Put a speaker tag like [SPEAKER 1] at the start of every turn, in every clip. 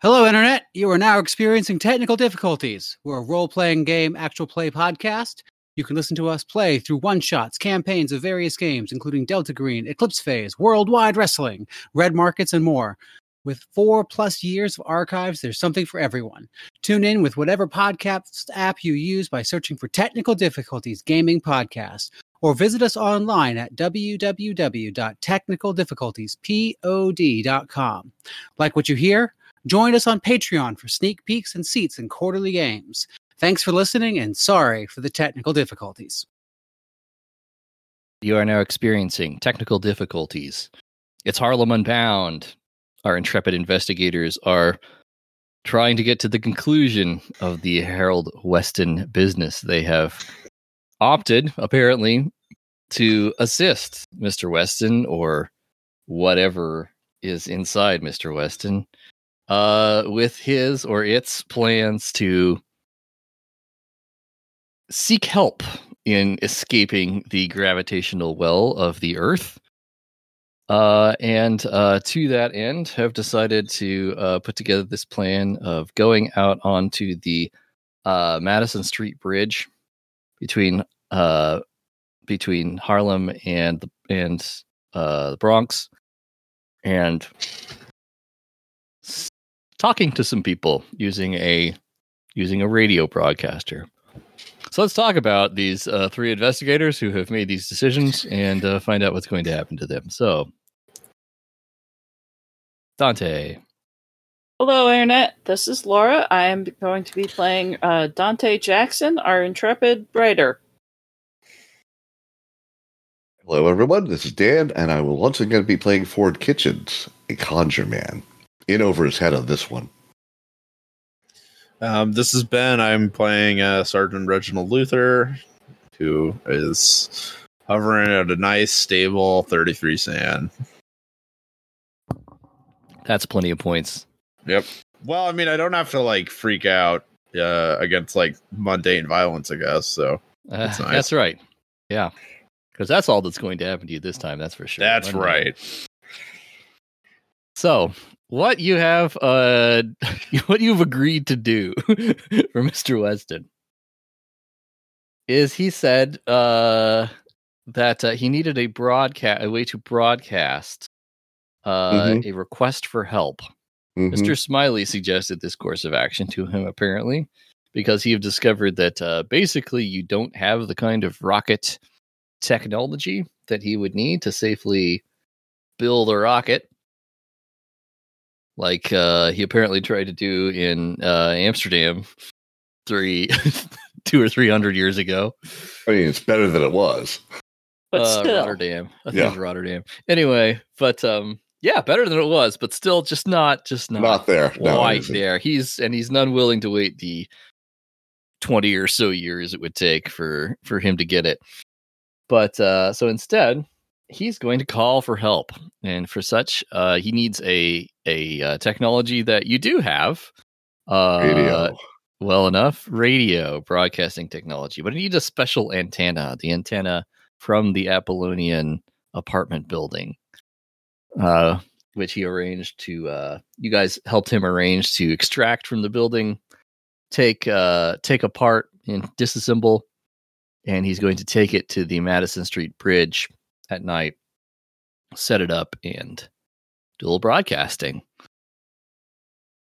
[SPEAKER 1] Hello, Internet. You are now experiencing technical difficulties. We're a role playing game, actual play podcast. You can listen to us play through one shots, campaigns of various games, including Delta Green, Eclipse Phase, Worldwide Wrestling, Red Markets, and more. With four plus years of archives, there's something for everyone. Tune in with whatever podcast app you use by searching for Technical Difficulties Gaming Podcast or visit us online at www.technicaldifficultiespod.com. Like what you hear? Join us on Patreon for sneak peeks and seats in quarterly games. Thanks for listening and sorry for the technical difficulties.
[SPEAKER 2] You are now experiencing technical difficulties. It's Harlem Unbound. Our intrepid investigators are trying to get to the conclusion of the Harold Weston business. They have opted, apparently, to assist Mr. Weston or whatever is inside Mr. Weston uh, with his or its plans to seek help in escaping the gravitational well of the Earth. Uh, and uh, to that end, have decided to uh, put together this plan of going out onto the uh, Madison Street Bridge between uh, between Harlem and the and uh, the Bronx, and s- talking to some people using a using a radio broadcaster. So let's talk about these uh, three investigators who have made these decisions and uh, find out what's going to happen to them. So, Dante,
[SPEAKER 3] Hello, Internet. This is Laura. I am going to be playing uh, Dante Jackson, our intrepid writer.
[SPEAKER 4] Hello, everyone. This is Dan, and I will once again be playing Ford Kitchens, a conjure man. In over his head on this one.
[SPEAKER 5] Um, this is Ben. I'm playing uh, Sergeant Reginald Luther, who is hovering at a nice, stable 33 sand.
[SPEAKER 2] that's plenty of points.
[SPEAKER 5] Well, I mean, I don't have to like freak out uh, against like mundane violence, I guess. So
[SPEAKER 2] Uh,
[SPEAKER 5] That's nice.
[SPEAKER 2] That's right. Yeah. Because that's all that's going to happen to you this time. That's for sure.
[SPEAKER 5] that's
[SPEAKER 2] One day.
[SPEAKER 5] right.
[SPEAKER 2] So, what you have, uh, what you've agreed to do for Mr. Weston is he said, uh, that uh, he needed a broadcast, a way to broadcast, uh,
[SPEAKER 4] Mhm.
[SPEAKER 2] a request for help.
[SPEAKER 4] Mhm.
[SPEAKER 2] Mr. Smiley suggested this course of action to him, apparently, because he had discovered that uh, basically you don't have the kind of rocket technology that he would need to safely build a rocket. Like uh, he apparently tried to do in uh, Amsterdam three, two or three hundred years ago.
[SPEAKER 4] I mean, it's better than it was.
[SPEAKER 3] But
[SPEAKER 2] uh,
[SPEAKER 3] still,
[SPEAKER 2] Rotterdam. I think it was
[SPEAKER 4] Yeah.
[SPEAKER 2] Rotterdam. Anyway, but um, yeah, better than it was, but still just not, just
[SPEAKER 4] Not, there. No,
[SPEAKER 2] why
[SPEAKER 4] it isn't.
[SPEAKER 2] there. He's and he's not willing to wait the twenty or so years it would take for for him to get it. But uh, so instead, he's going to call for help, and for such, uh, he needs a a uh, technology that you do have. Uh,
[SPEAKER 4] Radio.
[SPEAKER 2] well enough radio broadcasting technology but it needs a special antenna the antenna from the apollonian apartment building uh which he arranged to uh you guys helped him arrange to extract from the building take uh take apart and disassemble and he's going to take it to the madison street bridge at night set it up and do a little broadcasting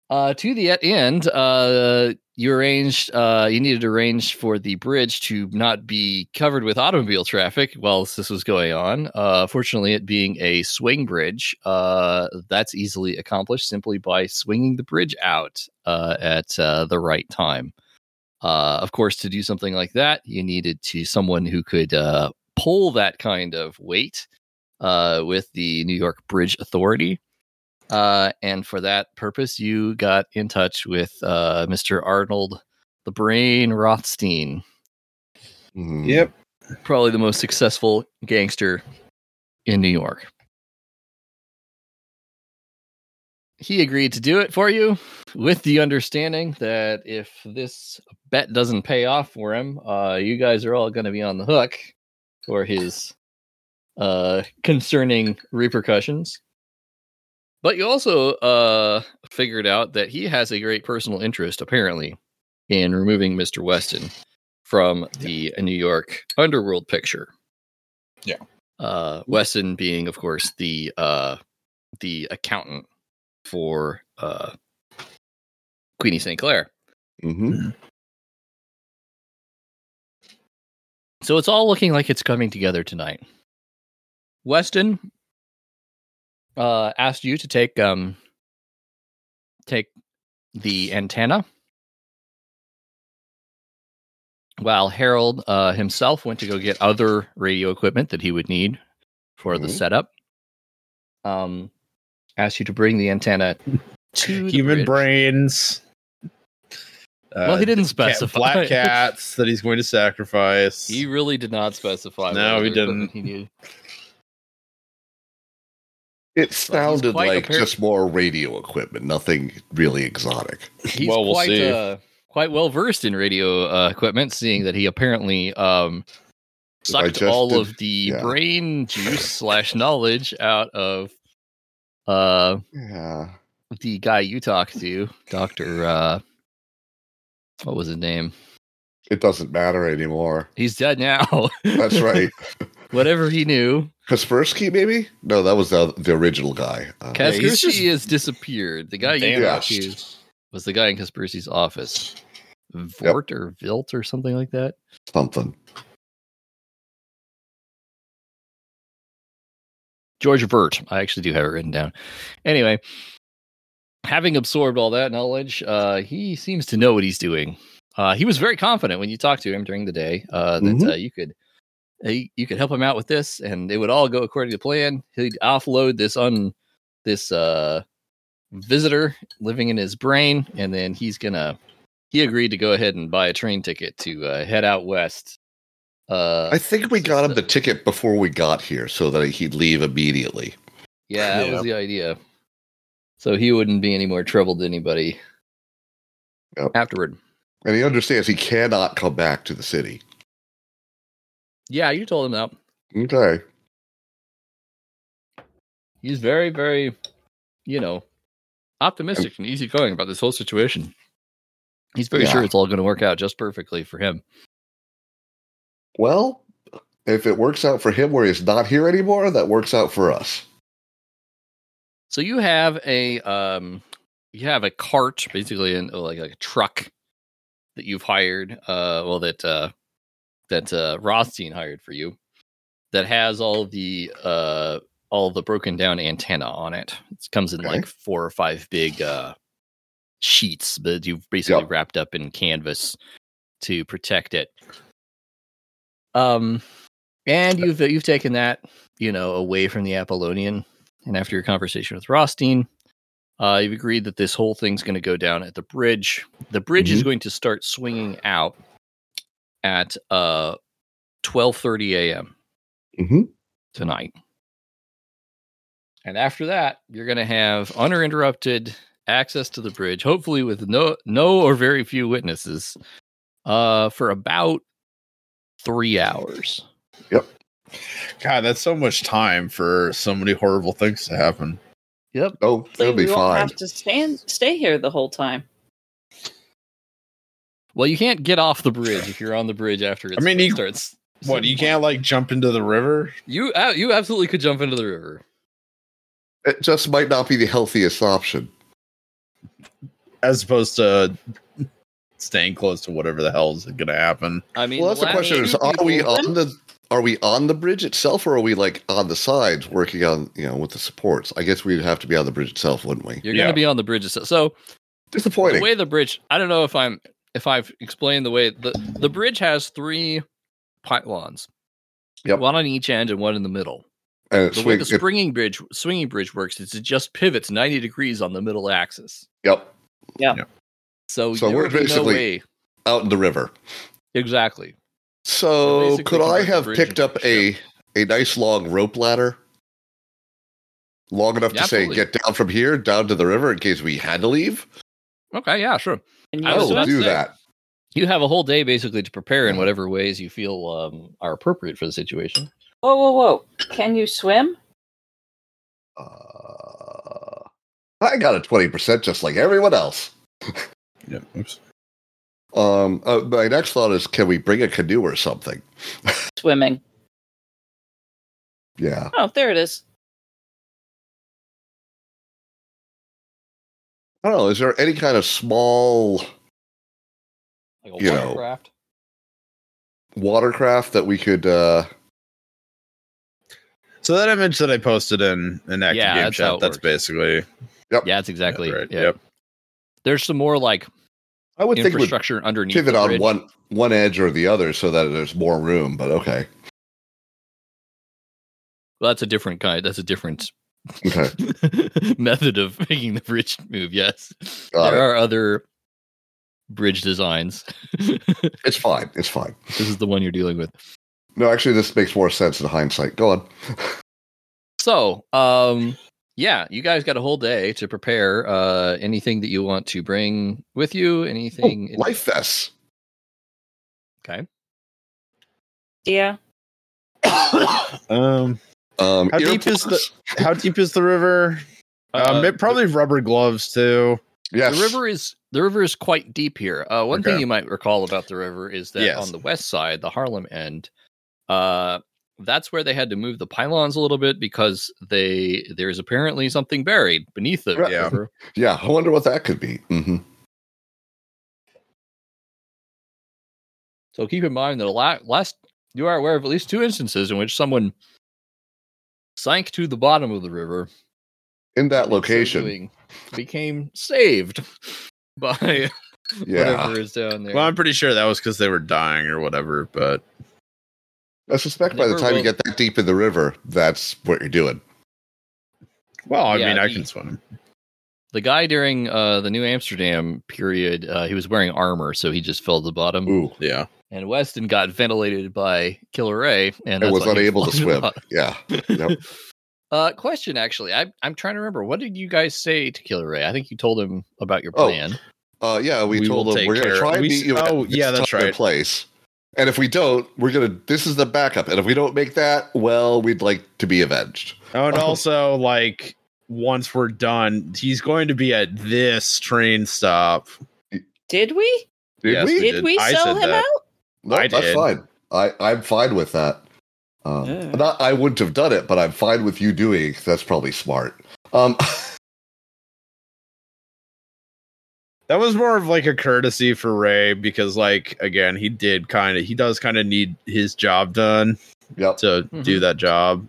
[SPEAKER 2] uh, to the e- end, uh, you arranged, uh, you needed to arrange for the bridge to not be covered with automobile traffic while this was going on. Uh, fortunately, it being a swing bridge, uh, that's easily accomplished simply by swinging the bridge out uh, at uh, the right time. Uh, of course, to do something like that, you needed to someone who could uh, pull that kind of weight uh, with the New York Bridge Authority. Uh, and for that purpose, you got in touch with uh, Mr. Arnold, the brain Rothstein, Hmm.
[SPEAKER 4] Mhm.
[SPEAKER 5] Yep.
[SPEAKER 2] probably the most successful gangster in New York. He agreed to do it for you with the understanding that if this bet doesn't pay off for him, uh, you guys are all going to be on the hook for his uh, concerning repercussions. But you also uh, figured out that he has a great personal interest, apparently, in removing Mr. Weston from the uh, New York underworld picture.
[SPEAKER 5] Yeah.
[SPEAKER 2] Uh, Weston being, of course, the uh, the accountant for uh, Queenie St. Clair.
[SPEAKER 4] hmm
[SPEAKER 2] So it's all looking like it's coming together tonight. Weston uh, asked you to take um, take the antenna, while Harold uh, himself went to go get other radio equipment that he would need for the
[SPEAKER 4] Mhm.
[SPEAKER 5] Mm-hmm.
[SPEAKER 2] setup. Um, asked you to bring the antenna to the
[SPEAKER 5] Human
[SPEAKER 2] bridge.
[SPEAKER 5] brains. Uh,
[SPEAKER 2] Well, he didn't
[SPEAKER 5] cat-
[SPEAKER 2] specify.
[SPEAKER 5] black cats that he's going to sacrifice.
[SPEAKER 2] He really did not specify.
[SPEAKER 5] No,
[SPEAKER 2] what
[SPEAKER 5] he
[SPEAKER 2] other equipment
[SPEAKER 5] didn't.
[SPEAKER 2] He needed.
[SPEAKER 4] It
[SPEAKER 2] he's
[SPEAKER 4] sounded
[SPEAKER 2] quite
[SPEAKER 4] like
[SPEAKER 2] apparent-
[SPEAKER 4] just more radio equipment, nothing really exotic.
[SPEAKER 2] he's
[SPEAKER 5] Well, we'll
[SPEAKER 2] quite
[SPEAKER 5] see.
[SPEAKER 2] uh, quite well versed in radio uh, equipment, seeing that he apparently um, sucked
[SPEAKER 4] Digested-
[SPEAKER 2] all of the
[SPEAKER 4] yeah.
[SPEAKER 2] brain juice slash knowledge out of uh,
[SPEAKER 4] Yeah.
[SPEAKER 2] the guy you talked to, Doctor. Uh, what was his name?
[SPEAKER 4] It doesn't matter anymore.
[SPEAKER 2] He's dead now.
[SPEAKER 4] That's right.
[SPEAKER 2] Whatever he knew,
[SPEAKER 4] Kaspersky, maybe? No, that was the, the original guy. Uh,
[SPEAKER 5] Kas-
[SPEAKER 2] Kaspersky
[SPEAKER 5] he's just
[SPEAKER 2] has disappeared. The guy you talked to was the guy in Kaspersky's office, Vort or Vilt or something like that.
[SPEAKER 4] something.
[SPEAKER 2] George Burt. I actually do have it written down. Anyway, having absorbed all that knowledge, uh, he seems to know what he's doing. Uh, he was very confident when you talked to him during the day uh, that
[SPEAKER 4] Mhm.
[SPEAKER 2] uh, you could uh, you you could help him out with this, and it would all go according to plan. He'd offload this on this uh, visitor living in his brain, and then he's gonna. He agreed to go ahead and buy a train ticket to uh, head out west. Uh,
[SPEAKER 4] I think we got him the ticket before we got here so that he'd leave immediately.
[SPEAKER 2] Yeah, that
[SPEAKER 5] Yeah.
[SPEAKER 2] was the idea. So he wouldn't be any more trouble to anybody
[SPEAKER 4] Yep.
[SPEAKER 2] afterward.
[SPEAKER 4] And he understands he cannot come back to the city.
[SPEAKER 2] Yeah, you told him that.
[SPEAKER 4] Okay.
[SPEAKER 2] He's very, very, you know, optimistic and easygoing about this whole situation. He's very
[SPEAKER 4] Yeah.
[SPEAKER 2] sure it's all going to work out just perfectly for him.
[SPEAKER 4] Well, if it works out for him where he's not here anymore, that works out for us.
[SPEAKER 2] So you have a um, you have a cart, basically, an, uh, like a truck that you've hired. Uh, well, that uh, that uh, Rothstein hired for you, that has all the uh, all the broken down antenna on it. It comes in
[SPEAKER 4] Okay.
[SPEAKER 2] like four or five big uh, sheets that you've basically
[SPEAKER 4] Yep.
[SPEAKER 2] wrapped up in canvas to protect it. Um, and you've uh, you've taken that you know away from the Apollonian, and after your conversation with Rothstein, uh, you've agreed that this whole thing's going to go down at the bridge. The bridge is going to start swinging out at uh 12:30 a.m.
[SPEAKER 4] Mm-hmm.
[SPEAKER 2] tonight. And after that, you're going to have uninterrupted access to the bridge, hopefully with no no or very few witnesses, uh, for about three hours.
[SPEAKER 5] God, that's so much time for so many horrible things to happen.
[SPEAKER 2] Yep.
[SPEAKER 4] Oh,
[SPEAKER 3] Hopefully
[SPEAKER 4] he'll be
[SPEAKER 3] we won't
[SPEAKER 4] fine.
[SPEAKER 3] have to stand, stay here the whole time.
[SPEAKER 2] Well, you can't get off the bridge if you're on the bridge after it's,
[SPEAKER 5] mean,
[SPEAKER 2] it
[SPEAKER 5] you-
[SPEAKER 2] starts.
[SPEAKER 5] What, you can't like jump into the river?
[SPEAKER 2] You uh, you absolutely could jump into the river.
[SPEAKER 4] It just might not be the healthiest option.
[SPEAKER 5] As opposed to staying close to whatever the hell is gonna happen.
[SPEAKER 2] I mean,
[SPEAKER 4] well, that's the
[SPEAKER 2] last
[SPEAKER 4] question:
[SPEAKER 2] two
[SPEAKER 4] is are we
[SPEAKER 2] people-
[SPEAKER 4] on the are we on the bridge itself, or are we like on the sides working on you know with the supports? I guess we'd have to be on the bridge itself, wouldn't we?
[SPEAKER 2] You're going to
[SPEAKER 5] Yeah.
[SPEAKER 2] be on the bridge. itself. So the
[SPEAKER 4] Disappointing.
[SPEAKER 2] way the bridge, I don't know if I'm if I've explained the way the the bridge has three pylons.
[SPEAKER 4] Yep.
[SPEAKER 2] One on each end and one in the middle.
[SPEAKER 4] and it
[SPEAKER 2] the way the
[SPEAKER 4] swings. it-
[SPEAKER 2] springing bridge swinging bridge works is it just pivots 90 degrees on the middle axis.
[SPEAKER 4] yep,
[SPEAKER 2] So,
[SPEAKER 4] So
[SPEAKER 2] there
[SPEAKER 4] we're
[SPEAKER 2] would be no
[SPEAKER 4] basically-
[SPEAKER 2] way-
[SPEAKER 4] out in the river.
[SPEAKER 2] exactly. So
[SPEAKER 4] So
[SPEAKER 2] basically
[SPEAKER 4] could I
[SPEAKER 2] convert the
[SPEAKER 4] have
[SPEAKER 2] bridge
[SPEAKER 4] picked
[SPEAKER 2] into
[SPEAKER 4] up
[SPEAKER 2] a
[SPEAKER 4] a a nice long rope ladder, long enough
[SPEAKER 2] Yeah,
[SPEAKER 4] to say
[SPEAKER 2] absolutely.
[SPEAKER 4] get down from here down to the river in case we had to leave?
[SPEAKER 2] Okay, yeah, sure.
[SPEAKER 3] And
[SPEAKER 2] I
[SPEAKER 4] I
[SPEAKER 2] was
[SPEAKER 3] use
[SPEAKER 2] about
[SPEAKER 4] will
[SPEAKER 2] to
[SPEAKER 3] it.
[SPEAKER 4] do
[SPEAKER 2] say.
[SPEAKER 4] that.
[SPEAKER 2] You have a whole day basically to prepare in whatever ways you feel um, are appropriate for the situation.
[SPEAKER 3] Whoa, whoa, whoa! Can you swim?
[SPEAKER 4] Uh, I got a 20% just like everyone else.
[SPEAKER 5] Yep. Oops.
[SPEAKER 4] Um, uh, my next thought is can we bring a canoe or something?
[SPEAKER 3] Swimming.
[SPEAKER 4] Yeah.
[SPEAKER 3] Oh, there it is.
[SPEAKER 4] I don't know. Is there any kind of small
[SPEAKER 2] Like
[SPEAKER 4] You know. watercraft that we could. Uh,
[SPEAKER 5] So that image that I posted in in Active
[SPEAKER 2] Yeah,
[SPEAKER 5] Game
[SPEAKER 2] that's how
[SPEAKER 5] Chat,
[SPEAKER 2] it
[SPEAKER 5] that's
[SPEAKER 2] works.
[SPEAKER 5] basically
[SPEAKER 2] Yeah, that's exactly
[SPEAKER 5] right.
[SPEAKER 2] Yeah.
[SPEAKER 5] Yep.
[SPEAKER 2] There's some more like
[SPEAKER 4] I would think we'd
[SPEAKER 2] infrastructure underneath.
[SPEAKER 4] pivot
[SPEAKER 2] the
[SPEAKER 4] on
[SPEAKER 2] bridge.
[SPEAKER 4] one one edge or the other so that there's more room. But okay,
[SPEAKER 2] Well, that's a different kind. That's a different
[SPEAKER 4] okay,
[SPEAKER 2] method of making the bridge move. Yes,
[SPEAKER 4] Got
[SPEAKER 2] there
[SPEAKER 4] it.
[SPEAKER 2] are other bridge designs. this
[SPEAKER 4] it's fine. It's fine.
[SPEAKER 2] is the one you're dealing with.
[SPEAKER 4] No, actually, this makes more sense in hindsight. Go on.
[SPEAKER 2] So, um, yeah, you guys got a whole day to prepare uh, anything that you want to bring with you.
[SPEAKER 4] Oh,
[SPEAKER 2] Anything?
[SPEAKER 4] life vests.
[SPEAKER 2] Okay.
[SPEAKER 3] Yeah.
[SPEAKER 5] um
[SPEAKER 4] Um,
[SPEAKER 5] How deep is
[SPEAKER 4] earplugs.
[SPEAKER 5] the- how deep is the river?
[SPEAKER 2] Uh,
[SPEAKER 5] um, it- probably rubber gloves too.
[SPEAKER 4] Yes.
[SPEAKER 2] The river is the river is quite deep here. Uh, one thing
[SPEAKER 5] Okay.
[SPEAKER 2] you might recall about the river is that
[SPEAKER 5] Yes.
[SPEAKER 2] on the west side, the Harlem end, uh, that's where they had to move the pylons a little bit because they there is apparently something buried beneath the
[SPEAKER 4] Right.
[SPEAKER 5] Yeah.
[SPEAKER 2] river.
[SPEAKER 4] Yeah, I wonder what that could be. hmm
[SPEAKER 2] So keep in mind that a la- last you are aware of at least two instances in which someone sank to the bottom of the river.
[SPEAKER 4] In that
[SPEAKER 2] in so
[SPEAKER 4] location.
[SPEAKER 2] doing, became saved by
[SPEAKER 4] Yeah,
[SPEAKER 2] whatever is down there.
[SPEAKER 5] Well, I'm pretty sure that was because they were dying or whatever. But
[SPEAKER 4] I suspect by the
[SPEAKER 2] Never
[SPEAKER 4] time you
[SPEAKER 2] will-
[SPEAKER 4] get that deep in the river, that's what you're doing.
[SPEAKER 5] well, I
[SPEAKER 2] Yeah,
[SPEAKER 5] mean, I
[SPEAKER 2] the-
[SPEAKER 5] can swim.
[SPEAKER 2] the guy during uh, the New Amsterdam period, uh, he was wearing armor, so he just fell to the
[SPEAKER 5] Mm.
[SPEAKER 2] bottom.
[SPEAKER 4] Ooh,
[SPEAKER 5] Yeah.
[SPEAKER 2] And Weston got ventilated by Killer Ray, and
[SPEAKER 4] I
[SPEAKER 2] that's
[SPEAKER 4] was
[SPEAKER 2] why he
[SPEAKER 4] unable to
[SPEAKER 2] fell
[SPEAKER 4] swim.
[SPEAKER 2] the
[SPEAKER 4] Yeah,
[SPEAKER 2] bottom.
[SPEAKER 4] Yep.
[SPEAKER 2] uh, question, actually, I, I'm trying to remember. What did you guys say to Killer Ray? I think you told him about your
[SPEAKER 4] Oh.
[SPEAKER 2] plan.
[SPEAKER 4] uh, yeah. We,
[SPEAKER 5] We
[SPEAKER 4] told
[SPEAKER 5] will
[SPEAKER 4] them
[SPEAKER 5] take
[SPEAKER 4] we're
[SPEAKER 5] care
[SPEAKER 4] gonna
[SPEAKER 5] of-
[SPEAKER 4] try and
[SPEAKER 5] we
[SPEAKER 4] meet
[SPEAKER 5] s-
[SPEAKER 4] you. at
[SPEAKER 5] oh,
[SPEAKER 4] this
[SPEAKER 5] yeah, that's
[SPEAKER 4] time and
[SPEAKER 5] right.
[SPEAKER 4] Place, and if we don't, we're gonna. This is the backup, and if we don't make that, well, we'd like to be avenged.
[SPEAKER 5] Oh, and
[SPEAKER 4] Oh.
[SPEAKER 5] also like once we're done, he's going to be at this train stop.
[SPEAKER 3] Did we?
[SPEAKER 4] Did
[SPEAKER 5] Yes,
[SPEAKER 4] we?
[SPEAKER 5] we
[SPEAKER 3] Did,
[SPEAKER 5] did.
[SPEAKER 3] we
[SPEAKER 5] I
[SPEAKER 3] sell
[SPEAKER 5] said
[SPEAKER 3] him
[SPEAKER 5] that.
[SPEAKER 3] out?
[SPEAKER 4] No,
[SPEAKER 5] I
[SPEAKER 4] that's
[SPEAKER 5] did.
[SPEAKER 4] fine. I, I'm fine with that. Um,
[SPEAKER 3] Yeah.
[SPEAKER 4] not- I wouldn't have done it, but I'm fine with you doing. it. That's probably smart. Um,
[SPEAKER 5] That was more of like a courtesy for Ray because, like, again, he did kind of he does kind of need his job done
[SPEAKER 4] yep.
[SPEAKER 5] to do
[SPEAKER 2] Mhm.
[SPEAKER 5] that job,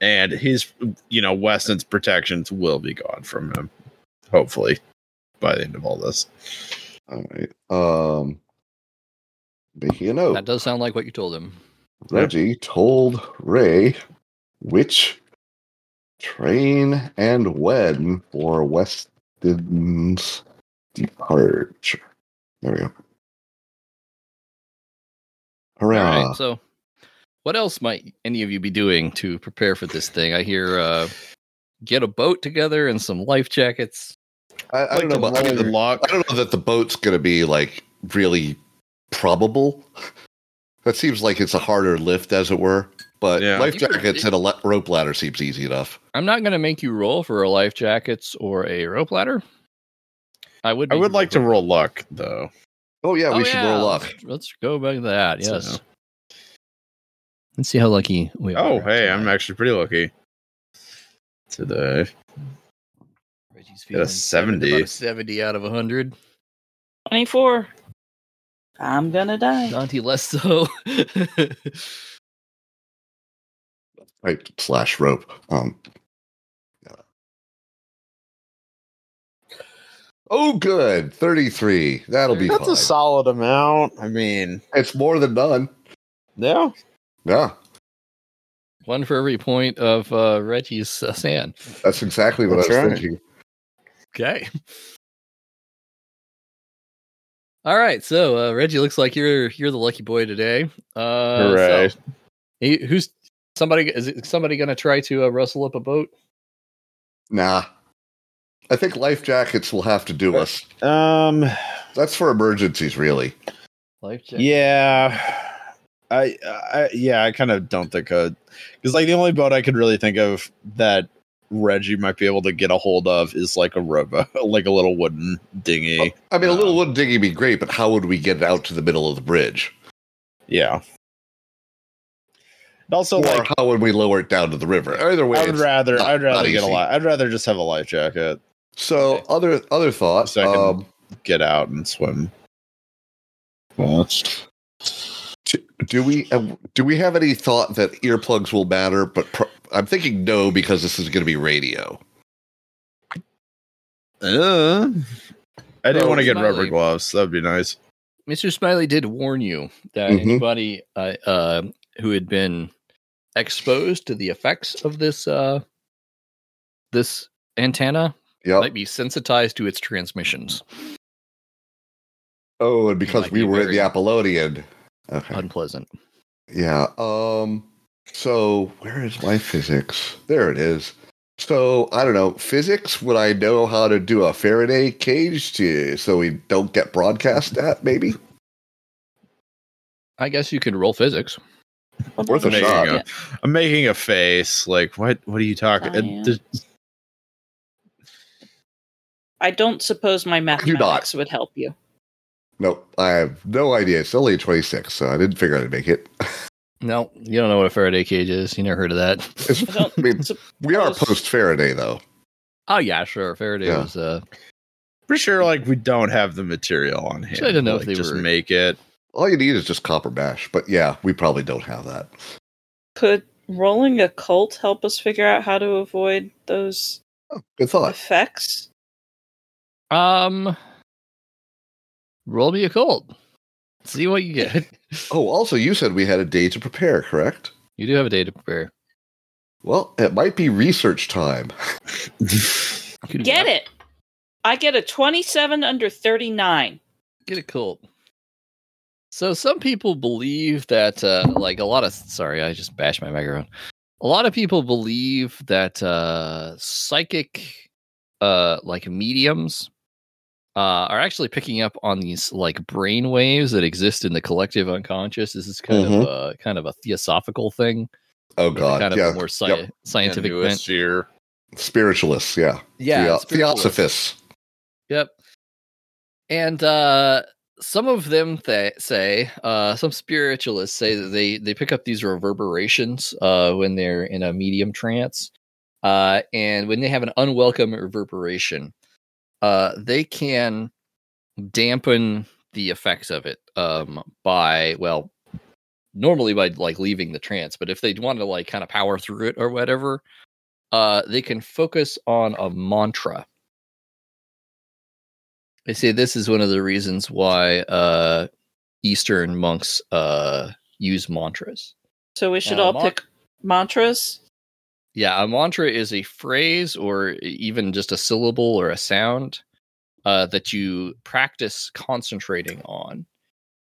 [SPEAKER 5] and his you know Weston's protections will be gone from him, hopefully, by the end of all this.
[SPEAKER 4] All right. Um, making a note.
[SPEAKER 2] That does sound like what you told him.
[SPEAKER 4] Reggie told Ray which train and when for Weston's departure. There we go.
[SPEAKER 2] All
[SPEAKER 4] Hurrah.
[SPEAKER 2] right. So, what else might any of you be doing to prepare for this thing? I hear uh, get a boat together and some life jackets.
[SPEAKER 4] I, I,
[SPEAKER 5] like
[SPEAKER 4] don't know,
[SPEAKER 5] the
[SPEAKER 4] about, I, mean,
[SPEAKER 5] roll
[SPEAKER 4] the-
[SPEAKER 5] luck.
[SPEAKER 4] I don't know that the boat's going to be like really probable. That seems like it's a harder lift, as it were. But
[SPEAKER 5] Yeah.
[SPEAKER 4] life
[SPEAKER 2] You could-
[SPEAKER 4] jackets and a le- rope ladder seems easy enough.
[SPEAKER 2] I'm not going to make you roll for a life jackets or a rope ladder. I would.
[SPEAKER 5] I
[SPEAKER 2] make
[SPEAKER 5] would
[SPEAKER 2] you
[SPEAKER 5] like to
[SPEAKER 2] for-
[SPEAKER 5] roll luck though.
[SPEAKER 4] Oh yeah,
[SPEAKER 2] Oh,
[SPEAKER 4] we should roll up.
[SPEAKER 2] Let's, let's go back to that.
[SPEAKER 5] So-
[SPEAKER 2] Yes. Let's see how lucky we are.
[SPEAKER 5] Oh, hey, I'm
[SPEAKER 2] tonight.
[SPEAKER 5] actually pretty lucky today.
[SPEAKER 2] Reggie's
[SPEAKER 5] at
[SPEAKER 2] feeling
[SPEAKER 5] a
[SPEAKER 2] good.
[SPEAKER 5] 70.
[SPEAKER 2] About a 70 out of 100.
[SPEAKER 3] 24. I'm gonna die.
[SPEAKER 2] Dante less so.
[SPEAKER 4] Right slash rope. Um. yeah. Oh, good. Thirty-three. That'll be
[SPEAKER 5] That's
[SPEAKER 4] fine.
[SPEAKER 5] a solid amount. I mean,
[SPEAKER 4] it's more than none.
[SPEAKER 5] yeah.
[SPEAKER 4] Yeah,
[SPEAKER 2] One for every point of uh, Reggie's uh, sand.
[SPEAKER 4] that's exactly what
[SPEAKER 5] That's
[SPEAKER 4] I was
[SPEAKER 5] right.
[SPEAKER 4] thinking.
[SPEAKER 2] Okay. All right, so uh, Reggie looks like you're you're the lucky boy today. Uh, so-
[SPEAKER 5] Hooray.
[SPEAKER 2] Hey, who's somebody? Is it somebody going to try to uh, rustle up a boat?
[SPEAKER 4] Nah, I think life jackets will have to do us.
[SPEAKER 5] Um,
[SPEAKER 4] That's for emergencies, really.
[SPEAKER 2] Life jacket.
[SPEAKER 5] yeah, I, I yeah, I kind of don't think because like the only boat I could really think of that Reggie might be able to get a hold of is like a robo, like a little wooden dinghy.
[SPEAKER 4] I mean, a little
[SPEAKER 5] Um,
[SPEAKER 4] wooden dinghy would be great, but how would we get it out to the middle of the bridge?
[SPEAKER 5] Yeah. And also,
[SPEAKER 4] or
[SPEAKER 5] like,
[SPEAKER 4] how would we lower it down to the river? Either way,
[SPEAKER 5] I would
[SPEAKER 4] it's-
[SPEAKER 5] rather,
[SPEAKER 4] not-
[SPEAKER 5] I'd rather
[SPEAKER 4] not
[SPEAKER 5] get a
[SPEAKER 4] easy.
[SPEAKER 5] life. I'd rather just have a life jacket,
[SPEAKER 4] so other other thought.
[SPEAKER 5] So I can-
[SPEAKER 4] um,
[SPEAKER 5] get out and swim. Well,
[SPEAKER 4] do we uh, do we have any thought that earplugs will matter? But pro- I'm thinking no because this is going to be radio.
[SPEAKER 5] uh, I didn't
[SPEAKER 2] Oh,
[SPEAKER 5] want to get rubber
[SPEAKER 2] smiley.
[SPEAKER 5] gloves. That'd be nice.
[SPEAKER 2] Mr. Smiley did warn you that
[SPEAKER 5] Mm-hmm.
[SPEAKER 4] Mhm.
[SPEAKER 2] anybody uh, uh, who had been exposed to the effects of this uh, this antenna
[SPEAKER 5] Oh.
[SPEAKER 4] Yep.
[SPEAKER 2] might be sensitized to its transmissions.
[SPEAKER 4] oh, and because
[SPEAKER 2] might
[SPEAKER 4] we
[SPEAKER 2] be
[SPEAKER 4] were in
[SPEAKER 2] very-
[SPEAKER 4] the Apollonian. Okay.
[SPEAKER 2] Unpleasant.
[SPEAKER 4] Yeah. Um. So where is my physics? There it is. So I don't know physics. Would I know how to do a Faraday cage to so we don't get broadcast at? Maybe.
[SPEAKER 2] I guess you could roll physics.
[SPEAKER 4] Worth a
[SPEAKER 5] Making
[SPEAKER 4] shot.
[SPEAKER 5] a- I'm making a face. Like, what? What are you talking? uh,
[SPEAKER 3] Science. I don't suppose my mathematics would help you.
[SPEAKER 4] Nope. I have no idea. It's only twenty six, so I didn't figure I'd make it.
[SPEAKER 2] No, you don't know what a Faraday cage is. You never heard of that.
[SPEAKER 4] It's-
[SPEAKER 3] I don't
[SPEAKER 4] I mean,
[SPEAKER 3] sup-
[SPEAKER 4] we are
[SPEAKER 3] Close.
[SPEAKER 4] post Faraday though.
[SPEAKER 2] oh yeah, sure. Faraday
[SPEAKER 4] Yeah.
[SPEAKER 2] was uh,
[SPEAKER 5] Pretty sure, like, we don't have the material on hand.
[SPEAKER 2] I didn't know if
[SPEAKER 5] like,
[SPEAKER 2] they
[SPEAKER 5] just
[SPEAKER 2] were-
[SPEAKER 5] make it.
[SPEAKER 4] All you need is just copper mesh. But yeah, we probably don't have that.
[SPEAKER 3] could rolling a cult help us figure out how to avoid those
[SPEAKER 4] Oh, good thought.
[SPEAKER 3] effects?
[SPEAKER 2] um. Roll me a cold. See what you get.
[SPEAKER 4] Oh, also, you said we had a day to prepare, correct?
[SPEAKER 2] You do have a day to prepare.
[SPEAKER 4] Well, it might be research time.
[SPEAKER 2] You can do
[SPEAKER 3] Get
[SPEAKER 2] that.
[SPEAKER 3] it. I get a 27 under 39.
[SPEAKER 2] get it cool. So some people believe that, uh, like a lot of sorry, I just bashed my microphone. A lot of people believe that uh, psychic, uh, like mediums, uh, are actually picking up on these like brain waves that exist in the collective unconscious. This is kind of
[SPEAKER 4] Mhm.
[SPEAKER 2] a kind of a theosophical thing,
[SPEAKER 4] Oh
[SPEAKER 2] with a
[SPEAKER 4] God,
[SPEAKER 2] kind of
[SPEAKER 4] yeah.
[SPEAKER 2] a more sci-
[SPEAKER 4] Yep.
[SPEAKER 2] scientific
[SPEAKER 5] And
[SPEAKER 2] bent.
[SPEAKER 5] newest year.
[SPEAKER 4] Spiritualists, yeah.
[SPEAKER 2] Yeah,
[SPEAKER 4] Theo-
[SPEAKER 2] spiritualist.
[SPEAKER 4] Theosophists.
[SPEAKER 2] Yep. And uh some of them th- say, uh some spiritualists say that they they pick up these reverberations uh when they're in a medium trance. Uh and when they have an unwelcome reverberation, uh they can dampen the effects of it um by well normally by like leaving the trance, but if they want to like kind of power through it or whatever, uh they can focus on a mantra. I say this is one of the reasons why uh, Eastern monks uh, use mantras.
[SPEAKER 3] So we should
[SPEAKER 2] Uh,
[SPEAKER 3] all
[SPEAKER 2] mon-
[SPEAKER 3] pick mantras.
[SPEAKER 2] Yeah, a mantra is a phrase or e-, even just a syllable or a sound uh, that you practice concentrating on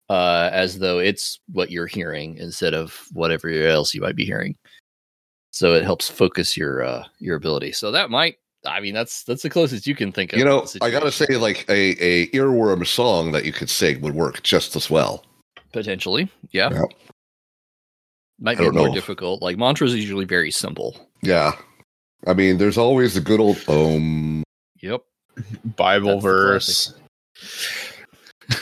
[SPEAKER 2] uh, as though it's what you're hearing instead of whatever else you might be hearing. So it helps focus your uh, your ability. So that might, I mean, that's that's the closest you can think of.
[SPEAKER 4] You know,
[SPEAKER 2] the
[SPEAKER 4] I gotta say,
[SPEAKER 2] situation,
[SPEAKER 4] like a a earworm song that you could sing would work just as well.
[SPEAKER 2] potentially, yeah.
[SPEAKER 4] Yeah.
[SPEAKER 2] Might
[SPEAKER 4] I
[SPEAKER 2] be
[SPEAKER 4] don't
[SPEAKER 2] more
[SPEAKER 4] know.
[SPEAKER 2] difficult. Like mantras are usually very simple.
[SPEAKER 4] Yeah, I mean, there's always the good old um.
[SPEAKER 2] Yep.
[SPEAKER 5] Bible
[SPEAKER 2] That's the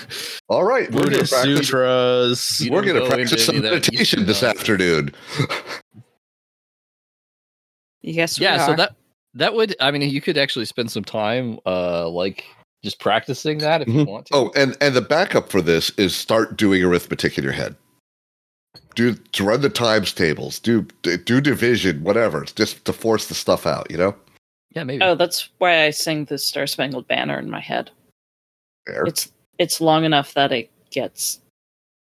[SPEAKER 5] verse,
[SPEAKER 4] All right, we're gonna
[SPEAKER 5] Buddhist
[SPEAKER 4] practice,
[SPEAKER 5] sutras.
[SPEAKER 2] You
[SPEAKER 4] we're
[SPEAKER 2] don't
[SPEAKER 4] gonna
[SPEAKER 2] go into
[SPEAKER 4] practice
[SPEAKER 2] any
[SPEAKER 4] some
[SPEAKER 2] of that
[SPEAKER 4] meditation
[SPEAKER 2] Eastern
[SPEAKER 4] this
[SPEAKER 2] knowledge.
[SPEAKER 4] afternoon.
[SPEAKER 3] Yes, we
[SPEAKER 2] yeah, so
[SPEAKER 3] are.
[SPEAKER 2] that that would I mean you could actually spend some time uh like just practicing that if you
[SPEAKER 4] Mhm.
[SPEAKER 2] want to.
[SPEAKER 4] Oh, and and the backup for this is start doing arithmetic in your head. Do to run the times tables. Do do division, whatever. Just to force the stuff out. You know.
[SPEAKER 2] yeah, maybe.
[SPEAKER 3] Oh, that's why I sing the Star Spangled Banner in my head.
[SPEAKER 4] There.
[SPEAKER 3] It's it's long enough that it gets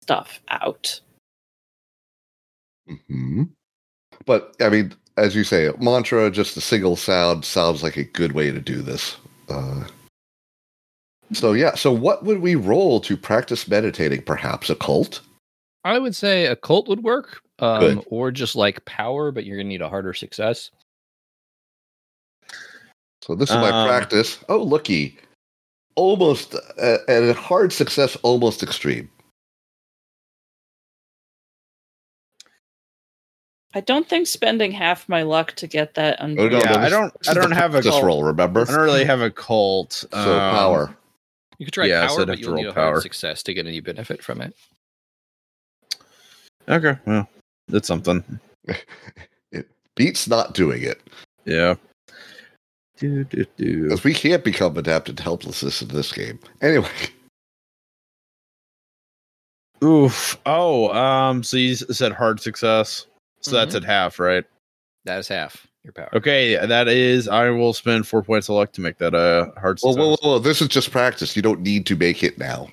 [SPEAKER 3] stuff out.
[SPEAKER 4] hmm But I mean, as you say, mantra, just a single sound sounds like a good way to do this. Uh, so yeah, so what would we roll to practice meditating? Perhaps a cult?
[SPEAKER 2] I would say a cult would work. Um
[SPEAKER 4] Good.
[SPEAKER 2] or just like power, but you're gonna need a harder success.
[SPEAKER 4] So this is my
[SPEAKER 5] Um,
[SPEAKER 4] practice. Oh, looky, almost uh, and a hard success, almost extreme.
[SPEAKER 3] I don't think spending half my luck to get that under.
[SPEAKER 4] Oh, no,
[SPEAKER 5] Yeah,
[SPEAKER 4] no,
[SPEAKER 5] I don't-
[SPEAKER 4] this
[SPEAKER 5] I
[SPEAKER 4] is
[SPEAKER 5] don't
[SPEAKER 4] the
[SPEAKER 5] have a
[SPEAKER 4] this
[SPEAKER 5] goal.
[SPEAKER 4] roll. Remember,
[SPEAKER 5] I don't really have a cult.
[SPEAKER 4] so
[SPEAKER 5] um,
[SPEAKER 4] power.
[SPEAKER 2] You could try
[SPEAKER 5] Yeah, so
[SPEAKER 2] power,
[SPEAKER 5] I'd have
[SPEAKER 2] but
[SPEAKER 5] to
[SPEAKER 2] you'll
[SPEAKER 5] roll
[SPEAKER 2] need a
[SPEAKER 5] power.
[SPEAKER 2] hard success to get any benefit from it.
[SPEAKER 5] um, Okay, well, that's something.
[SPEAKER 4] It beats not doing it
[SPEAKER 5] Yeah. Do, do, do.
[SPEAKER 4] because we can't become adapted to helplessness in this game. Anyway,
[SPEAKER 5] Oof. Oh, um. So you s- said hard success. So that's
[SPEAKER 2] Mm-hmm.
[SPEAKER 5] at half, right?
[SPEAKER 2] That is half your power.
[SPEAKER 5] Okay, that is. I will spend four points of luck to make that a hard
[SPEAKER 4] well,
[SPEAKER 5] success.
[SPEAKER 4] well, well, this is just practice. You don't need to make it now,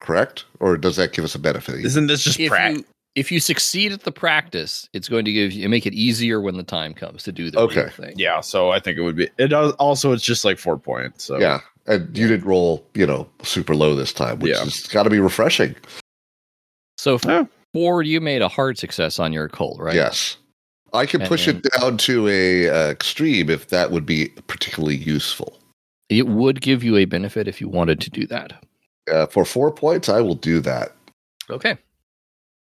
[SPEAKER 4] correct? Or does that give us a benefit?
[SPEAKER 5] Isn't this just
[SPEAKER 2] If
[SPEAKER 5] prac?
[SPEAKER 2] you, if you succeed at the practice, it's going to give you make it easier when the time comes to do the
[SPEAKER 4] Okay.
[SPEAKER 2] real thing.
[SPEAKER 5] Yeah. So I think it would be. It does, also. It's just like four points. So
[SPEAKER 4] yeah, and you didn't roll, you know, super low this time, which
[SPEAKER 5] Yeah.
[SPEAKER 4] has got to be refreshing.
[SPEAKER 2] So
[SPEAKER 5] Oh.
[SPEAKER 2] four, you made a hard success on your cult, right?
[SPEAKER 4] Yes. I can
[SPEAKER 2] And
[SPEAKER 4] push it down to a uh, extreme if that would be particularly useful.
[SPEAKER 2] It would give you a benefit if you wanted to do that.
[SPEAKER 4] Uh, for four points, I will do that.
[SPEAKER 2] Okay.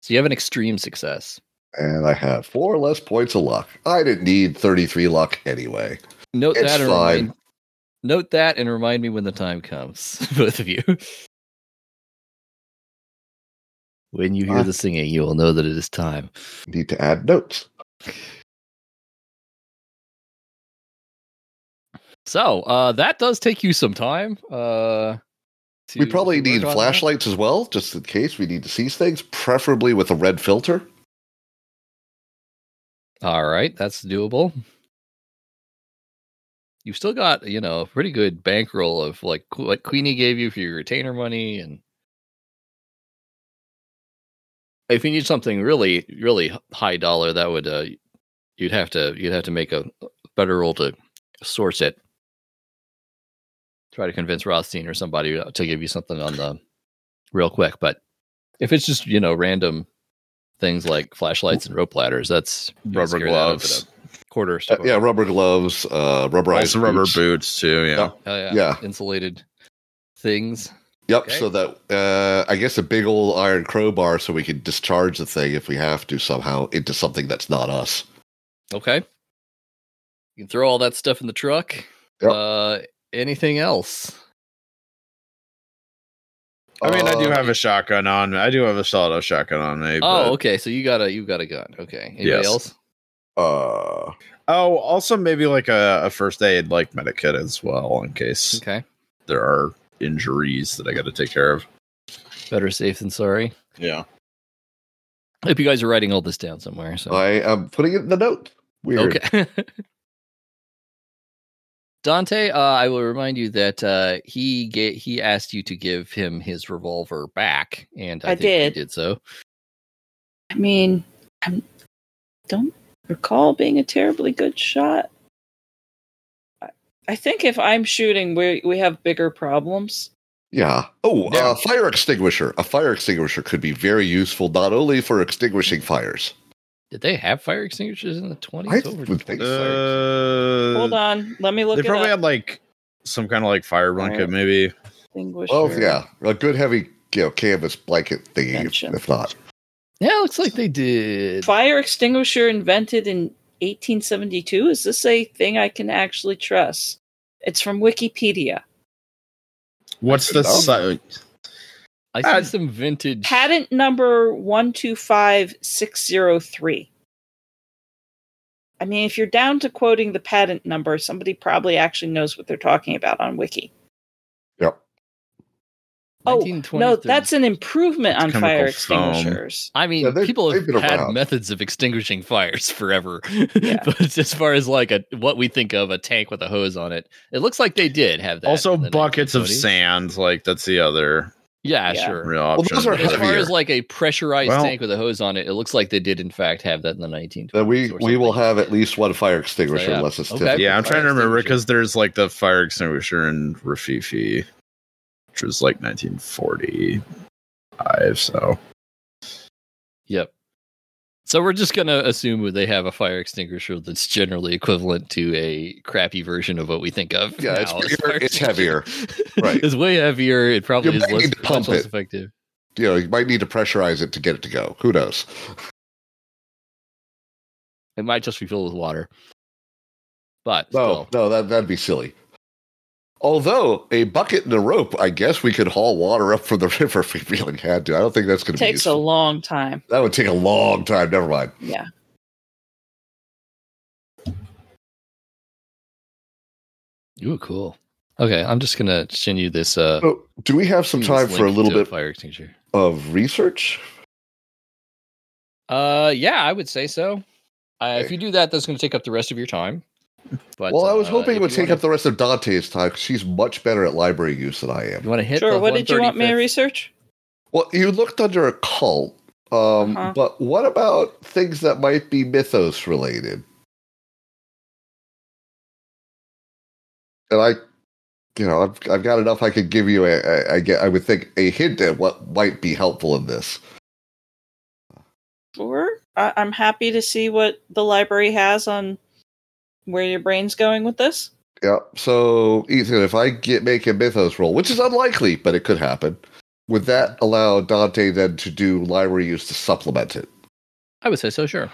[SPEAKER 2] So you have an extreme success.
[SPEAKER 4] And I have four less points of luck. I didn't need 33 luck anyway.
[SPEAKER 2] Note
[SPEAKER 4] It's
[SPEAKER 2] that and
[SPEAKER 4] fine.
[SPEAKER 2] remind, note that and remind me when the time comes, both of you. When you hear
[SPEAKER 4] Uh.
[SPEAKER 2] the singing, you will know that it is time.
[SPEAKER 4] Need to add notes.
[SPEAKER 2] So uh, that does take you some time. Uh,
[SPEAKER 4] we
[SPEAKER 2] to- to
[SPEAKER 4] probably
[SPEAKER 2] work
[SPEAKER 4] need
[SPEAKER 2] on that.
[SPEAKER 4] flashlights as well, just in case we need to seize things, preferably with a red filter.
[SPEAKER 2] All right, that's doable. You've still got, you know, a pretty good bankroll of like qu- what Queenie gave you for your retainer money, and if you need something really, really h- high dollar, that would uh, you'd have to you'd have to make a better roll to source it. Try to convince Rothstein or somebody uh, to give you something on the real quick, but if it's just you know random things like flashlights and rope ladders, that's you can
[SPEAKER 5] Rubber
[SPEAKER 2] scare that up at a
[SPEAKER 5] gloves.
[SPEAKER 2] quarter.
[SPEAKER 4] Uh, yeah, rubber gloves, uh, rubberized
[SPEAKER 5] Also rubber
[SPEAKER 4] boots.
[SPEAKER 5] boots too. Yeah.
[SPEAKER 4] Yeah.
[SPEAKER 2] Oh, yeah.
[SPEAKER 4] Yeah.
[SPEAKER 2] Insulated things.
[SPEAKER 4] Yep.
[SPEAKER 2] Okay.
[SPEAKER 4] So that uh, I guess a big old iron crowbar, so we can discharge the thing if we have to somehow into something that's not us.
[SPEAKER 2] Okay. You can throw all that stuff in the truck.
[SPEAKER 4] Yep.
[SPEAKER 2] Uh, anything else?
[SPEAKER 5] I mean, I do
[SPEAKER 4] Uh,
[SPEAKER 5] have a shotgun on. me. I do have a sawed-off shotgun on me.
[SPEAKER 2] Oh,
[SPEAKER 5] but-
[SPEAKER 2] okay. So you got a you got a gun. Okay. Anybody
[SPEAKER 5] Yes.
[SPEAKER 2] else?
[SPEAKER 4] Uh,
[SPEAKER 5] Oh, also maybe like a, a first aid, like medic kit as well, in case
[SPEAKER 2] Okay.
[SPEAKER 5] there are injuries that I got to take care of.
[SPEAKER 2] Better safe than sorry.
[SPEAKER 5] Yeah.
[SPEAKER 2] I hope you guys are writing all this down somewhere. So
[SPEAKER 4] I am putting it in the note. Weird.
[SPEAKER 2] Okay. Dante, uh, I will remind you that uh, he ga- he asked you to give him his revolver back, and I,
[SPEAKER 3] I
[SPEAKER 2] think you
[SPEAKER 3] did.
[SPEAKER 2] did so.
[SPEAKER 3] I mean, I don't recall being a terribly good shot. I- I think if I'm shooting, we we have bigger problems.
[SPEAKER 4] Yeah. Oh,
[SPEAKER 5] Yeah.
[SPEAKER 4] Uh, fire extinguisher. A fire extinguisher could be very useful, not only for extinguishing fires.
[SPEAKER 2] Did they have fire extinguishers in the twenties?
[SPEAKER 4] I would think so.
[SPEAKER 5] Uh,
[SPEAKER 3] Hold on, let me look
[SPEAKER 5] They
[SPEAKER 3] at
[SPEAKER 5] probably
[SPEAKER 3] up.
[SPEAKER 5] had like some kind of like
[SPEAKER 4] Oh,
[SPEAKER 5] fire blanket, maybe.
[SPEAKER 3] Extinguisher.
[SPEAKER 4] Well, yeah, a good heavy you know, canvas blanket thingy, if-
[SPEAKER 3] Gotcha.
[SPEAKER 4] if not.
[SPEAKER 2] Yeah, it looks like they did.
[SPEAKER 3] Fire extinguisher invented in 1872. Is this a thing I can actually trust? It's from Wikipedia.
[SPEAKER 5] What's the si-
[SPEAKER 2] I
[SPEAKER 5] Uh,
[SPEAKER 2] see some vintage.
[SPEAKER 3] Patent number 125603. I mean, if you're down to quoting the patent number, somebody probably actually knows what they're talking about on Wiki.
[SPEAKER 4] Yep.
[SPEAKER 3] Oh,
[SPEAKER 2] 1920s
[SPEAKER 3] no,
[SPEAKER 2] to-
[SPEAKER 3] that's an improvement on
[SPEAKER 5] Chemical
[SPEAKER 3] fire
[SPEAKER 5] foam.
[SPEAKER 3] extinguishers.
[SPEAKER 2] I mean,
[SPEAKER 4] Yeah, they've-
[SPEAKER 2] people have
[SPEAKER 4] they've been
[SPEAKER 2] had
[SPEAKER 4] around.
[SPEAKER 2] methods of extinguishing fires forever.
[SPEAKER 3] Yeah.
[SPEAKER 2] but as far as like a what we think of a tank with a hose on it, it looks like they did have that.
[SPEAKER 5] also
[SPEAKER 2] in the
[SPEAKER 5] buckets of
[SPEAKER 2] 1920s.
[SPEAKER 5] sand? Like that's the other
[SPEAKER 2] Yeah,
[SPEAKER 3] Yeah.
[SPEAKER 2] sure.
[SPEAKER 5] real
[SPEAKER 4] Well,
[SPEAKER 5] option.
[SPEAKER 4] those are
[SPEAKER 2] As far
[SPEAKER 4] Heavier.
[SPEAKER 2] as like a pressurized
[SPEAKER 5] Well-
[SPEAKER 2] tank with a hose on it, it looks like they did in fact have that in the 1920s.
[SPEAKER 4] Then we,
[SPEAKER 2] or
[SPEAKER 4] we will
[SPEAKER 2] something.
[SPEAKER 4] have at least one fire extinguisher,
[SPEAKER 2] yeah.
[SPEAKER 4] unless it's
[SPEAKER 2] Okay.
[SPEAKER 4] different.
[SPEAKER 5] yeah, I'm
[SPEAKER 2] Fire
[SPEAKER 5] trying to remember
[SPEAKER 2] extinguisher.
[SPEAKER 5] because there's like the fire extinguisher in Rafifi, which was like 1945. So
[SPEAKER 2] Yep. So we're just gonna assume they have a fire extinguisher that's generally equivalent to a crappy version of what we think of.
[SPEAKER 4] Yeah, it's
[SPEAKER 2] now as
[SPEAKER 4] bigger,
[SPEAKER 2] fire
[SPEAKER 4] it's heavier.
[SPEAKER 2] extinguisher.
[SPEAKER 4] Right.
[SPEAKER 2] it's way heavier. It probably
[SPEAKER 4] You
[SPEAKER 2] is
[SPEAKER 4] might
[SPEAKER 2] less,
[SPEAKER 4] need to
[SPEAKER 2] much
[SPEAKER 4] pump
[SPEAKER 2] less
[SPEAKER 4] it.
[SPEAKER 2] effective.
[SPEAKER 4] You know, you might need to pressurize it to get it to go. Who knows?
[SPEAKER 2] It might just be filled with water. But
[SPEAKER 4] No,
[SPEAKER 2] still,
[SPEAKER 4] no, that that'd be silly. Although a bucket and a rope, I guess we could haul water up from the river if we really had to. I don't think that's going to be
[SPEAKER 3] takes a
[SPEAKER 4] useful.
[SPEAKER 3] long time.
[SPEAKER 4] that would take a long time. Never mind.
[SPEAKER 3] Yeah.
[SPEAKER 2] ooh, cool. Okay, I'm just gonna send you this. Uh,
[SPEAKER 4] So, do we have some
[SPEAKER 2] this
[SPEAKER 4] time for a
[SPEAKER 2] link
[SPEAKER 4] little
[SPEAKER 2] to
[SPEAKER 4] bit
[SPEAKER 2] fire extinguisher.
[SPEAKER 4] of research?
[SPEAKER 2] Uh, yeah, I would say so. Uh, if
[SPEAKER 4] Okay.
[SPEAKER 2] you do that, that's going to take up the rest of your time. But
[SPEAKER 4] well, I was
[SPEAKER 2] uh,
[SPEAKER 4] hoping it
[SPEAKER 2] if
[SPEAKER 4] would
[SPEAKER 2] you
[SPEAKER 4] take
[SPEAKER 2] wanna-
[SPEAKER 4] up the rest of Dante's time 'cause she's much better at library use than I am.
[SPEAKER 2] You want to hit?
[SPEAKER 3] Sure.
[SPEAKER 2] the
[SPEAKER 3] What did you want me to
[SPEAKER 2] 135th?
[SPEAKER 3] research?
[SPEAKER 4] Well, you looked under occult, um,
[SPEAKER 3] Uh-huh.
[SPEAKER 4] but what about things that might be mythos related? And I, you know, I've I've got enough. I could give you a, a, I get. I would think a hint at what might be helpful in this.
[SPEAKER 3] Sure. I- I'm happy to see what the library has on where your brain's going with this.
[SPEAKER 4] Yeah. So Ethan, if I get make a mythos roll, which is unlikely, but it could happen, would that allow Dante then to do library use to supplement it?
[SPEAKER 2] I would say so. Sure.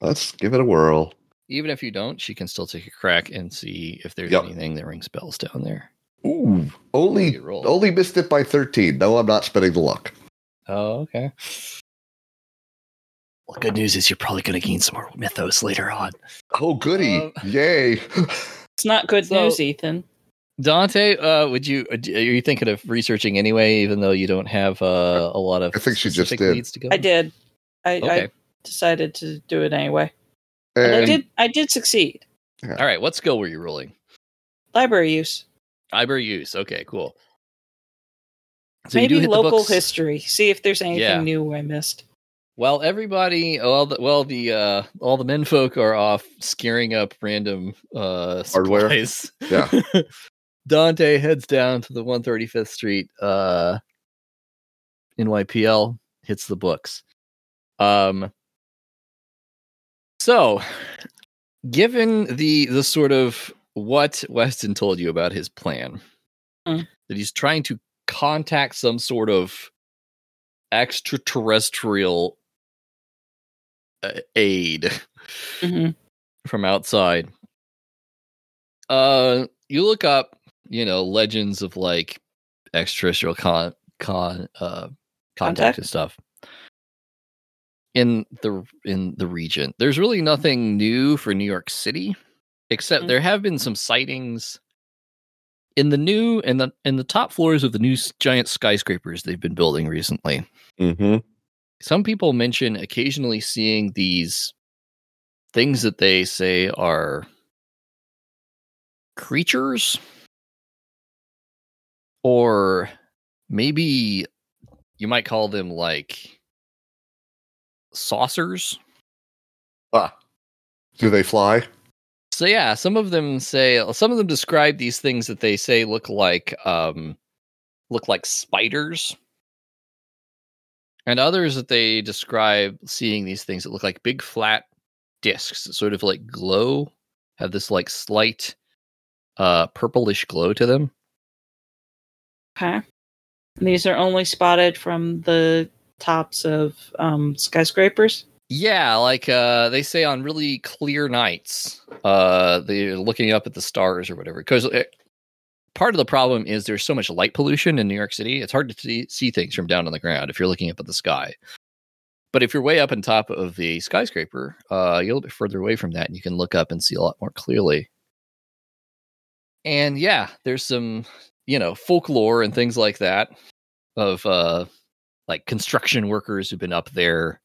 [SPEAKER 4] Let's give it a whirl.
[SPEAKER 2] Even if you don't, she can still take a crack and see if there's
[SPEAKER 4] Yep.
[SPEAKER 2] anything that rings bells down there.
[SPEAKER 4] Ooh, only
[SPEAKER 2] Good roll.
[SPEAKER 4] only missed it by thirteen. No, I'm not spending the luck.
[SPEAKER 2] Oh, okay. Well, good news is you're probably going to gain some more mythos later on.
[SPEAKER 4] Oh, goody!
[SPEAKER 2] Uh,
[SPEAKER 4] Yay!
[SPEAKER 3] It's not good
[SPEAKER 2] So-
[SPEAKER 3] news, Ethan.
[SPEAKER 2] Dante, uh, would you are you thinking of researching anyway, even though you don't have uh, a lot of?
[SPEAKER 4] I think she just
[SPEAKER 2] specific
[SPEAKER 4] did.
[SPEAKER 2] leads to go?
[SPEAKER 3] I did. I,
[SPEAKER 2] Okay.
[SPEAKER 3] I decided to do it anyway. And I
[SPEAKER 4] And
[SPEAKER 3] did. I did succeed.
[SPEAKER 2] All right. What skill were you rolling?
[SPEAKER 3] Library use.
[SPEAKER 2] Iber use. Okay. Cool. So you do
[SPEAKER 3] Maybe
[SPEAKER 2] hit the
[SPEAKER 3] local
[SPEAKER 2] books.
[SPEAKER 3] history. See if there's anything
[SPEAKER 2] Yeah.
[SPEAKER 3] new I missed.
[SPEAKER 2] Well, everybody, well, the, well, the uh, all the men folk are off scaring up random uh,
[SPEAKER 4] Hardware?
[SPEAKER 2] supplies.
[SPEAKER 4] Yeah.
[SPEAKER 2] Dante heads down to the 135th Street uh, NYPL, hits the books. Um, so, given the the sort of what Weston told you about his plan,
[SPEAKER 3] Mm.
[SPEAKER 2] that he's trying to contact some sort of extraterrestrial uh, aid
[SPEAKER 3] Mhm.
[SPEAKER 2] from outside. Uh, you look up, you know, legends of like extraterrestrial con con uh contact,
[SPEAKER 3] Contact?
[SPEAKER 2] and stuff in the in the region. There's really nothing new for New York City, except
[SPEAKER 3] Mm.
[SPEAKER 2] there have been some sightings in the new in the in the top floors of the new s- giant skyscrapers they've been building recently
[SPEAKER 4] Mhm.
[SPEAKER 2] some people mention occasionally seeing these things that they say are creatures or maybe you might call them like saucers
[SPEAKER 4] do they fly?
[SPEAKER 2] so yeah some of them say some of them describe these things that they say look like um look like spiders and others that they describe seeing these things that look like big flat discs that sort of like glow have this like slight uh purplish glow to them
[SPEAKER 3] Okay. And these are only spotted from the tops of um, skyscrapers.
[SPEAKER 2] Yeah, like uh they say on really clear nights, uh they're looking up at the stars or whatever. Cuz part of the problem is there's so much light pollution in New York City. It's hard to see, see things from down on the ground if you're looking up at the sky. But if you're way up on top of the skyscraper, uh you're a little bit further away from that and you can look up and see a lot more clearly. And yeah, there's some, you know, folklore and things like that of uh like construction workers who've been up there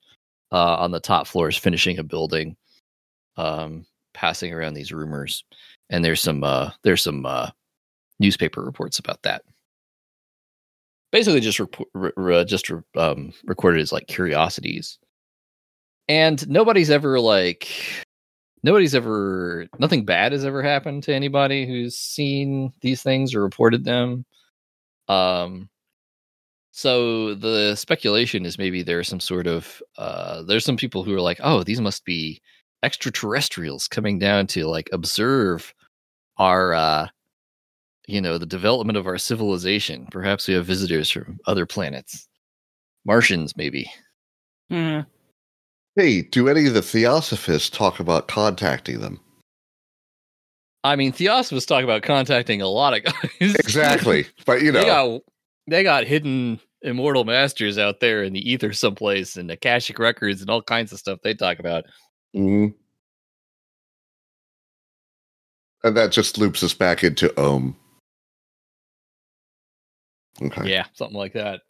[SPEAKER 2] uh, on the top floors finishing a building um passing around these rumors and there's some uh there's some uh newspaper reports about that basically just report, re- re- just re- um recorded as like curiosities and nobody's ever like nobody's ever nothing bad has ever happened to anybody who's seen these things or reported them um so the speculation is maybe there's some sort of uh there's some people who are like, "Oh, these must be extraterrestrials coming down to like observe our uh you know, the development of our civilization. Perhaps we have visitors from other planets. Martians maybe."
[SPEAKER 3] Hmm.
[SPEAKER 4] Hey, do any of the Theosophists talk about contacting them?
[SPEAKER 2] I mean, Theos was talking about contacting a lot of guys.
[SPEAKER 4] Exactly. But you know,
[SPEAKER 2] They got they got hidden immortal masters out there in the ether someplace and Akashic records and all kinds of stuff they talk about.
[SPEAKER 4] Mhm. and that just loops us back into Ohm. Okay.
[SPEAKER 2] Yeah, something like that.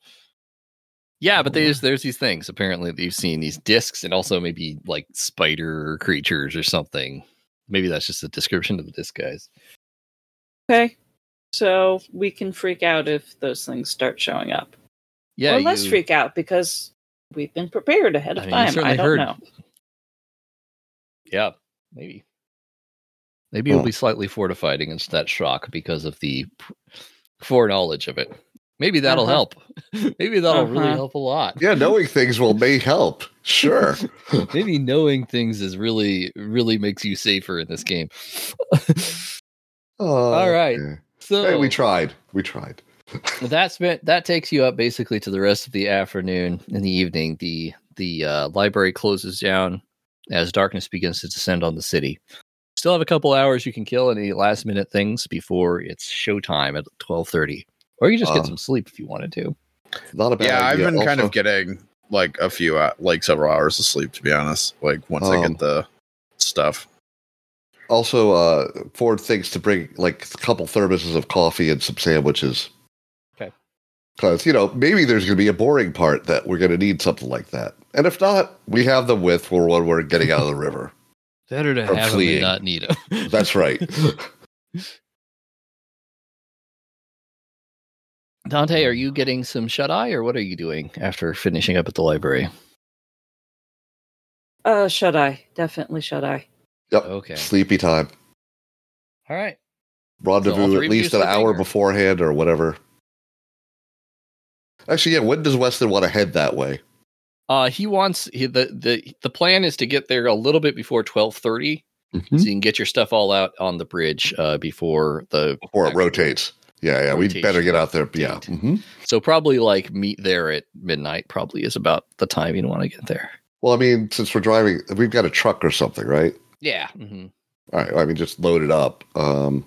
[SPEAKER 2] Yeah, but there's there's these things apparently that you've seen these discs and also maybe like spider creatures or something. Maybe that's just a description of the disc guys.
[SPEAKER 3] Okay. So we can freak out if those things start showing up.
[SPEAKER 2] Yeah,
[SPEAKER 3] or less
[SPEAKER 2] you-
[SPEAKER 3] freak out because we've been prepared ahead of
[SPEAKER 2] I mean, you
[SPEAKER 3] time. I
[SPEAKER 2] certainly
[SPEAKER 3] don't
[SPEAKER 2] heard-
[SPEAKER 3] know.
[SPEAKER 2] Yeah, maybe. Maybe you'll
[SPEAKER 4] Hmm.
[SPEAKER 2] be slightly fortified against that shock because of the p- foreknowledge of it. Maybe that'll
[SPEAKER 3] Uh-huh.
[SPEAKER 2] help. Maybe that'll really
[SPEAKER 3] Uh-huh.
[SPEAKER 2] help a lot.
[SPEAKER 4] Yeah, knowing things will may help. Sure.
[SPEAKER 2] Maybe knowing things is really, really makes you safer in this game.
[SPEAKER 4] All
[SPEAKER 2] right. so
[SPEAKER 4] Hey, we tried. We tried.
[SPEAKER 2] that's been, that takes you up basically to the rest of the afternoon and the evening. The the uh, library closes down as darkness begins to descend on the city. Still have a couple hours you can kill any last minute things before it's showtime at twelve thirty, or you just get
[SPEAKER 4] Wow.
[SPEAKER 2] some sleep if you wanted to.
[SPEAKER 4] Not a bad
[SPEAKER 5] Uh, yeah, I've
[SPEAKER 4] idea.
[SPEAKER 5] been kind
[SPEAKER 4] Also-
[SPEAKER 5] of getting like a few, hou- like several hours of sleep, to be honest. Like once I
[SPEAKER 4] Um,
[SPEAKER 5] get the stuff.
[SPEAKER 4] Also, uh, Ford thinks to bring like a couple thermoses of coffee and some sandwiches.
[SPEAKER 2] Okay.
[SPEAKER 4] Because, you know, maybe there's going to be a boring part that we're going to need something like that. And if not, we have them with for when we're getting out of the river.
[SPEAKER 2] Better to
[SPEAKER 4] Or
[SPEAKER 2] have 'em
[SPEAKER 4] fleeing.
[SPEAKER 2] than not need 'em.
[SPEAKER 4] That's right.
[SPEAKER 2] Dante, are you getting some shut eye, or what are you doing after finishing up at the library?
[SPEAKER 3] Uh, should I? Definitely should I?
[SPEAKER 2] Okay,
[SPEAKER 4] Sleepy time.
[SPEAKER 2] all right.
[SPEAKER 4] Rendezvous
[SPEAKER 2] three
[SPEAKER 4] at
[SPEAKER 2] of
[SPEAKER 4] least
[SPEAKER 2] you
[SPEAKER 4] an
[SPEAKER 2] sleeping,
[SPEAKER 4] hour
[SPEAKER 2] or-
[SPEAKER 4] beforehand or whatever. Actually, yeah, when does Weston want to head that way?
[SPEAKER 2] Uh, he wants he, the the the plan is to get there a little bit before twelve thirty, so you can get your stuff all out on the bridge uh, before the
[SPEAKER 4] Before it rotates. Yeah, yeah, we
[SPEAKER 2] Rotation.
[SPEAKER 4] better get out there. Yeah.
[SPEAKER 2] Rotate.
[SPEAKER 4] Mhm.
[SPEAKER 2] So probably like meet there at midnight. Probably is about the time you'd want to get there.
[SPEAKER 4] Well, I mean, since we're driving, we've got a truck or something, right?
[SPEAKER 2] Yeah. hmm
[SPEAKER 4] All right. I mean, just load it up. Um,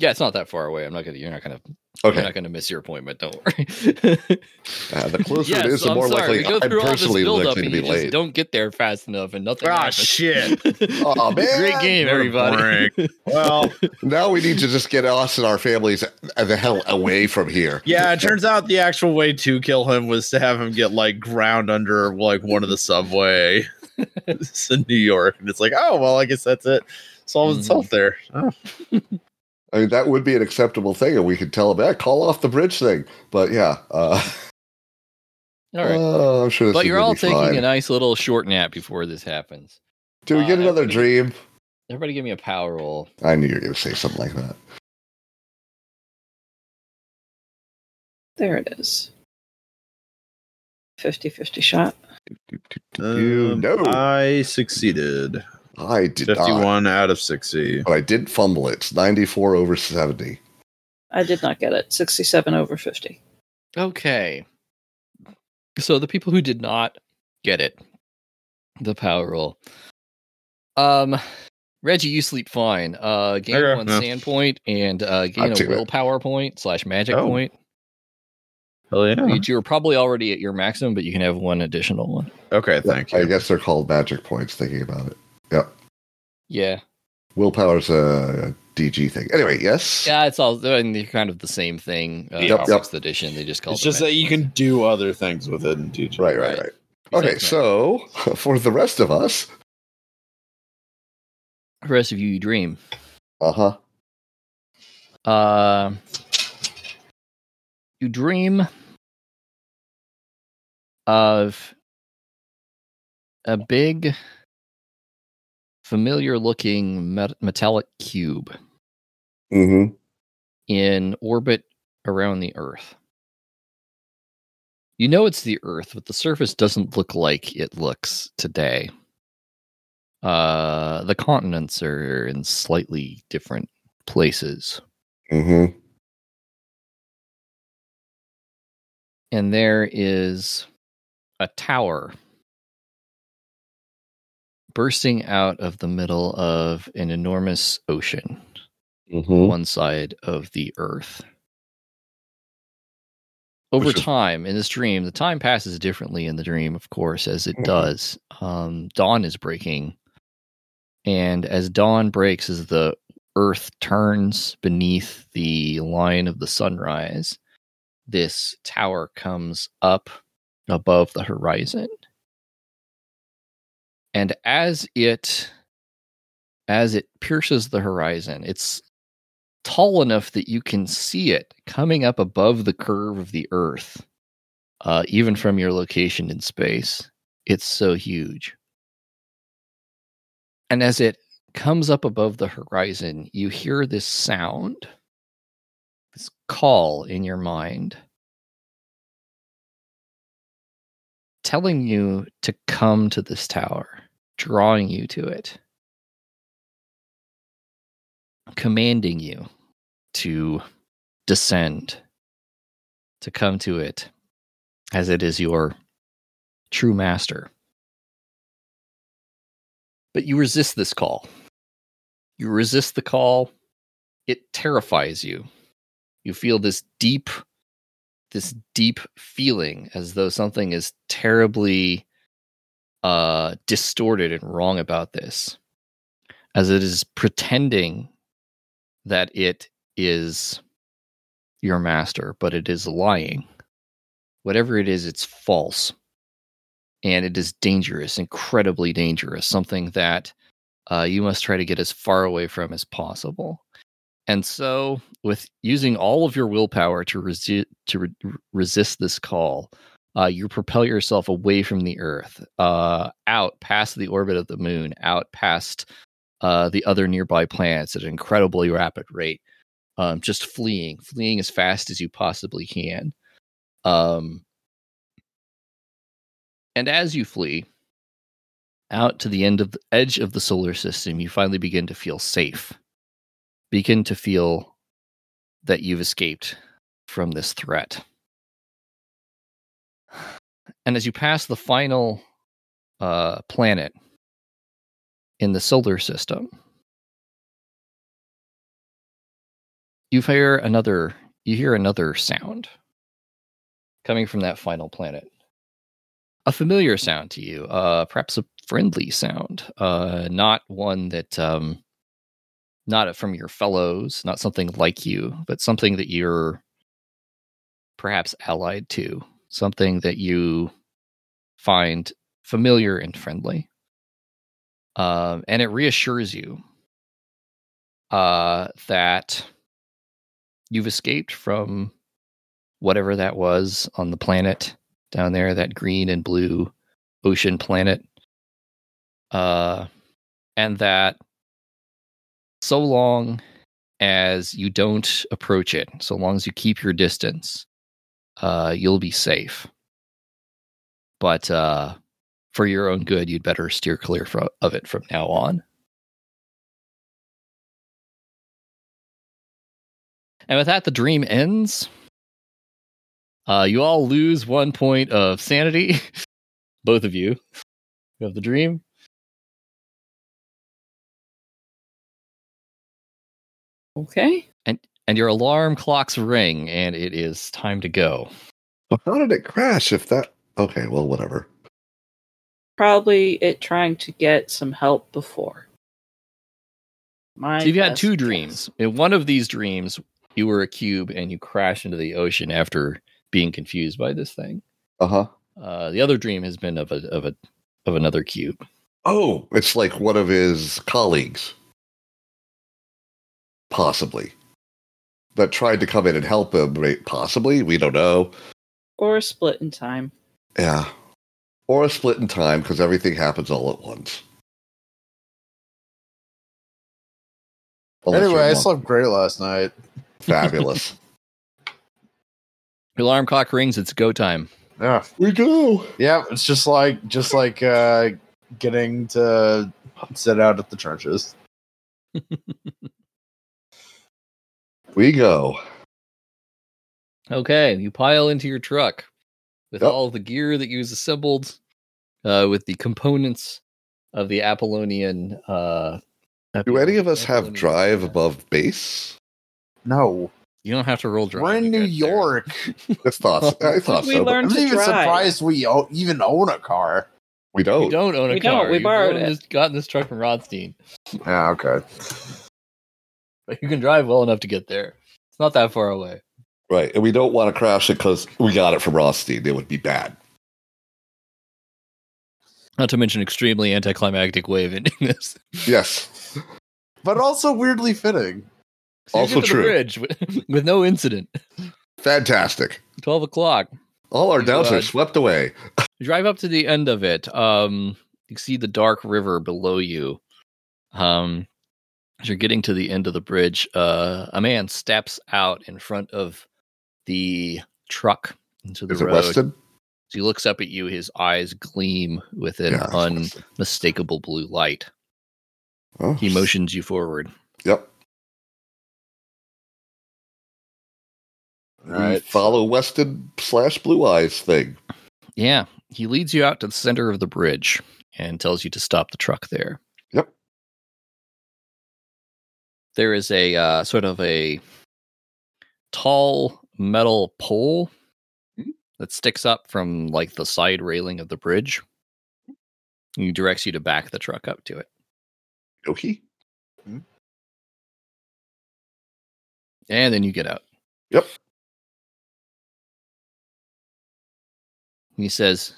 [SPEAKER 2] Yeah, it's not that far away. I'm not gonna. You're not gonna. You're
[SPEAKER 4] okay.
[SPEAKER 2] not gonna miss your appointment. Don't worry.
[SPEAKER 4] Uh, the closer
[SPEAKER 2] Yes,
[SPEAKER 4] it is, the
[SPEAKER 2] I'm
[SPEAKER 4] more
[SPEAKER 2] sorry.
[SPEAKER 4] likely
[SPEAKER 2] We go
[SPEAKER 4] I'm
[SPEAKER 2] through all this
[SPEAKER 4] personally
[SPEAKER 2] buildup
[SPEAKER 4] likely to
[SPEAKER 2] and
[SPEAKER 4] be
[SPEAKER 2] you just
[SPEAKER 4] late.
[SPEAKER 2] Don't get there fast enough, and nothing.
[SPEAKER 5] Ah,
[SPEAKER 2] happens.
[SPEAKER 5] shit.
[SPEAKER 4] Aw,
[SPEAKER 2] Great
[SPEAKER 4] man.
[SPEAKER 2] game,
[SPEAKER 5] What a
[SPEAKER 2] everybody.
[SPEAKER 5] Well,
[SPEAKER 4] Now we need to just get us and our families the hell away from here.
[SPEAKER 5] yeah, it turns out the actual way to kill him was to have him get like ground under like one of the subway it's in New York. And it's like, oh, well, I guess that's it. Solves
[SPEAKER 2] Mhm.
[SPEAKER 5] itself there. Oh.
[SPEAKER 4] I mean, that would be an acceptable thing, and we could tell them, "Yeah, call off the bridge thing." But yeah, uh,
[SPEAKER 2] all right.
[SPEAKER 4] uh, I'm sure. This
[SPEAKER 2] but you're all taking a
[SPEAKER 4] it.
[SPEAKER 2] nice little short nap before this happens.
[SPEAKER 4] Do we get
[SPEAKER 2] uh,
[SPEAKER 4] another dream?
[SPEAKER 2] Everybody, give me a power roll.
[SPEAKER 4] I knew you were going to say something like that.
[SPEAKER 3] There it is. 50 50 shot.
[SPEAKER 4] You
[SPEAKER 5] Um,
[SPEAKER 4] know.
[SPEAKER 5] I succeeded.
[SPEAKER 4] I did not,
[SPEAKER 5] 51 out of 60.
[SPEAKER 4] but I did fumble it. It's 94 over 70.
[SPEAKER 3] I did not get it. 67 over 50.
[SPEAKER 2] Okay. So the people who did not get it, the power roll. Um, Reggie, you sleep fine. Uh, gain
[SPEAKER 5] Okay,
[SPEAKER 2] one
[SPEAKER 5] yeah.
[SPEAKER 2] sand point and uh, gain a
[SPEAKER 4] take that.
[SPEAKER 2] willpower point slash magic
[SPEAKER 5] Oh.
[SPEAKER 2] point.
[SPEAKER 5] Hell yeah.
[SPEAKER 2] You were probably already at your maximum, but you can have one additional one.
[SPEAKER 5] Okay, thank
[SPEAKER 4] I
[SPEAKER 5] you.
[SPEAKER 4] guess they're called magic points. Thinking about it,
[SPEAKER 2] Yeah,
[SPEAKER 4] willpower's a DG thing. Anyway, yes.
[SPEAKER 2] yeah, it's all I mean, they're kind of the same thing. Uh,
[SPEAKER 5] Yep,
[SPEAKER 2] for
[SPEAKER 4] yep.
[SPEAKER 2] Sixth edition, they just call
[SPEAKER 5] It's
[SPEAKER 2] it.
[SPEAKER 5] just that you can do other things with it in DG.
[SPEAKER 4] Right, right,
[SPEAKER 2] Right.
[SPEAKER 4] right. Okay, so for the rest of us,
[SPEAKER 2] the rest of you, you dream.
[SPEAKER 4] uh huh.
[SPEAKER 2] Uh, you dream of a big, familiar looking met- metallic cube
[SPEAKER 4] Mm-hmm.
[SPEAKER 2] in orbit around the Earth. You know it's the Earth, but the surface doesn't look like it looks today. Uh, the continents are in slightly different places.
[SPEAKER 4] Mm-hmm.
[SPEAKER 2] and there is a tower bursting out of the middle of an enormous ocean,
[SPEAKER 4] Mm-hmm.
[SPEAKER 2] one side of the earth. Over
[SPEAKER 4] Which is-
[SPEAKER 2] time, in this dream, the time passes differently in the dream, of course, as it
[SPEAKER 4] Mhm.
[SPEAKER 2] does. Um, dawn is breaking. And as dawn breaks, as the earth turns beneath the line of the sunrise, this tower comes up above the horizon. And as it as it pierces the horizon, it's tall enough that you can see it coming up above the curve of the earth, uh, even from your location in space. It's so huge. And as it comes up above the horizon, you hear this sound, this call in your mind, telling you to come to this tower, drawing you to it, commanding you to descend, to come to it as it is your true master. But you resist this call. You resist the call. It terrifies you. You feel this deep, this deep feeling as though something is terribly uh, distorted and wrong about this, as it is pretending that it is your master, but it is lying. Whatever it is, it's false. And it is dangerous, incredibly dangerous, something that uh, you must try to get as far away from as possible. And so, with using all of your willpower to, resi- to re- resist this call, uh, you propel yourself away from the Earth, uh, out past the orbit of the moon, out past uh, the other nearby planets at an incredibly rapid rate, um, just fleeing, fleeing as fast as you possibly can. Um, and as you flee out to the end of the edge of the solar system, you finally begin to feel safe, begin to feel that you've escaped from this threat. And as you pass the final uh, planet, in the solar system. You hear another you hear another sound coming from that final planet. A familiar sound to you, uh, perhaps a friendly sound, uh, not one that um, not from your fellows, not something like you, but something that you're perhaps allied to, something that you find familiar and friendly um, and it reassures you uh, that you've escaped from whatever that was on the planet down there, that green and blue ocean planet, uh, and that so long as you don't approach it, so long as you keep your distance, uh, you'll be safe. But uh, for your own good, you'd better steer clear fro- of it from now on. And with that, the dream ends. Uh, you all lose one point of sanity, both of you, You have the dream.
[SPEAKER 3] Okay.
[SPEAKER 2] And your alarm clocks ring, and it is time to go.
[SPEAKER 4] How did it crash? If that okay, well, whatever.
[SPEAKER 3] Probably it trying to get some help before. My
[SPEAKER 2] So you've had
[SPEAKER 3] best
[SPEAKER 2] two
[SPEAKER 3] guess.
[SPEAKER 2] dreams. In one of these dreams, you were a cube and you crash into the ocean after being confused by this thing.
[SPEAKER 4] Uh huh.
[SPEAKER 2] Uh, the other dream has been of a of a of another cube.
[SPEAKER 4] Oh, it's like one of his colleagues, possibly, that tried to come in and help him. Right? Possibly, we don't know.
[SPEAKER 3] Or a split in time.
[SPEAKER 4] Yeah, or a split in time because everything happens all at once. Unless you're
[SPEAKER 5] Anyway, I
[SPEAKER 4] one-
[SPEAKER 5] slept great last night.
[SPEAKER 4] fabulous.
[SPEAKER 2] The alarm clock rings. It's go time.
[SPEAKER 5] Yeah.
[SPEAKER 4] we go.
[SPEAKER 5] Yeah, it's just like just like uh getting to sit out at the trenches.
[SPEAKER 4] We go.
[SPEAKER 2] Okay, you pile into your truck. with
[SPEAKER 4] Yep.
[SPEAKER 2] all the gear that you assembled, uh, with the components of the Apollonian. Uh,
[SPEAKER 4] Do any of us have
[SPEAKER 2] Apollonian-
[SPEAKER 4] drive above base?
[SPEAKER 5] No,
[SPEAKER 2] You don't have to roll drive.
[SPEAKER 5] we're in
[SPEAKER 2] to
[SPEAKER 5] New
[SPEAKER 2] get there.
[SPEAKER 5] York.
[SPEAKER 4] I thought, I thought
[SPEAKER 3] We
[SPEAKER 4] so. but
[SPEAKER 3] learned-
[SPEAKER 5] I'm
[SPEAKER 3] to
[SPEAKER 5] not even
[SPEAKER 3] drive.
[SPEAKER 5] surprised we o- even own a car.
[SPEAKER 4] we don't.
[SPEAKER 2] You don't own a
[SPEAKER 3] We don't,
[SPEAKER 2] car.
[SPEAKER 3] we
[SPEAKER 2] You've
[SPEAKER 3] borrowed
[SPEAKER 2] owned
[SPEAKER 3] it.
[SPEAKER 2] This, gotten this truck from Rodstein,
[SPEAKER 5] Yeah, okay.
[SPEAKER 2] but you can drive well enough to get there. It's not that far away.
[SPEAKER 4] Right. And we don't want to crash it because we got it from Rothstein. It would be bad.
[SPEAKER 2] Not to mention extremely anticlimactic way of ending this.
[SPEAKER 4] Yes.
[SPEAKER 5] But also weirdly fitting.
[SPEAKER 2] you get to
[SPEAKER 4] Also
[SPEAKER 2] the
[SPEAKER 4] true.
[SPEAKER 2] bridge with, with no incident.
[SPEAKER 4] Fantastic.
[SPEAKER 2] Twelve o'clock.
[SPEAKER 4] All our
[SPEAKER 2] Thank
[SPEAKER 4] doubts are
[SPEAKER 2] God.
[SPEAKER 4] swept away.
[SPEAKER 2] You drive up to the end of it. Um, you see the dark river below you. Um, as you're getting to the end of the bridge, uh, a man steps out in front of the truck into the
[SPEAKER 4] Is it
[SPEAKER 2] road.
[SPEAKER 4] Weston?
[SPEAKER 2] As he looks up at you, his eyes gleam with an
[SPEAKER 4] Yeah, it's Weston.
[SPEAKER 2] unmistakable blue light.
[SPEAKER 4] Oh,
[SPEAKER 2] He motions you forward.
[SPEAKER 4] Yep.
[SPEAKER 5] All
[SPEAKER 4] We
[SPEAKER 5] right.
[SPEAKER 4] Follow Weston slash Blue Eyes thing.
[SPEAKER 2] Yeah, he leads you out to the center of the bridge and tells you to stop the truck there.
[SPEAKER 4] Yep.
[SPEAKER 2] There is a uh, sort of a tall metal pole that sticks up from like the side railing of the bridge. He directs you to back the truck up to it.
[SPEAKER 4] Okay.
[SPEAKER 2] And then you get out.
[SPEAKER 4] Yep.
[SPEAKER 2] And He says,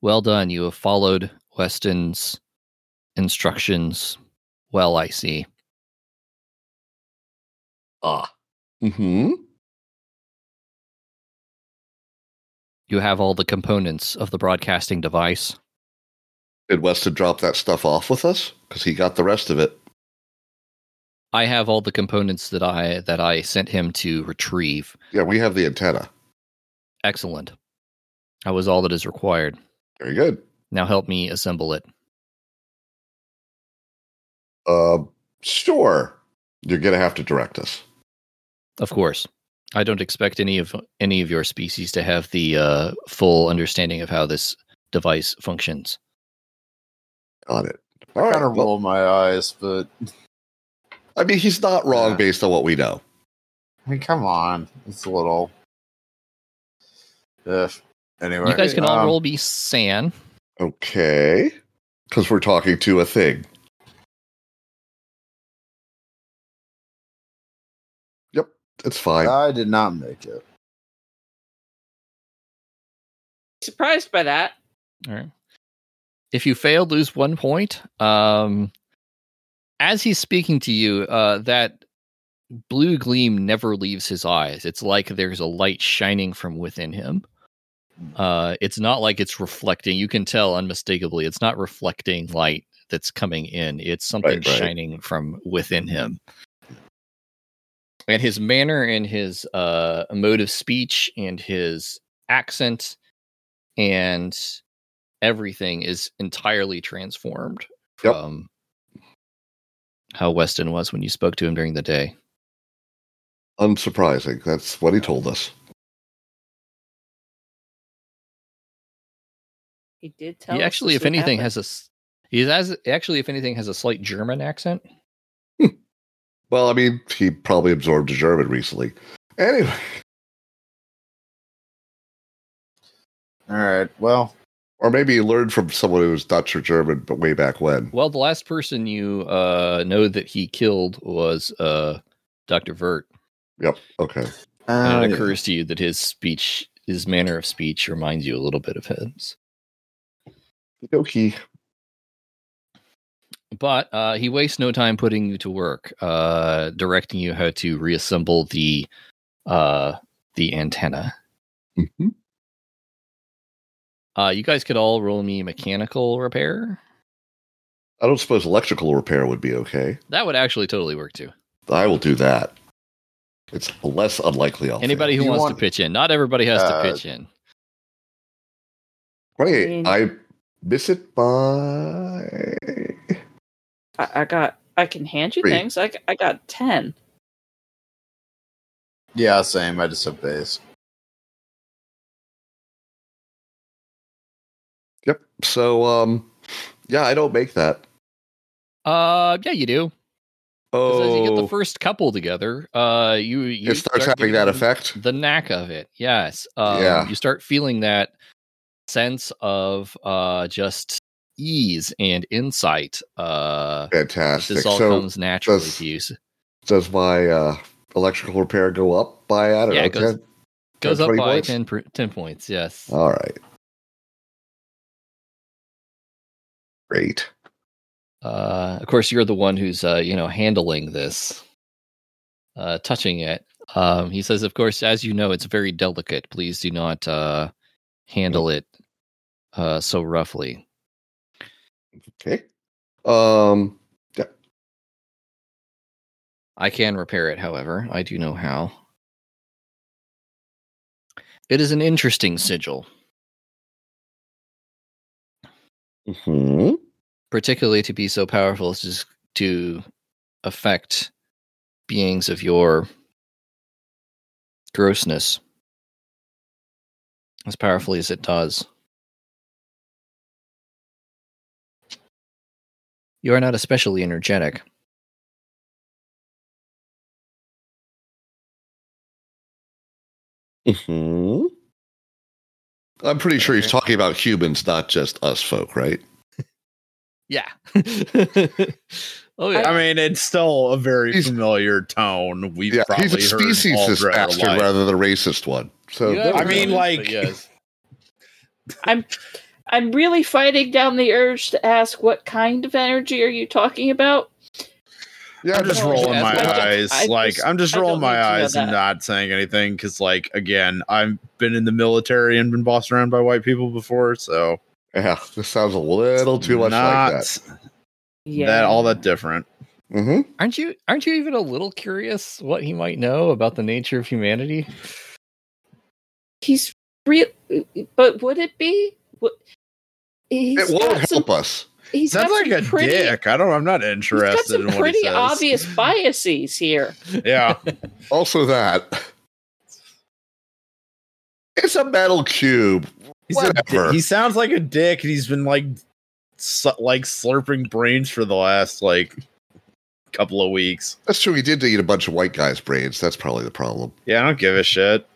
[SPEAKER 2] Well done. You have followed Weston's instructions. Well, I see.
[SPEAKER 4] Ah. Mm-hmm.
[SPEAKER 2] You have all the components of the broadcasting device.
[SPEAKER 4] Did Weston drop that stuff off with us? Because he got the rest of it.
[SPEAKER 2] I have all the components that I that I sent him to retrieve.
[SPEAKER 4] Yeah, we have the antenna.
[SPEAKER 2] Excellent. That was all that is required.
[SPEAKER 4] Very good.
[SPEAKER 2] Now help me assemble it.
[SPEAKER 4] Uh, sure. You're gonna have to direct us.
[SPEAKER 2] Of course. I don't expect any of any of your species to have the uh, full understanding of how this device functions.
[SPEAKER 4] Got it. All
[SPEAKER 5] I
[SPEAKER 4] right.
[SPEAKER 5] gotta
[SPEAKER 4] well,
[SPEAKER 5] roll my eyes, but
[SPEAKER 4] I mean, he's not wrong
[SPEAKER 5] Yeah.
[SPEAKER 4] based on what we know.
[SPEAKER 5] I mean, come on, it's a little. Ugh. Anyway,
[SPEAKER 2] You guys can all
[SPEAKER 5] um,
[SPEAKER 2] roll me San.
[SPEAKER 4] Okay. Because we're talking to a thing. Yep, it's fine.
[SPEAKER 5] I did not make it.
[SPEAKER 3] Surprised by that.
[SPEAKER 2] All right. If you fail, lose one point. Um, as he's speaking to you, uh, that blue gleam never leaves his eyes. It's like there's a light shining from within him.
[SPEAKER 4] Hmm.
[SPEAKER 2] Uh, it's not like it's reflecting. You can tell unmistakably. It's not reflecting light that's coming in. It's something
[SPEAKER 4] Right, right.
[SPEAKER 2] shining from within him. And his manner and his uh, mode of speech and his accent and everything is entirely transformed
[SPEAKER 4] Yep.
[SPEAKER 2] from how Weston was when you spoke to him during the day.
[SPEAKER 4] Unsurprising. That's what he told us.
[SPEAKER 3] He did tell.
[SPEAKER 2] He
[SPEAKER 3] us
[SPEAKER 2] actually, if
[SPEAKER 3] this would
[SPEAKER 2] anything,
[SPEAKER 3] happen.
[SPEAKER 2] has a s- he has actually, if anything, has a slight German accent.
[SPEAKER 4] Well, I mean, he probably absorbed German recently. Anyway,
[SPEAKER 5] All right, well,
[SPEAKER 4] or maybe he learned from someone who was Dutch or German, but way back when.
[SPEAKER 2] Well, the last person you uh, know that he killed was uh, Doctor Vert,
[SPEAKER 4] Yep. Okay.
[SPEAKER 5] uh,
[SPEAKER 2] and it occurs to you that his speech, his manner of speech, reminds you a little bit of his.
[SPEAKER 4] Okay.
[SPEAKER 2] But uh, he wastes no time putting you to work, uh, directing you how to reassemble the uh, the antenna.
[SPEAKER 4] Mhm.
[SPEAKER 2] Uh, you guys could all roll me mechanical repair.
[SPEAKER 4] I don't suppose electrical repair would be okay.
[SPEAKER 2] That would actually totally work too.
[SPEAKER 4] I will do that. It's less unlikely. I'll
[SPEAKER 2] Anybody
[SPEAKER 4] fail.
[SPEAKER 2] who
[SPEAKER 5] You
[SPEAKER 2] wants
[SPEAKER 5] want-
[SPEAKER 2] to pitch in. Not everybody has
[SPEAKER 5] Uh,
[SPEAKER 2] to pitch in.
[SPEAKER 4] 28.
[SPEAKER 3] I
[SPEAKER 4] I miss it by.
[SPEAKER 3] I, I got. I can hand you
[SPEAKER 4] Three.
[SPEAKER 3] things. I, I got ten.
[SPEAKER 5] yeah, same. I just have base.
[SPEAKER 4] Yep. So um, yeah, I don't make that.
[SPEAKER 2] Uh, yeah, you do. 'Cause as you get
[SPEAKER 4] Oh,
[SPEAKER 2] the first couple together, uh, you, you
[SPEAKER 4] it starts
[SPEAKER 2] start
[SPEAKER 4] having that
[SPEAKER 2] getting-
[SPEAKER 4] effect.
[SPEAKER 2] the knack of it yes um,
[SPEAKER 4] Yeah.
[SPEAKER 2] you start feeling that sense of uh just ease and insight uh
[SPEAKER 4] Fantastic.
[SPEAKER 2] this all
[SPEAKER 4] so
[SPEAKER 2] comes naturally
[SPEAKER 4] does-
[SPEAKER 2] to you S-
[SPEAKER 4] does my uh, electrical repair go up by I don't
[SPEAKER 2] Yeah,
[SPEAKER 4] know
[SPEAKER 2] it goes-
[SPEAKER 4] 10?
[SPEAKER 2] goes up
[SPEAKER 4] 20
[SPEAKER 2] by
[SPEAKER 4] points?
[SPEAKER 2] 10, per, 10 points yes
[SPEAKER 4] All right. Great.
[SPEAKER 2] uh of course you're the one who's uh you know handling this uh touching it um he says of course as you know it's very delicate please do not uh handle it uh so roughly
[SPEAKER 4] Okay. Um.
[SPEAKER 2] I can repair it, however. I do know how. It is an interesting sigil,
[SPEAKER 4] hmm
[SPEAKER 2] particularly to be so powerful as is to affect beings of your grossness as powerfully as it does. You are not especially energetic.
[SPEAKER 4] hmm I'm pretty sure he's talking about humans, not just us folk, right?
[SPEAKER 2] Yeah. oh, yeah.
[SPEAKER 5] I mean, it's still a very
[SPEAKER 4] He's-
[SPEAKER 5] familiar tone. We've
[SPEAKER 4] yeah,
[SPEAKER 5] probably
[SPEAKER 4] he's a
[SPEAKER 5] heard all
[SPEAKER 4] speciesist
[SPEAKER 5] throughout our
[SPEAKER 4] bastard
[SPEAKER 5] lives.
[SPEAKER 4] rather than a racist one. So
[SPEAKER 2] You
[SPEAKER 4] there
[SPEAKER 5] I
[SPEAKER 2] have
[SPEAKER 4] we
[SPEAKER 5] mean,
[SPEAKER 4] go.
[SPEAKER 2] reason,
[SPEAKER 5] like-
[SPEAKER 2] but yes.
[SPEAKER 3] I'm I'm really fighting down the urge to ask what kind of energy are you talking about?
[SPEAKER 4] yeah,
[SPEAKER 5] I'm just
[SPEAKER 3] No,
[SPEAKER 5] rolling
[SPEAKER 2] I
[SPEAKER 5] my
[SPEAKER 2] don't-
[SPEAKER 5] eyes.
[SPEAKER 3] I
[SPEAKER 5] like
[SPEAKER 3] just-
[SPEAKER 5] I'm just
[SPEAKER 3] I don't
[SPEAKER 5] rolling
[SPEAKER 3] need
[SPEAKER 5] my
[SPEAKER 3] to know
[SPEAKER 5] eyes and
[SPEAKER 3] that.
[SPEAKER 5] not saying anything because, like, again, I've been in the military and been bossed around by white people before, so
[SPEAKER 4] yeah, this sounds a little too much
[SPEAKER 5] not
[SPEAKER 4] like that.
[SPEAKER 5] that all that different.
[SPEAKER 4] hmm
[SPEAKER 2] aren't you aren't you even a little curious what he might know about the nature of humanity
[SPEAKER 3] He's real, but would it be? Wo- He's
[SPEAKER 4] It won't
[SPEAKER 3] got some-
[SPEAKER 4] help us.
[SPEAKER 3] He's
[SPEAKER 5] Sounds
[SPEAKER 3] got
[SPEAKER 5] like
[SPEAKER 3] some
[SPEAKER 5] a
[SPEAKER 3] pretty,
[SPEAKER 5] dick. I don't. I'm not
[SPEAKER 3] He's
[SPEAKER 5] interested
[SPEAKER 3] got some
[SPEAKER 5] in what he
[SPEAKER 3] pretty
[SPEAKER 5] says.
[SPEAKER 3] obvious biases here.
[SPEAKER 5] Yeah,
[SPEAKER 4] Also, that it's a metal cube.
[SPEAKER 5] he's a
[SPEAKER 4] Whatever.
[SPEAKER 5] di- he sounds like a dick, and he's been like, su- like slurping brains for the last like couple of weeks.
[SPEAKER 4] That's true. He did eat a bunch of white guys' brains. That's probably the problem.
[SPEAKER 5] Yeah, I don't give a shit.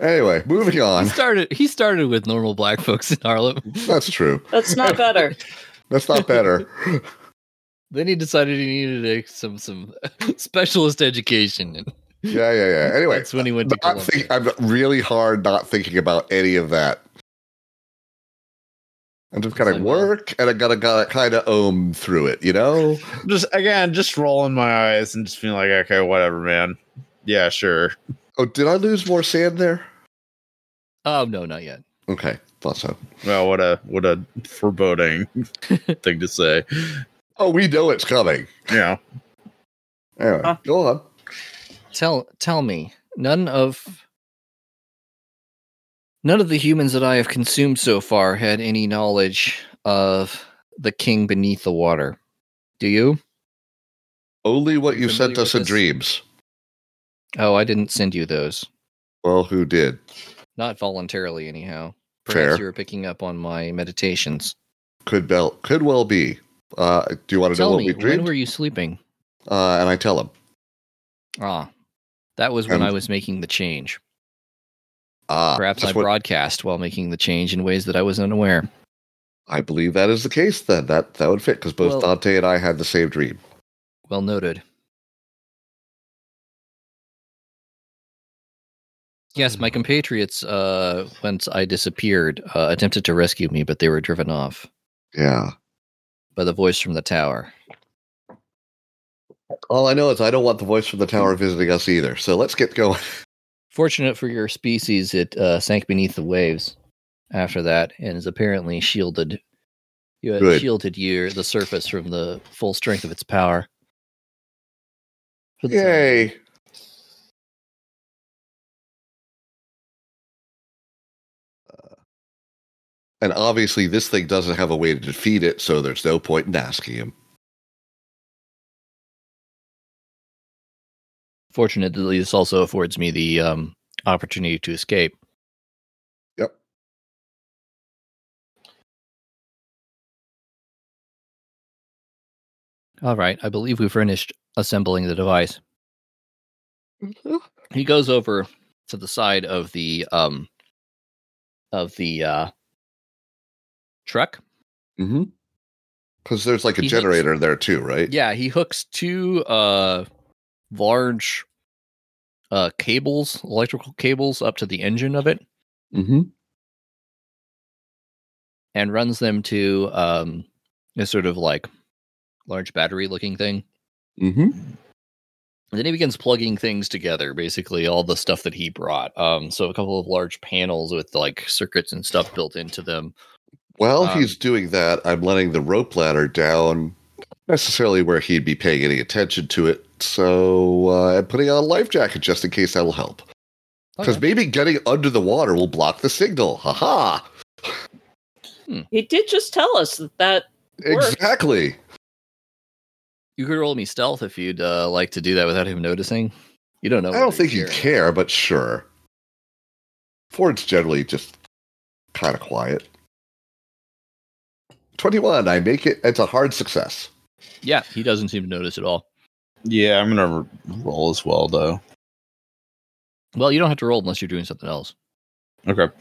[SPEAKER 4] Anyway, moving
[SPEAKER 2] he
[SPEAKER 4] on.
[SPEAKER 2] started he started with normal black folks in harlem
[SPEAKER 4] That's true.
[SPEAKER 3] That's not better.
[SPEAKER 4] That's not better.
[SPEAKER 2] then he decided he needed a, some some specialist education and
[SPEAKER 4] Yeah, yeah, yeah. Anyway,
[SPEAKER 2] that's when he went to
[SPEAKER 4] not
[SPEAKER 2] Columbia.
[SPEAKER 4] think, I'm really hard not thinking about any of that. I'm just
[SPEAKER 2] I
[SPEAKER 4] gonna
[SPEAKER 2] know.
[SPEAKER 4] work, and I gotta gotta kind of ohm through it, you know.
[SPEAKER 5] Just again, just rolling my eyes and just being like, okay, whatever, man. Yeah, sure.
[SPEAKER 4] Oh, did I lose more sand there?
[SPEAKER 2] oh no not yet
[SPEAKER 4] Okay, thought so.
[SPEAKER 5] Well, what a what a foreboding thing to say.
[SPEAKER 4] Oh, we know it's coming.
[SPEAKER 5] Yeah.
[SPEAKER 4] Anyway,
[SPEAKER 3] Huh.
[SPEAKER 4] go on.
[SPEAKER 2] tell tell me none of none of the humans that i have consumed so far had any knowledge of the king beneath the water do you
[SPEAKER 4] Only what you
[SPEAKER 2] Familiar
[SPEAKER 4] sent us
[SPEAKER 2] with
[SPEAKER 4] in
[SPEAKER 2] this?
[SPEAKER 4] dreams.
[SPEAKER 2] oh i didn't send you those
[SPEAKER 4] Well, who did?
[SPEAKER 2] Not voluntarily, anyhow. Perhaps
[SPEAKER 4] Fair.
[SPEAKER 2] you were picking up on my meditations.
[SPEAKER 4] Could bel could well be. Uh, do you want to know
[SPEAKER 2] Tell
[SPEAKER 4] what
[SPEAKER 2] me,
[SPEAKER 4] we
[SPEAKER 2] when
[SPEAKER 4] dreamed?
[SPEAKER 2] were you sleeping?
[SPEAKER 4] uh, and I tell him.
[SPEAKER 2] Ah, that was when
[SPEAKER 4] And-
[SPEAKER 2] I was making the change.
[SPEAKER 4] Ah,
[SPEAKER 2] Perhaps I
[SPEAKER 4] that's what-
[SPEAKER 2] broadcast while making the change in ways that I was unaware.
[SPEAKER 4] I believe that is the case. Then that that would fit because both
[SPEAKER 2] Well-
[SPEAKER 4] Dante and I had the same dream.
[SPEAKER 2] Well noted. Yes, my compatriots, uh, once I disappeared, uh, attempted to rescue me, but they were driven off
[SPEAKER 4] Yeah.
[SPEAKER 2] by the voice from the tower.
[SPEAKER 4] All I know is I don't want the voice from the
[SPEAKER 2] Hmm.
[SPEAKER 4] tower visiting us either. So let's get going.
[SPEAKER 2] Fortunate for your species, it uh, sank beneath the waves after that and is apparently shielded. You had
[SPEAKER 4] Good.
[SPEAKER 2] shielded your the surface from the full strength of its power. For the time being.
[SPEAKER 4] Yay! Uh, And obviously, this thing doesn't have a way to defeat it, so there's no point in asking him.
[SPEAKER 2] Fortunately, this also affords me the um, opportunity to escape.
[SPEAKER 4] Yep.
[SPEAKER 2] All right, I believe we've finished assembling the device. He goes over to the side of the um of the uh truck.
[SPEAKER 4] Mm-hmm. Because there's like a
[SPEAKER 2] He thinks-
[SPEAKER 4] generator there too, right?
[SPEAKER 2] Yeah, he hooks two uh large uh cables, electrical cables up to the engine of it.
[SPEAKER 4] Mm-hmm.
[SPEAKER 2] and runs them to um a sort of like large battery looking thing.
[SPEAKER 4] Mm-hmm.
[SPEAKER 2] And then he begins plugging things together, basically all the stuff that he brought. Um so a couple of large panels with like circuits and stuff built into them.
[SPEAKER 4] While
[SPEAKER 2] Um,
[SPEAKER 4] he's doing that, I'm letting the rope ladder down, necessarily where he'd be paying any attention to it. So uh, I'm putting on a life jacket just in case that'll help.
[SPEAKER 2] Oh,
[SPEAKER 4] Because maybe getting under the water will block the signal. Ha ha!
[SPEAKER 3] He did just tell us that that Works.
[SPEAKER 4] Exactly.
[SPEAKER 2] you could roll me stealth if you'd uh, like to do that without him noticing. You don't know.
[SPEAKER 4] I
[SPEAKER 2] whether
[SPEAKER 4] don't think
[SPEAKER 2] he's
[SPEAKER 4] he'd
[SPEAKER 2] here.
[SPEAKER 4] care, but sure. Ford's generally just kind of quiet. 21, I make it. It's a hard success.
[SPEAKER 2] Yeah, he doesn't seem to notice at all.
[SPEAKER 5] Yeah, I'm gonna r- roll as well though.
[SPEAKER 2] Well, you don't have to roll unless you're doing something else.
[SPEAKER 5] Okay.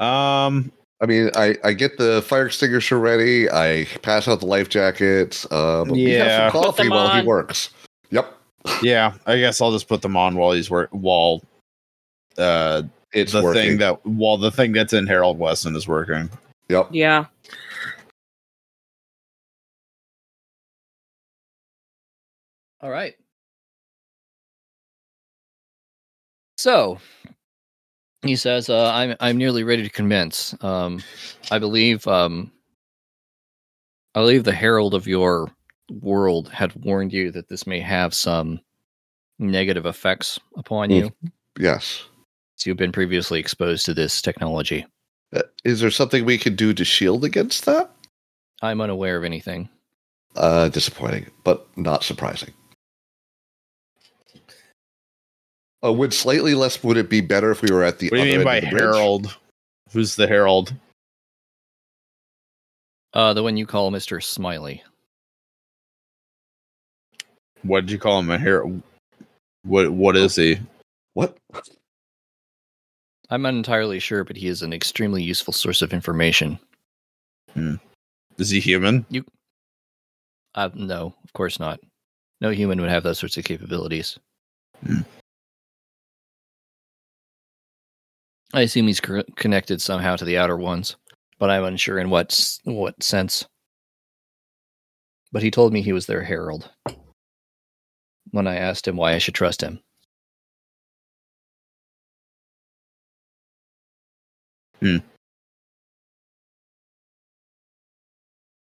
[SPEAKER 5] Um.
[SPEAKER 4] I mean, I, I get the fire extinguisher ready. I pass out the life jackets. Uh, but we
[SPEAKER 5] Yeah.
[SPEAKER 4] have some
[SPEAKER 3] Put
[SPEAKER 4] coffee
[SPEAKER 3] them
[SPEAKER 4] while
[SPEAKER 3] on.
[SPEAKER 4] he works. Yep.
[SPEAKER 5] Yeah, I guess I'll just put them on while he's work while uh
[SPEAKER 4] It's
[SPEAKER 5] the
[SPEAKER 4] working.
[SPEAKER 5] thing that while the thing that's in Harold Weston is working.
[SPEAKER 4] yep.
[SPEAKER 3] yeah.
[SPEAKER 2] All right. So he says, uh, "I'm I'm nearly ready to commence. Um, I believe um, I believe the herald of your world had warned you that this may have some negative effects upon you.
[SPEAKER 4] Yes.
[SPEAKER 2] So you've been previously exposed to this technology.
[SPEAKER 4] Uh, is there something we can do to shield against that?
[SPEAKER 2] I'm unaware of anything.
[SPEAKER 4] Uh, disappointing, but not surprising. Uh, would slightly less would it be better if we were at the
[SPEAKER 5] What do
[SPEAKER 4] other
[SPEAKER 5] you mean
[SPEAKER 4] end
[SPEAKER 5] by
[SPEAKER 4] of the bridge?
[SPEAKER 5] Harold? Who's the Herald?
[SPEAKER 2] Uh, the one you call Mister Smiley.
[SPEAKER 5] What did you call him? A Herald? What what is he?
[SPEAKER 4] What?
[SPEAKER 2] I'm not entirely sure, but he is an extremely useful source of information.
[SPEAKER 5] Is he human?
[SPEAKER 2] Uh, no, of course not. No human would have those sorts of capabilities.
[SPEAKER 5] Hmm.
[SPEAKER 2] I assume he's cor- connected somehow to the outer ones, but I'm unsure in what s- what sense. But he told me he was their herald. When I asked him why I should trust him,
[SPEAKER 5] Hmm.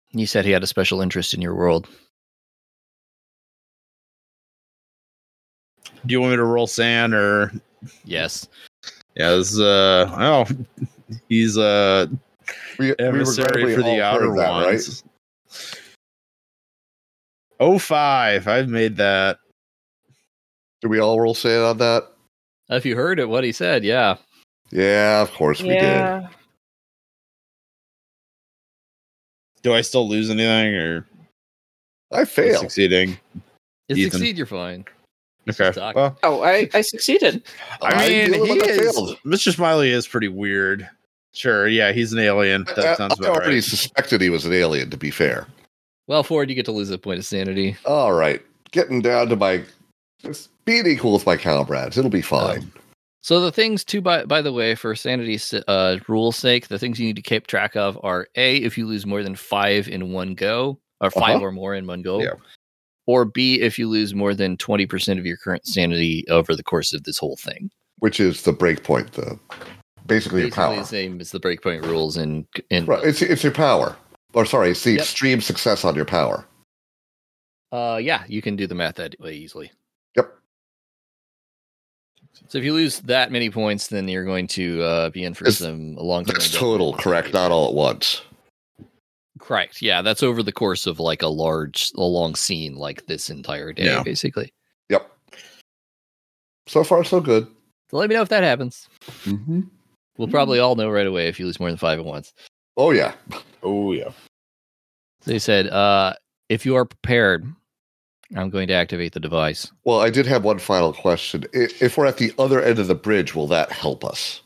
[SPEAKER 2] he said he had a special interest in your world.
[SPEAKER 5] Do you want me to roll sand or
[SPEAKER 2] Yes.
[SPEAKER 5] yeah, this is uh oh he's uh
[SPEAKER 4] We, we were
[SPEAKER 5] emissary
[SPEAKER 4] gladly
[SPEAKER 5] for
[SPEAKER 4] all
[SPEAKER 5] the
[SPEAKER 4] heard
[SPEAKER 5] outer
[SPEAKER 4] that,
[SPEAKER 5] ones. Oh five. I've made that.
[SPEAKER 4] Did we all roll sand on that?
[SPEAKER 2] If you heard it, what he said, yeah.
[SPEAKER 4] Yeah, of course we did.
[SPEAKER 3] yeah.
[SPEAKER 5] Do I still lose anything or
[SPEAKER 4] I failed.
[SPEAKER 5] succeeding?
[SPEAKER 2] You
[SPEAKER 5] Ethan.
[SPEAKER 2] succeed, you're fine.
[SPEAKER 5] Okay.
[SPEAKER 2] Doc.
[SPEAKER 5] Well,
[SPEAKER 3] Oh, I, I succeeded.
[SPEAKER 5] I mean,
[SPEAKER 4] deal with
[SPEAKER 5] he
[SPEAKER 4] what I
[SPEAKER 5] is,
[SPEAKER 4] failed.
[SPEAKER 5] Mr. Smiley is pretty weird. Sure, yeah, he's an alien. That
[SPEAKER 4] I- I-
[SPEAKER 5] sounds
[SPEAKER 4] I
[SPEAKER 5] about
[SPEAKER 4] already
[SPEAKER 5] right.
[SPEAKER 4] suspected he was an alien, to be fair.
[SPEAKER 2] Well, Ford, you get to lose a point of sanity.
[SPEAKER 4] All right. Getting down to my just being equal with my comrades. It'll be fine.
[SPEAKER 2] Um, so the things too, by by the way, for sanity's uh, rule's sake, the things you need to keep track of are a if you lose more than five in one go, or 5
[SPEAKER 4] Uh-huh.
[SPEAKER 2] or more in one go,
[SPEAKER 5] Yeah.
[SPEAKER 2] or b if you lose more than twenty percent of your current sanity over the course of this whole thing.
[SPEAKER 4] which is the break point, the basically, your
[SPEAKER 2] Basically,
[SPEAKER 4] power.
[SPEAKER 2] the same as the breakpoint rules in in
[SPEAKER 4] Right. It's it's your power. Or sorry, it's the
[SPEAKER 2] Yep.
[SPEAKER 4] extreme success on your power.
[SPEAKER 2] Uh, yeah, you can do the math that way easily.
[SPEAKER 4] Yep.
[SPEAKER 2] So if you lose that many points, then you're going to uh, be in for
[SPEAKER 4] That's-
[SPEAKER 2] some long term.
[SPEAKER 4] That's total, correct? Not all at once.
[SPEAKER 2] Correct. Yeah, that's over the course of like a large, a long scene, like this entire day,
[SPEAKER 5] Yeah.
[SPEAKER 2] basically.
[SPEAKER 4] Yep. So far, so good.
[SPEAKER 2] So let me know if that happens.
[SPEAKER 4] Mm-hmm.
[SPEAKER 2] We'll probably all know right away if you lose more than five at once.
[SPEAKER 4] Oh yeah.
[SPEAKER 5] Oh yeah.
[SPEAKER 2] They said, uh, if you are prepared, I'm going to activate the device.
[SPEAKER 4] Well, I did have one final question. I- If we're at the other end of the bridge, will that help us?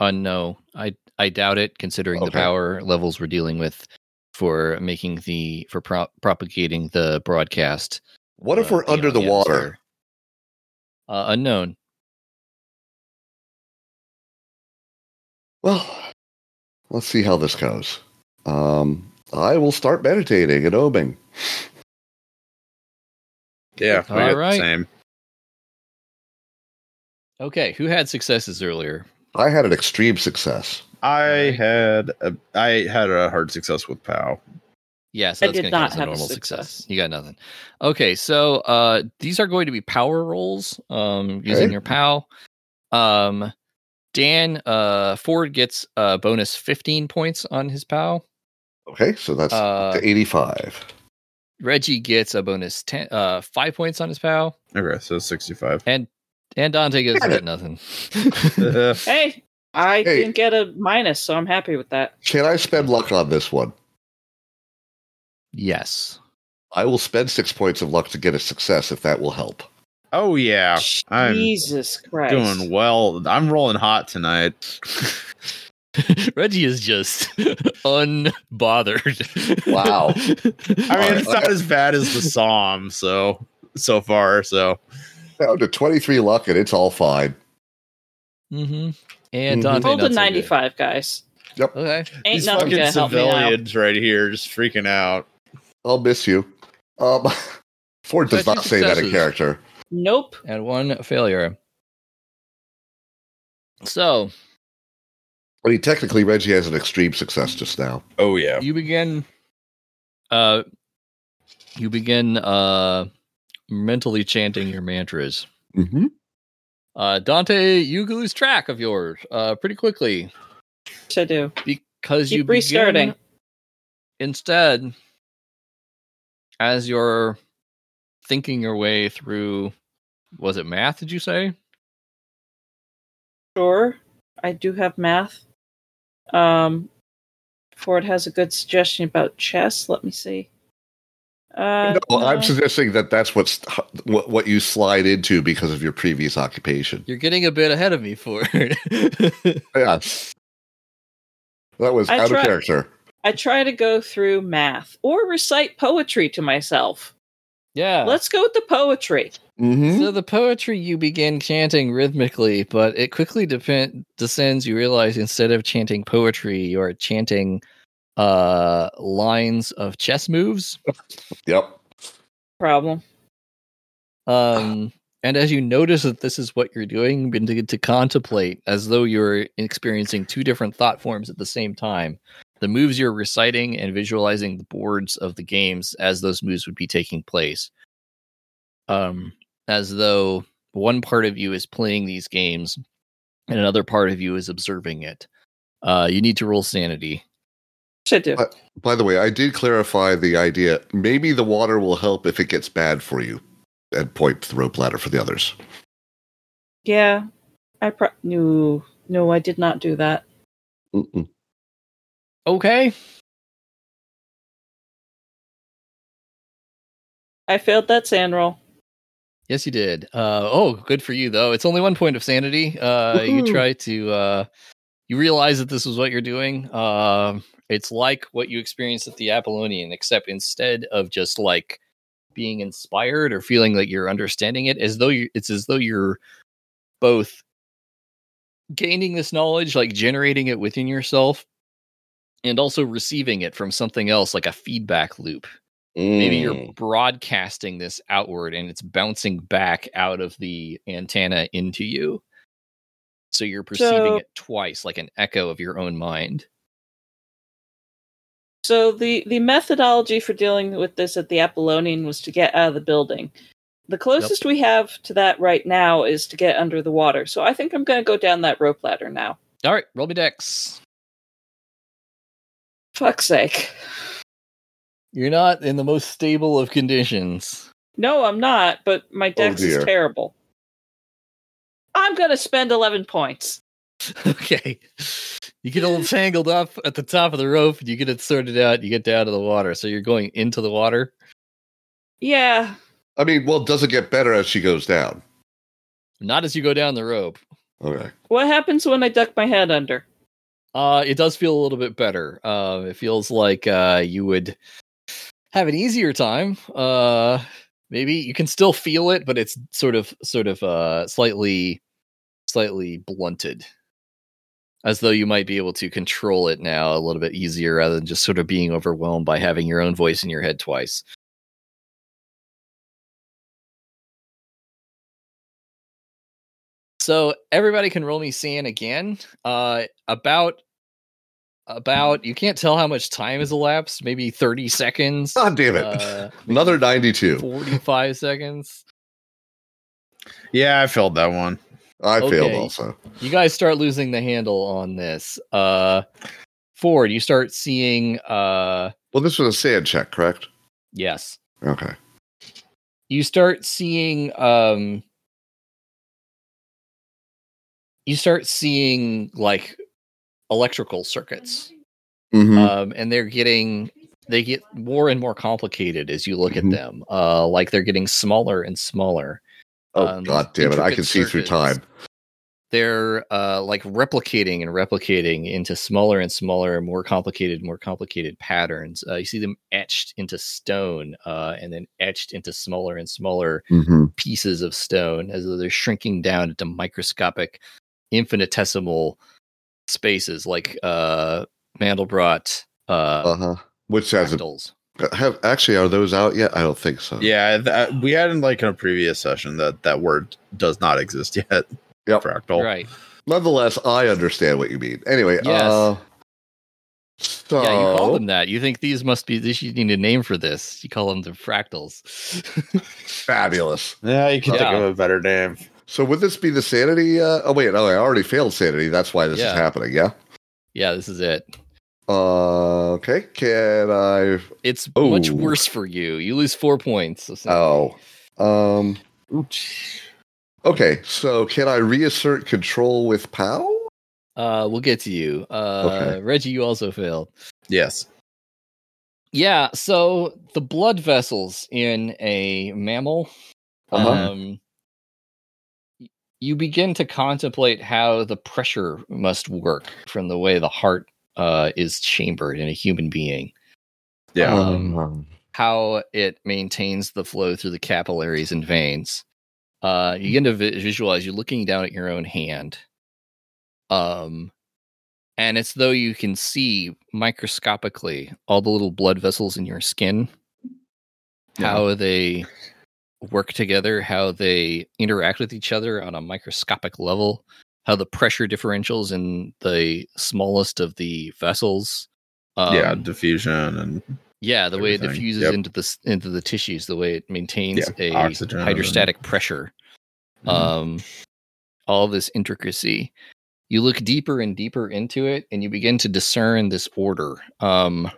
[SPEAKER 2] Uh, no, I I doubt it, considering the
[SPEAKER 4] Okay.
[SPEAKER 2] power levels we're dealing with for making the for pro- propagating the broadcast.
[SPEAKER 4] What if
[SPEAKER 2] uh,
[SPEAKER 4] we're under
[SPEAKER 2] beyond
[SPEAKER 4] the water?
[SPEAKER 2] atmosphere. Uh, unknown.
[SPEAKER 4] Well, let's see how this goes. Um, I will start meditating and oming.
[SPEAKER 5] Yeah, we
[SPEAKER 2] All
[SPEAKER 5] got
[SPEAKER 2] right.
[SPEAKER 5] the same.
[SPEAKER 2] Okay, who had successes earlier?
[SPEAKER 4] I had an extreme success.
[SPEAKER 5] I
[SPEAKER 2] Right.
[SPEAKER 5] had a, I had a hard success with POW.
[SPEAKER 2] Yeah, so
[SPEAKER 3] I
[SPEAKER 2] that's
[SPEAKER 3] did
[SPEAKER 2] going to count
[SPEAKER 3] not
[SPEAKER 2] as a
[SPEAKER 3] have a
[SPEAKER 2] normal success.
[SPEAKER 3] success.
[SPEAKER 2] You got nothing. Okay, so uh, these are going to be power rolls um, using
[SPEAKER 4] Okay.
[SPEAKER 2] your POW. Um, Dan uh, Ford gets a bonus 15 points on his POW.
[SPEAKER 4] Okay, so that's up
[SPEAKER 2] Uh,
[SPEAKER 4] to 85.
[SPEAKER 2] Reggie gets a bonus 10, uh, 5 points on his POW.
[SPEAKER 5] Okay, so sixty-five.
[SPEAKER 2] And and Dante gets
[SPEAKER 4] Damn
[SPEAKER 2] got nothing.
[SPEAKER 5] Uh,
[SPEAKER 3] Hey, I
[SPEAKER 4] Hey.
[SPEAKER 3] didn't get a minus, so I'm happy with that.
[SPEAKER 4] Can I spend luck on this one?
[SPEAKER 2] yes.
[SPEAKER 4] I will spend six points of luck to get a success if that will help.
[SPEAKER 5] oh yeah, I'm
[SPEAKER 3] Jesus Christ.
[SPEAKER 5] doing well. I'm rolling hot tonight.
[SPEAKER 2] Reggie is just unbothered.
[SPEAKER 4] Wow.
[SPEAKER 5] I mean,
[SPEAKER 4] All
[SPEAKER 5] it's
[SPEAKER 4] right.
[SPEAKER 5] not as bad as the Psalm, so so far, so
[SPEAKER 4] Down to 23 luck and it's all fine.
[SPEAKER 2] hmm And
[SPEAKER 4] Mm-hmm.
[SPEAKER 5] Mhm.
[SPEAKER 2] Dante
[SPEAKER 3] Hold
[SPEAKER 2] not so good.
[SPEAKER 3] a 95, guys.
[SPEAKER 2] Okay.
[SPEAKER 3] Ain't
[SPEAKER 5] these
[SPEAKER 3] nothing
[SPEAKER 5] fucking
[SPEAKER 3] gonna help me now.
[SPEAKER 5] civilians right here just freaking out.
[SPEAKER 4] I'll miss you. Um, Ford does
[SPEAKER 2] That's your
[SPEAKER 4] not say that in
[SPEAKER 2] successes.
[SPEAKER 4] character.
[SPEAKER 3] Nope.
[SPEAKER 2] and one failure. So
[SPEAKER 4] I mean, technically, Reggie has an extreme success just now.
[SPEAKER 5] Oh yeah,
[SPEAKER 2] you begin, uh, you begin uh, mentally chanting your mantras.
[SPEAKER 4] Mm-hmm.
[SPEAKER 2] Uh, Dante, you lose track of yours uh, pretty quickly
[SPEAKER 3] To do.
[SPEAKER 2] because
[SPEAKER 3] Keep
[SPEAKER 2] you begin
[SPEAKER 3] restarting.
[SPEAKER 2] instead as you're thinking your way through. Was it math? Did you say?
[SPEAKER 3] Sure. I do have math. Um Ford has a good suggestion about chess. Let me see. Uh,
[SPEAKER 4] no, I'm
[SPEAKER 3] no.
[SPEAKER 4] suggesting that that's what's what, what you slide into because of your previous occupation.
[SPEAKER 2] You're getting a bit ahead of me, Ford.
[SPEAKER 4] Yeah, that was
[SPEAKER 3] I
[SPEAKER 4] out
[SPEAKER 3] tried-
[SPEAKER 4] of character.
[SPEAKER 3] I try to go through math or recite poetry to myself.
[SPEAKER 2] yeah.
[SPEAKER 3] Let's go with the poetry.
[SPEAKER 4] Mm-hmm.
[SPEAKER 2] So the poetry you begin chanting rhythmically, but it quickly depen- descends. You realize instead of chanting poetry, you are chanting uh, lines of chess moves.
[SPEAKER 4] Yep.
[SPEAKER 3] Problem.
[SPEAKER 2] Um, and as you notice that this is what you're doing, you begin to contemplate as though you're experiencing two different thought forms at the same time. The moves you're reciting and visualizing the boards of the games as those moves would be taking place. Um, as though one part of you is playing these games and another part of you is observing it. Uh, you need to roll sanity.
[SPEAKER 3] Should do.
[SPEAKER 4] Uh, By the way, I did clarify the idea. Maybe the water will help if it gets bad for you, and point to the rope ladder for the others.
[SPEAKER 3] Yeah. I pro- no, no, I did not do that.
[SPEAKER 4] Mm-mm.
[SPEAKER 2] Okay.
[SPEAKER 3] I failed that sand roll.
[SPEAKER 2] Yes, you did. Uh, oh, good for you though. It's only one point of sanity. Uh, you
[SPEAKER 3] Woohoo.
[SPEAKER 2] try to uh, you realize that this is what you're doing. Um, it's like what you experienced at the Apollonian, except instead of just like being inspired or feeling like you're understanding it, as though you, it's as though you're both gaining this knowledge, like generating it within yourself, and also receiving it from something else, like a feedback loop maybe you're
[SPEAKER 4] Mm.
[SPEAKER 2] broadcasting this outward and it's bouncing back out of the antenna into you so you're perceiving
[SPEAKER 3] So-
[SPEAKER 2] it twice like an echo of your own mind
[SPEAKER 3] So the the methodology for dealing with this at the Apollonian was to get out of the building. The closest we have to that right now is to get under the water. So I think I'm going to go down that rope ladder now.
[SPEAKER 2] all right roll me dex
[SPEAKER 3] Fuck's sake.
[SPEAKER 2] you're not in the most stable of conditions
[SPEAKER 3] No, I'm not, but my dex
[SPEAKER 4] dear.
[SPEAKER 3] is terrible. I'm going to spend 11 points.
[SPEAKER 2] okay you get all tangled up at the top of the rope and you get it sorted out you get down to the water so you're going into the water
[SPEAKER 3] Yeah.
[SPEAKER 4] I mean, well, does it get better as she goes down?
[SPEAKER 2] Not as you go down the rope.
[SPEAKER 4] Okay.
[SPEAKER 3] What happens when I duck my head under?
[SPEAKER 2] Uh, it does feel a little bit better. Um, it feels like uh, you would have an easier time. Uh, maybe you can still feel it, but it's sort of, sort of, uh, slightly, slightly blunted, as though you might be able to control it now a little bit easier, rather than just sort of being overwhelmed by having your own voice in your head twice. So everybody can roll me CN again. Uh, about about you can't tell how much time has elapsed. Maybe thirty seconds.
[SPEAKER 4] God damn Oh, it.
[SPEAKER 2] Uh,
[SPEAKER 4] Another 92.
[SPEAKER 2] forty-five seconds.
[SPEAKER 5] Yeah, I failed that one.
[SPEAKER 4] I failed
[SPEAKER 2] okay.
[SPEAKER 4] also.
[SPEAKER 2] You guys start losing the handle on this. Uh, Ford, you start seeing. Uh,
[SPEAKER 4] Well, this was a sand check, correct?
[SPEAKER 2] yes, Uh,
[SPEAKER 4] Okay.
[SPEAKER 2] you start seeing um you start seeing like electrical circuits
[SPEAKER 4] Mm-hmm.
[SPEAKER 2] um and they're getting they get more and more complicated as you look
[SPEAKER 4] Mhm.
[SPEAKER 2] at them uh like they're getting smaller and smaller
[SPEAKER 4] oh,
[SPEAKER 2] um,
[SPEAKER 4] God damn it. I can
[SPEAKER 2] intricate
[SPEAKER 4] see through
[SPEAKER 2] circuits.
[SPEAKER 4] time.
[SPEAKER 2] they're uh like replicating and replicating into smaller and smaller and more complicated more complicated patterns uh, you see them etched into stone uh and then etched into smaller and smaller
[SPEAKER 4] Mm-hmm.
[SPEAKER 2] pieces of stone as though they're shrinking down into microscopic infinitesimal spaces like uh mandelbrot uh,
[SPEAKER 4] Uh huh. Which has a,
[SPEAKER 2] fractals.
[SPEAKER 4] have actually are those out yet? I don't think so.
[SPEAKER 5] Yeah, that, we had in like in a previous session that that word does not exist yet.
[SPEAKER 4] Yep.
[SPEAKER 5] Fractal.
[SPEAKER 2] right
[SPEAKER 4] Nonetheless, I understand what you mean. Anyway,
[SPEAKER 2] Yes.
[SPEAKER 4] uh, so
[SPEAKER 2] yeah you call them that you think these must be this you need a name for this you call them the fractals
[SPEAKER 4] fabulous.
[SPEAKER 5] Yeah, you can think
[SPEAKER 2] Yeah.
[SPEAKER 5] of a better name.
[SPEAKER 4] So would this be the sanity? Uh, oh wait, no, I already failed sanity. That's why this
[SPEAKER 2] Yeah.
[SPEAKER 4] is happening. Yeah.
[SPEAKER 2] yeah this is it
[SPEAKER 4] Uh, okay. Can I?
[SPEAKER 2] it's much
[SPEAKER 4] Ooh.
[SPEAKER 2] worse for you you lose four points of sanity.
[SPEAKER 4] Oh. Um. Okay. So can I reassert control with pow?
[SPEAKER 2] uh we'll get to you uh
[SPEAKER 4] Okay.
[SPEAKER 2] reggie you also failed
[SPEAKER 5] Yes.
[SPEAKER 2] Yeah, so the blood vessels in a mammal.
[SPEAKER 4] Uh-huh.
[SPEAKER 2] Um, y- you begin to contemplate how the pressure must work from the way the heart uh, is chambered in a human being,
[SPEAKER 5] Yeah.
[SPEAKER 2] Um, how it maintains the flow through the capillaries and veins. Uh, you begin to vi- visualize you're looking down at your own hand. Um, and it's though you can see microscopically all the little blood vessels in your skin how they work together, how they interact with each other on a microscopic level, how the pressure differentials in the smallest of the vessels. Um,
[SPEAKER 5] yeah, diffusion and
[SPEAKER 2] yeah, the way it
[SPEAKER 5] everything.
[SPEAKER 2] diffuses
[SPEAKER 5] Yep.
[SPEAKER 2] into the s- into the tissues, the way it maintains
[SPEAKER 5] Yeah,
[SPEAKER 2] a
[SPEAKER 5] oxygen and- Mm-hmm.
[SPEAKER 2] hydrostatic pressure. Um, all this intricacy. You look deeper and deeper into it, and you begin to discern this order. Um,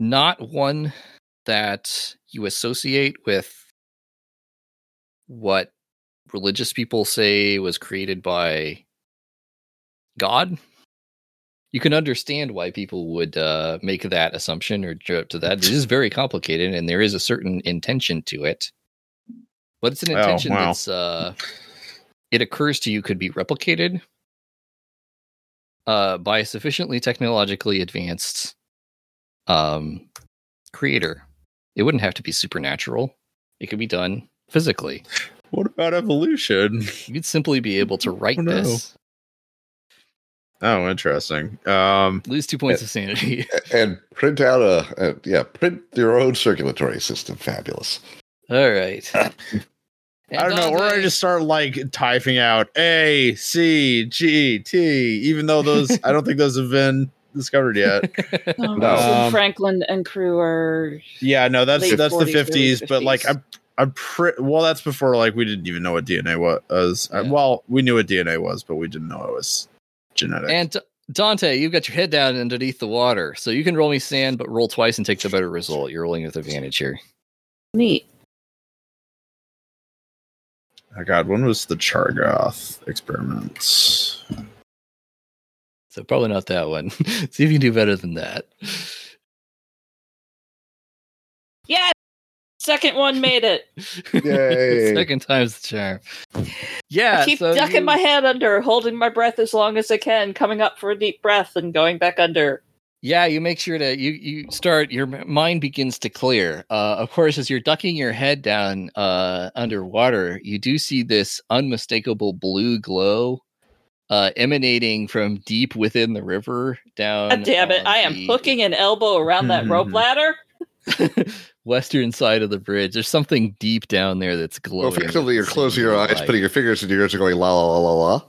[SPEAKER 2] not one that you associate with what religious people say was created by God. You can understand why people would uh, make that assumption or jump to that. It is very complicated, and there is a certain intention to it. But it's an
[SPEAKER 5] Oh,
[SPEAKER 2] intention
[SPEAKER 5] wow.
[SPEAKER 2] that's uh, it occurs to you could be replicated uh, by a sufficiently technologically advanced um, creator. It wouldn't have to be supernatural. It could be done physically.
[SPEAKER 5] what about evolution?
[SPEAKER 2] You'd simply be able to write
[SPEAKER 5] Oh, no.
[SPEAKER 2] this.
[SPEAKER 5] Oh, interesting. Um
[SPEAKER 2] Lose two points of sanity.
[SPEAKER 4] And print out a, a yeah, print your own circulatory system. Fabulous.
[SPEAKER 2] All right.
[SPEAKER 5] I don't know, or I just start like typing out A C G T, even though those I don't think those have been discovered yet.
[SPEAKER 3] Rosalind
[SPEAKER 5] Um,
[SPEAKER 3] Oh, Franklin and crew are.
[SPEAKER 5] Yeah, no, that's
[SPEAKER 3] Late
[SPEAKER 5] that's
[SPEAKER 3] 40s,
[SPEAKER 5] the
[SPEAKER 3] early
[SPEAKER 5] fifties, but like
[SPEAKER 3] 50s.
[SPEAKER 5] I'm I'm pretty well. That's before like we didn't even know what DNA was. Uh,
[SPEAKER 2] Yeah.
[SPEAKER 5] well, we knew what DNA was, but we didn't know it was genetic.
[SPEAKER 2] and D- Dante, you've got your head down underneath the water, so you can roll me sand, but roll twice and take the better result. You're rolling with advantage here.
[SPEAKER 3] Neat.
[SPEAKER 5] oh God, when was the Chargoth experiments?
[SPEAKER 2] So probably not that one. See if you can do better than that.
[SPEAKER 3] Second one made it.
[SPEAKER 4] Yay.
[SPEAKER 2] Second time's the charm. Yeah.
[SPEAKER 3] I keep
[SPEAKER 2] so
[SPEAKER 3] ducking
[SPEAKER 2] you-
[SPEAKER 3] my head under, holding my breath as long as I can, coming up for a deep breath and going back under.
[SPEAKER 2] Yeah, you make sure to you you start your m- mind begins to clear. Uh, of course, as you're ducking your head down uh, underwater, you do see this unmistakable blue glow uh, emanating from deep within the river down.
[SPEAKER 3] God damn it.
[SPEAKER 2] on
[SPEAKER 3] I am
[SPEAKER 2] the
[SPEAKER 3] hooking an elbow around that rope
[SPEAKER 5] Mhm.
[SPEAKER 3] ladder.
[SPEAKER 2] western side of the bridge. There's something deep down there that's glowing.
[SPEAKER 4] Well,
[SPEAKER 2] with
[SPEAKER 4] effectively, you're
[SPEAKER 2] this
[SPEAKER 4] closing your
[SPEAKER 2] blue
[SPEAKER 4] eyes,
[SPEAKER 2] light.
[SPEAKER 4] putting your fingers into your ears, and going la la la la la.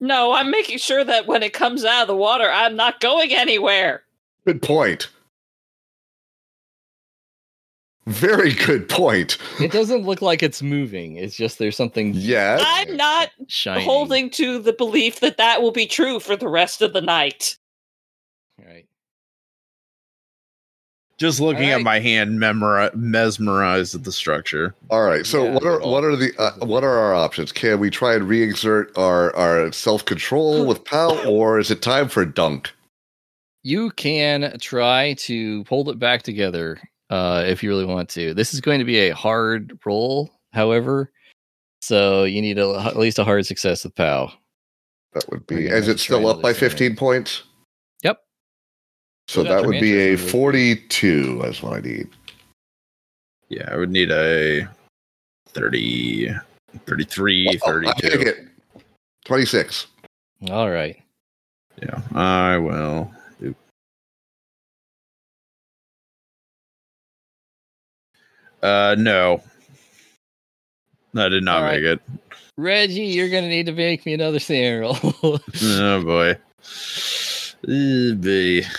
[SPEAKER 3] No, I'm making sure that when it comes out of the water, I'm not going anywhere.
[SPEAKER 4] Good point. Very good point.
[SPEAKER 2] It doesn't look like it's moving. It's just there's something
[SPEAKER 4] Yes.
[SPEAKER 3] I'm not
[SPEAKER 2] shining.
[SPEAKER 3] holding to the belief that that will be true for the rest of the night.
[SPEAKER 2] Right.
[SPEAKER 5] Just looking
[SPEAKER 2] All right.
[SPEAKER 5] at my hand, memori- mesmerized at the structure.
[SPEAKER 4] All right. So
[SPEAKER 2] Yeah.
[SPEAKER 4] what are what are the uh, what are our options? Can we try and reinsert our our self control with pow, or is it time for dunk?
[SPEAKER 2] You can try to hold it back together uh, if you really want to. This is going to be a hard roll, however. So you need a, at least a hard success with POW.
[SPEAKER 4] That would
[SPEAKER 2] We're
[SPEAKER 4] be.
[SPEAKER 2] gonna
[SPEAKER 4] Is it still
[SPEAKER 2] try
[SPEAKER 4] up by
[SPEAKER 2] another thing.
[SPEAKER 4] fifteen points?
[SPEAKER 2] Yep.
[SPEAKER 4] So
[SPEAKER 2] Still got
[SPEAKER 4] that
[SPEAKER 2] your
[SPEAKER 4] would be a
[SPEAKER 2] mantra, really.
[SPEAKER 4] forty-two. That's what I need.
[SPEAKER 5] Yeah, I would need a 30, 33,
[SPEAKER 4] Wow, I
[SPEAKER 5] 32.
[SPEAKER 4] take it. Twenty-six.
[SPEAKER 2] All right.
[SPEAKER 5] Yeah, I will. Oop. Uh, no. I did not
[SPEAKER 2] All right.
[SPEAKER 5] make it.
[SPEAKER 2] Reggie, you're going to need to make me another sand roll.
[SPEAKER 5] Oh boy. Ooh, boy.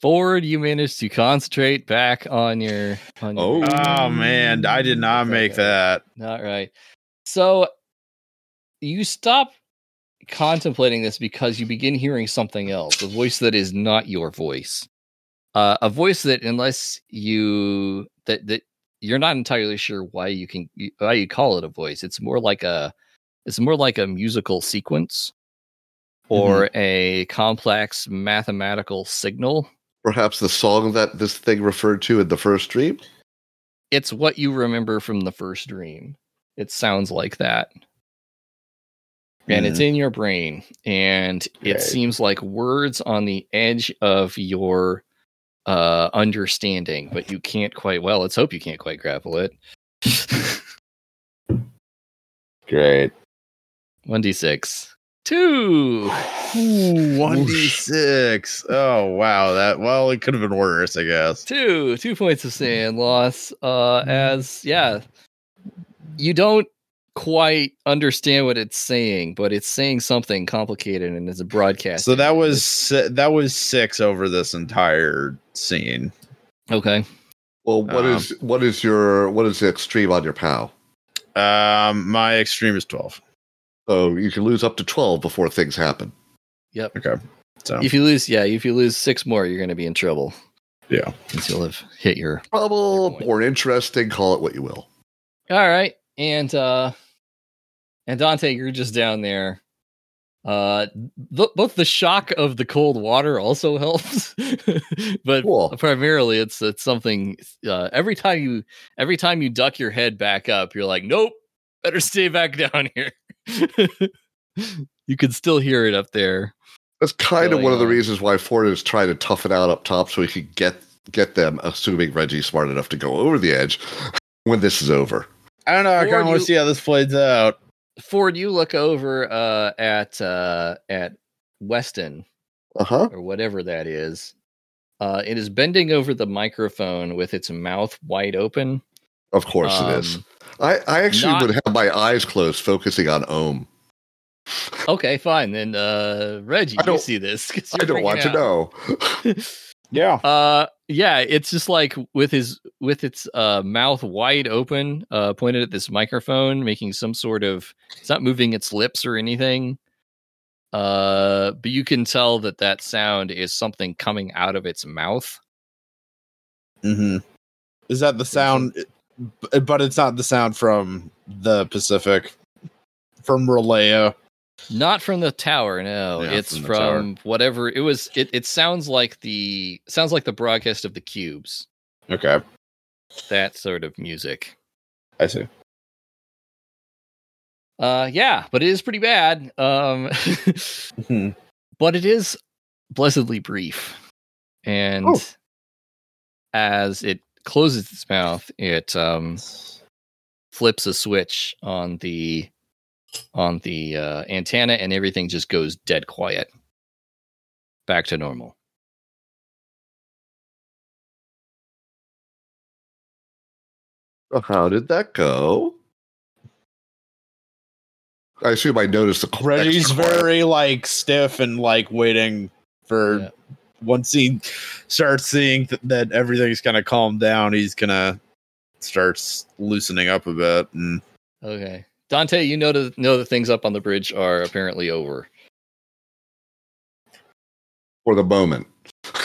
[SPEAKER 2] Ford, you managed to concentrate back on your. On your
[SPEAKER 4] Oh.
[SPEAKER 5] Oh man, I did not make that.
[SPEAKER 2] Not right. So you stop contemplating this because you begin hearing something else, a voice that is not your voice. Uh, a voice that unless you that that you're not entirely sure why you can why you call it a voice. It's more like a it's more like a musical sequence or a complex mathematical signal.
[SPEAKER 4] Perhaps the song that this thing referred to in the first dream.
[SPEAKER 2] It's what you remember from the first dream. It sounds like that. and it's in your brain and it
[SPEAKER 5] Mm-hmm. Right.
[SPEAKER 2] seems like words on the edge of your uh understanding but you can't quite well let's hope you can't quite grapple it
[SPEAKER 5] great.
[SPEAKER 2] 1d6 2
[SPEAKER 5] One d six. Oh wow, that well, it could have been worse, I guess.
[SPEAKER 2] 2 2 points of sand loss uh as yeah you don't quite understand what it's saying but it's saying something complicated and it's a broadcast
[SPEAKER 5] So that was si- that was six over this entire scene.
[SPEAKER 2] okay
[SPEAKER 4] Well, what
[SPEAKER 5] Um,
[SPEAKER 4] is what is your what is the extreme on your pow?
[SPEAKER 5] Um, my extreme is twelve.
[SPEAKER 4] So you can lose up to twelve before things happen.
[SPEAKER 2] yep
[SPEAKER 5] Okay, so
[SPEAKER 2] if you lose yeah if you lose six more you're gonna be in trouble
[SPEAKER 5] Yeah.
[SPEAKER 2] since you'll have hit your
[SPEAKER 4] Trouble
[SPEAKER 2] Good point.
[SPEAKER 4] or interesting, call it what you will.
[SPEAKER 2] All right. And uh and Dante, you're just down there. Uh th- both the shock of the cold water also helps. but
[SPEAKER 4] Cool.
[SPEAKER 2] primarily it's it's something uh every time you every time you duck your head back up, you're like, "Nope, better stay back down here." you can still hear it up there.
[SPEAKER 4] That's kind of
[SPEAKER 2] Going
[SPEAKER 4] one of the
[SPEAKER 2] on.
[SPEAKER 4] reasons why Ford is trying to tough it out up top so he can get get them, assuming Reggie's smart enough to go over the edge when this is over.
[SPEAKER 5] I don't know. I
[SPEAKER 2] Or
[SPEAKER 5] kind of want
[SPEAKER 2] you-
[SPEAKER 5] to see how this plays out.
[SPEAKER 2] Ford, you look over uh at uh at Weston
[SPEAKER 4] Uh
[SPEAKER 5] Uh-huh.
[SPEAKER 4] huh.
[SPEAKER 2] or whatever that is. Uh, it is bending over the microphone with its mouth wide open.
[SPEAKER 4] Of course it is.
[SPEAKER 2] Um,
[SPEAKER 4] I, I actually
[SPEAKER 2] not-
[SPEAKER 4] would have my eyes closed, focusing on Ohm.
[SPEAKER 2] Okay, fine. Then uh, Reggie,
[SPEAKER 4] I
[SPEAKER 2] you
[SPEAKER 4] don't-
[SPEAKER 2] see this. 'cause
[SPEAKER 4] I
[SPEAKER 2] you're
[SPEAKER 4] don't want to
[SPEAKER 2] freaking out.
[SPEAKER 4] know.
[SPEAKER 5] Yeah.
[SPEAKER 2] Uh, yeah, it's just like with his with its uh, mouth wide open, uh, pointed at this microphone, making some sort of. It's not moving its lips or anything. Uh, but you can tell that that sound is something coming out of its mouth.
[SPEAKER 5] Mm-hmm. Is that the sound? b- But it's not the sound from the Pacific, from Relaya.
[SPEAKER 2] Not from the tower, no.
[SPEAKER 5] Yeah,
[SPEAKER 2] it's
[SPEAKER 5] from
[SPEAKER 2] from,
[SPEAKER 5] the tower.
[SPEAKER 2] whatever it was. It, it sounds like the sounds like the broadcast of the cubes.
[SPEAKER 5] Okay,
[SPEAKER 2] That sort of music.
[SPEAKER 5] I see.
[SPEAKER 2] Uh, yeah, but it is pretty bad. Um,
[SPEAKER 5] Mhm.
[SPEAKER 2] but it is blessedly brief, and
[SPEAKER 4] Oh.
[SPEAKER 2] as it closes its mouth, it um flips a switch on the on the uh, antenna, and everything just goes dead quiet, back to normal.
[SPEAKER 4] How did that go? I assume I noticed the cl-
[SPEAKER 5] Reggie's
[SPEAKER 4] extra quiet.
[SPEAKER 5] very like stiff and like waiting for
[SPEAKER 2] Yeah.
[SPEAKER 5] once he starts seeing th- that everything's kind of calmed down, he's gonna start s- loosening up a bit. And
[SPEAKER 2] Okay, Dante, you know to know the things up on the bridge are apparently over.
[SPEAKER 4] for the moment.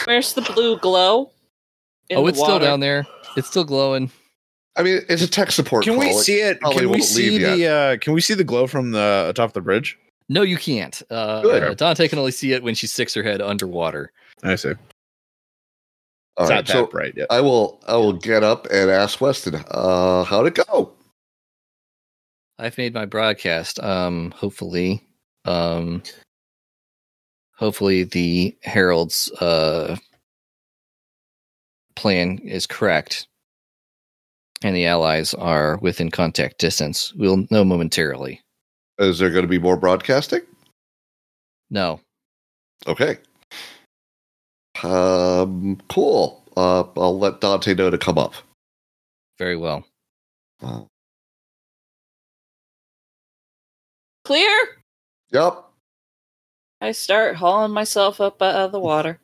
[SPEAKER 3] Where's the blue glow? In
[SPEAKER 2] oh,
[SPEAKER 3] the
[SPEAKER 2] it's still
[SPEAKER 3] water?
[SPEAKER 2] down there. It's still glowing.
[SPEAKER 4] I mean, it's a tech support.
[SPEAKER 5] can we
[SPEAKER 4] call.
[SPEAKER 5] see it?
[SPEAKER 4] probably
[SPEAKER 5] Can we
[SPEAKER 4] won't
[SPEAKER 5] see
[SPEAKER 4] leave yet.
[SPEAKER 5] the? Uh, can we see the glow from the atop the bridge?
[SPEAKER 2] No, you can't. Uh,
[SPEAKER 4] Good.
[SPEAKER 2] Dante can only see it when she sticks her head underwater.
[SPEAKER 5] I see.
[SPEAKER 4] All
[SPEAKER 5] it's
[SPEAKER 4] right,
[SPEAKER 5] not that
[SPEAKER 4] so
[SPEAKER 5] bright yet.
[SPEAKER 4] I will. I will get up and ask Weston, uh, how'd it go?
[SPEAKER 2] I've made my broadcast. Um, hopefully, um, hopefully the Herald's uh plan is correct, and the allies are within contact distance. We'll know momentarily.
[SPEAKER 4] Is there going to be more broadcasting?
[SPEAKER 2] No,
[SPEAKER 4] Okay. Um, cool. Uh, I'll let Dante know to come up.
[SPEAKER 2] very well.
[SPEAKER 4] Uh,
[SPEAKER 3] Clear.
[SPEAKER 4] yep.
[SPEAKER 3] I start hauling myself up out of the water,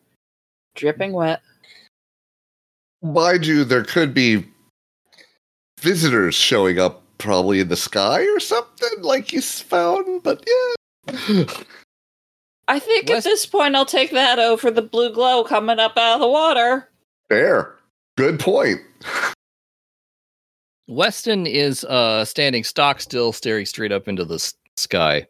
[SPEAKER 3] dripping wet.
[SPEAKER 4] Mind you, there could be visitors showing up probably in the sky or something like you s- found, but yeah.
[SPEAKER 3] I think
[SPEAKER 2] Wes-
[SPEAKER 3] at this point I'll take that over the blue glow coming up out of the water.
[SPEAKER 4] Fair. Good point.
[SPEAKER 2] Weston is uh standing stock still, staring straight up into the s- sky.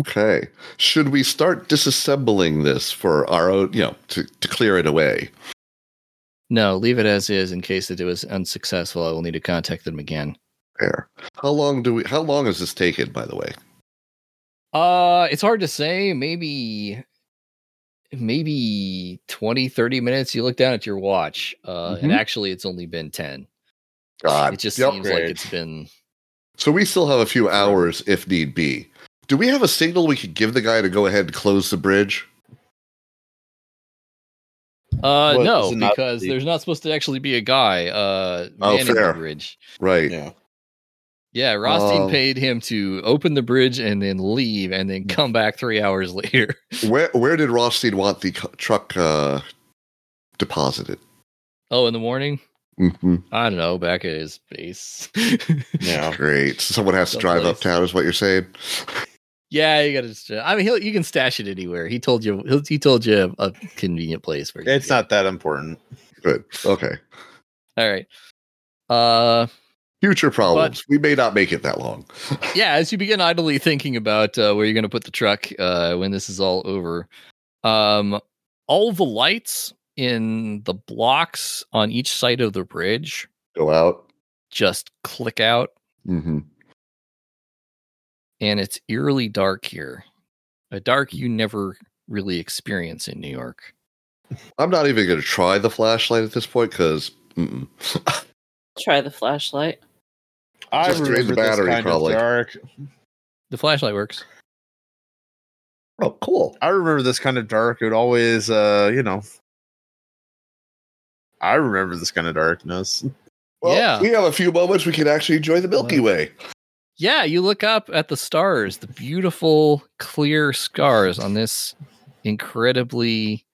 [SPEAKER 4] Okay. Should we start disassembling this for our own, you know, to, to clear it away?
[SPEAKER 2] No, leave it as is in case that it was unsuccessful. I will need to contact them again.
[SPEAKER 4] Fair. How long do we, how long has this taken, by the way?
[SPEAKER 2] Uh, it's hard to say. Maybe, maybe 20, 30 minutes. You look down at your watch, uh,
[SPEAKER 5] Mm-hmm.
[SPEAKER 2] and
[SPEAKER 4] Mhm.
[SPEAKER 2] actually, it's only been 10.
[SPEAKER 4] God.
[SPEAKER 2] It just
[SPEAKER 4] Yep.
[SPEAKER 2] seems like
[SPEAKER 5] Great.
[SPEAKER 2] it's been.
[SPEAKER 4] So we still have a few hours if need be. Do we have a signal we could give the guy to go ahead and close the bridge?
[SPEAKER 2] Uh,
[SPEAKER 5] Well,
[SPEAKER 2] no,
[SPEAKER 5] is it not
[SPEAKER 2] because
[SPEAKER 5] the-
[SPEAKER 2] there's not supposed to actually be a guy. Uh,
[SPEAKER 4] Oh,
[SPEAKER 2] manning
[SPEAKER 4] fair.
[SPEAKER 2] the bridge.
[SPEAKER 4] Right.
[SPEAKER 5] Yeah.
[SPEAKER 2] Yeah, Rothstein
[SPEAKER 5] Oh.
[SPEAKER 4] Um,
[SPEAKER 2] paid him to open the bridge and then leave, and
[SPEAKER 5] Mm.
[SPEAKER 2] then come back three hours later.
[SPEAKER 4] Where where did Rothstein want the cu- truck uh, deposited?
[SPEAKER 2] Oh, in the morning.
[SPEAKER 4] hmm
[SPEAKER 2] I don't know. Back at his base.
[SPEAKER 5] Yeah.
[SPEAKER 4] Great. So someone has to drive
[SPEAKER 2] Someplace.
[SPEAKER 4] uptown, is what you're saying?
[SPEAKER 2] Yeah, you gotta. Just, I mean, he'll, you can stash it anywhere. He told you. He'll, he told you a, a convenient place where. you
[SPEAKER 5] It's
[SPEAKER 2] can
[SPEAKER 5] not that important.
[SPEAKER 4] Good. Okay.
[SPEAKER 2] get it. all right. Uh,
[SPEAKER 4] Future problems. we may not make it that long.
[SPEAKER 2] yeah. As you begin idly thinking about uh, where you're gonna put the truck uh, when this is all over, um, all the lights in the blocks on each side of the bridge
[SPEAKER 4] Go out.
[SPEAKER 2] just click out,
[SPEAKER 4] Mm-hmm.
[SPEAKER 2] and it's eerily dark here. A dark you never really experience in New York.
[SPEAKER 4] I'm not even going to try the flashlight at this point because
[SPEAKER 3] Try the flashlight.
[SPEAKER 5] I
[SPEAKER 4] Just drain the
[SPEAKER 5] remember this
[SPEAKER 4] battery,
[SPEAKER 5] kind of
[SPEAKER 4] probably.
[SPEAKER 5] dark.
[SPEAKER 2] The flashlight works.
[SPEAKER 4] oh, cool.
[SPEAKER 5] I remember this kind of dark. It would always, uh, you know. I remember this kind of darkness.
[SPEAKER 4] Well,
[SPEAKER 2] Yeah. Uh,
[SPEAKER 4] we have a few moments we can actually enjoy the Milky Way.
[SPEAKER 2] Yeah, you look up at the stars, the beautiful clear stars on this incredibly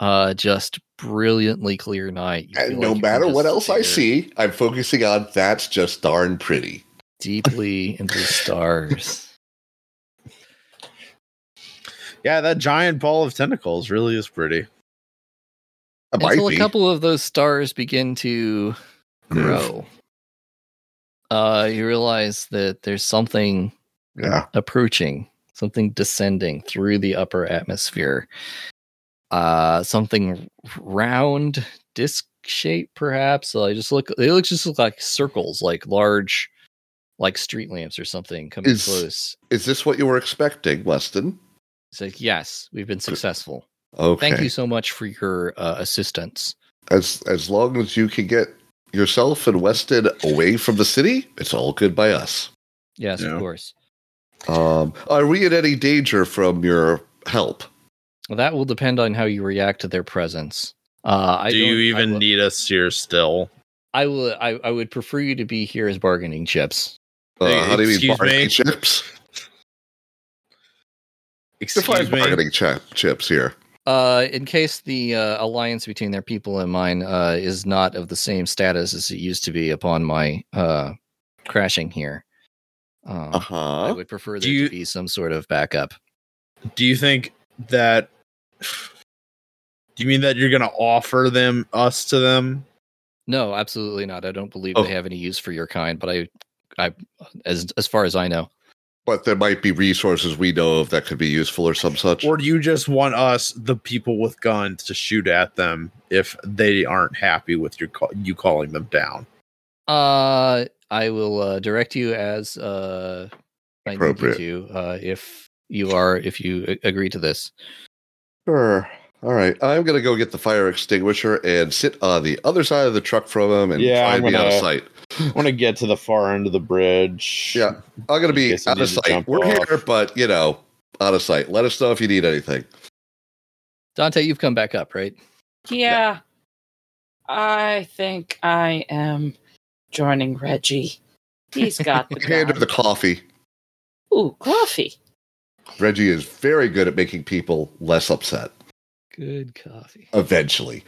[SPEAKER 2] uh just brilliantly clear night. You
[SPEAKER 4] And
[SPEAKER 2] feel
[SPEAKER 4] no
[SPEAKER 2] like you can
[SPEAKER 4] matter what
[SPEAKER 2] just
[SPEAKER 4] else I
[SPEAKER 2] stare
[SPEAKER 4] see, I'm focusing on that's just darn pretty.
[SPEAKER 2] deeply into the stars.
[SPEAKER 5] Yeah, that giant ball of tentacles really is pretty.
[SPEAKER 4] It
[SPEAKER 2] Until
[SPEAKER 4] might
[SPEAKER 2] a
[SPEAKER 4] be. Hmm.
[SPEAKER 2] couple of those stars begin to grow. Uh you realize that there's something
[SPEAKER 4] Yeah.
[SPEAKER 2] approaching something descending through the upper atmosphere. Uh, something round, disc shaped, perhaps. So I just look. It looks just look like circles, like large, like street lamps or something coming
[SPEAKER 4] Is-
[SPEAKER 2] close.
[SPEAKER 4] Is this what you were expecting, Weston?
[SPEAKER 2] It's like yes, we've been successful.
[SPEAKER 4] Okay.
[SPEAKER 2] Thank you so much for your uh, assistance.
[SPEAKER 4] As as long as you can get yourself and Weston away from the city, it's all good by us.
[SPEAKER 2] Yes,
[SPEAKER 5] Yeah.
[SPEAKER 2] of course.
[SPEAKER 4] Um, are we in any danger from your help?
[SPEAKER 2] Well, that will depend on how you react to their presence. Uh, I
[SPEAKER 5] Do you
[SPEAKER 2] don't- I
[SPEAKER 5] even
[SPEAKER 2] will-
[SPEAKER 5] need us here still?
[SPEAKER 2] I will. I, I would prefer you to be here as bargaining chips.
[SPEAKER 4] Uh,
[SPEAKER 5] Hey,
[SPEAKER 4] how do you mean
[SPEAKER 5] excuse
[SPEAKER 4] bargaining
[SPEAKER 5] me?
[SPEAKER 4] chips?
[SPEAKER 5] Excuse
[SPEAKER 4] Define
[SPEAKER 5] me.
[SPEAKER 4] bargaining chap chips here.
[SPEAKER 2] Uh, in case the uh, alliance between their people and mine uh, is not of the same status as it used to be upon my uh, crashing here, um, I
[SPEAKER 4] huh.
[SPEAKER 2] would prefer
[SPEAKER 5] Do
[SPEAKER 2] there
[SPEAKER 5] you-
[SPEAKER 2] to be some sort of backup.
[SPEAKER 5] Do you think that? Do you mean that you're gonna offer them us to them?
[SPEAKER 2] No, absolutely not. I don't believe
[SPEAKER 4] Oh.
[SPEAKER 2] they have any use for your kind. But I, I, as as far as I know,
[SPEAKER 4] But there might be resources we know of that could be useful or some such.
[SPEAKER 5] Or do you just want us, the people with guns, to shoot at them if they aren't happy with your call, you calling them down?
[SPEAKER 2] Uh, I will uh, direct you as uh, I need you
[SPEAKER 4] Appropriate.
[SPEAKER 2] to, uh, if you are, if you a- agree to this.
[SPEAKER 4] Sure. All right. I'm gonna go get the fire extinguisher and sit on the other side of the truck from him and
[SPEAKER 5] Yeah,
[SPEAKER 4] try
[SPEAKER 5] I'm
[SPEAKER 4] and be out of
[SPEAKER 5] gonna-
[SPEAKER 4] sight.
[SPEAKER 5] I want to get to the far end of the bridge.
[SPEAKER 4] Yeah, I'm gonna be
[SPEAKER 5] Guess I
[SPEAKER 4] out of
[SPEAKER 5] need to
[SPEAKER 4] sight.
[SPEAKER 5] jump
[SPEAKER 4] We're
[SPEAKER 5] off.
[SPEAKER 4] here, but you know, out of sight. Let us know if you need anything.
[SPEAKER 2] Dante, you've come back up, right?
[SPEAKER 3] Yeah. I think I am joining Reggie. He's got the
[SPEAKER 4] Hand her
[SPEAKER 3] gun.
[SPEAKER 4] the coffee.
[SPEAKER 3] Ooh, coffee.
[SPEAKER 4] Reggie is very good at making people less upset.
[SPEAKER 2] Good coffee.
[SPEAKER 4] Eventually,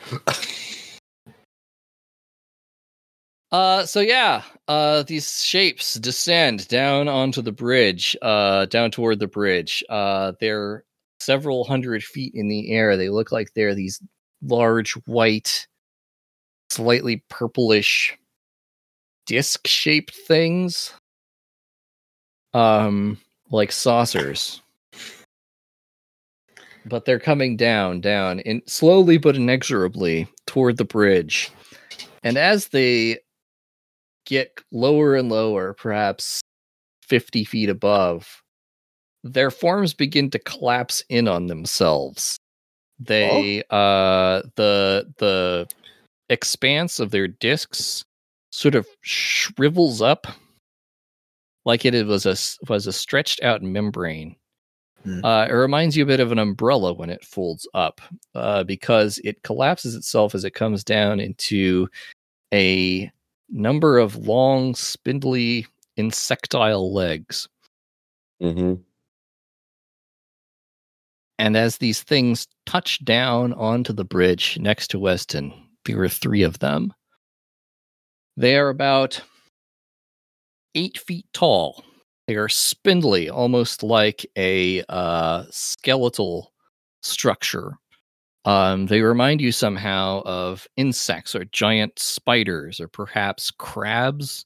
[SPEAKER 2] Uh, so yeah, uh, these shapes descend down onto the bridge, uh, down toward the bridge. Uh, they're several hundred feet in the air. They look like they're these large white, slightly purplish, disc-shaped things, um, like saucers. But they're coming down, down, and slowly but inexorably toward the bridge. And as they get lower and lower, perhaps 50 feet above, their forms begin to collapse in on themselves. They uh the the expanse of their discs sort of shrivels up like it was a s- was a stretched out membrane.
[SPEAKER 5] Hmm.
[SPEAKER 2] Uh, it reminds you a bit of an umbrella when it folds up, uh, because it collapses itself as it comes down into a number of long, spindly, insectile legs.
[SPEAKER 5] Mm-hmm.
[SPEAKER 4] Mhm.
[SPEAKER 2] And as these things touch down onto the bridge next to Weston, there are three of them. They are about eight feet tall. They are spindly, almost like a uh, skeletal structure. Um, they remind you somehow of insects or giant spiders or perhaps crabs.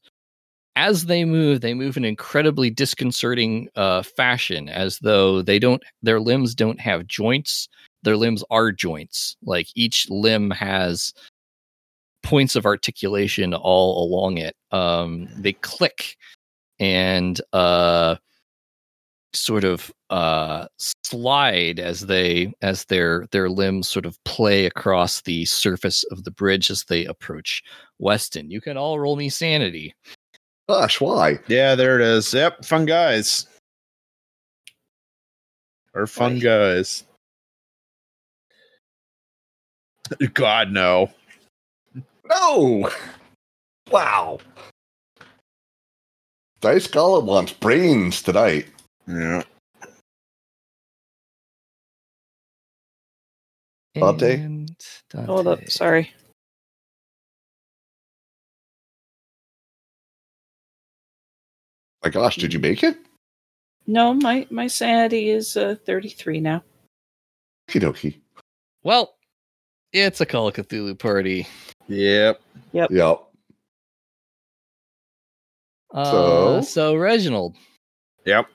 [SPEAKER 2] As they move, they move in incredibly disconcerting uh, fashion, as though they don't. Their limbs don't have joints. Their limbs are joints. Like each limb has points of articulation all along it. Um, they click and uh, sort of uh, slide as they as their their limbs sort of play across the surface of the bridge as they approach Weston. You can all roll me sanity.
[SPEAKER 4] gosh, why?
[SPEAKER 5] Yeah, there it is. Yep, fun guys. Or fun
[SPEAKER 2] Right.
[SPEAKER 5] guys. God no.
[SPEAKER 4] No. Wow. Dice Golem wants brains tonight.
[SPEAKER 5] Yeah.
[SPEAKER 4] Dante?
[SPEAKER 2] And Dante.
[SPEAKER 3] Hold up. Oh, Sorry.
[SPEAKER 4] My gosh, did you make it?
[SPEAKER 3] No, my, my sanity is uh, 33 now.
[SPEAKER 4] Okie dokie.
[SPEAKER 2] Well, it's a Call of Cthulhu party.
[SPEAKER 5] Yep.
[SPEAKER 4] Yep.
[SPEAKER 2] Uh,
[SPEAKER 4] So?
[SPEAKER 2] so Reginald,
[SPEAKER 5] Yep.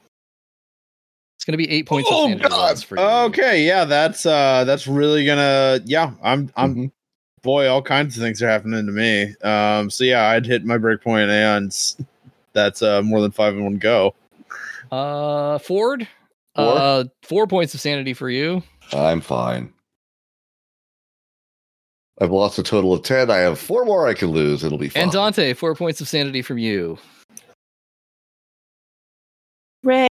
[SPEAKER 2] It's going to be eight points
[SPEAKER 4] Oh,
[SPEAKER 2] of sanity
[SPEAKER 4] God.
[SPEAKER 2] loss for you.
[SPEAKER 5] Okay, yeah, that's uh that's really gonna yeah, I'm I'm
[SPEAKER 4] Mhm.
[SPEAKER 5] boy, all kinds of things are happening to me. Um so yeah, I'd hit my break point and s- that's uh more than five in one go.
[SPEAKER 2] Uh, Ford.
[SPEAKER 4] Four.
[SPEAKER 2] Uh, four points of sanity for you.
[SPEAKER 4] I'm fine. I've lost a total of 10. I have four more I can lose. It'll be fine.
[SPEAKER 2] And Dante, four points of sanity from you.
[SPEAKER 3] Ray,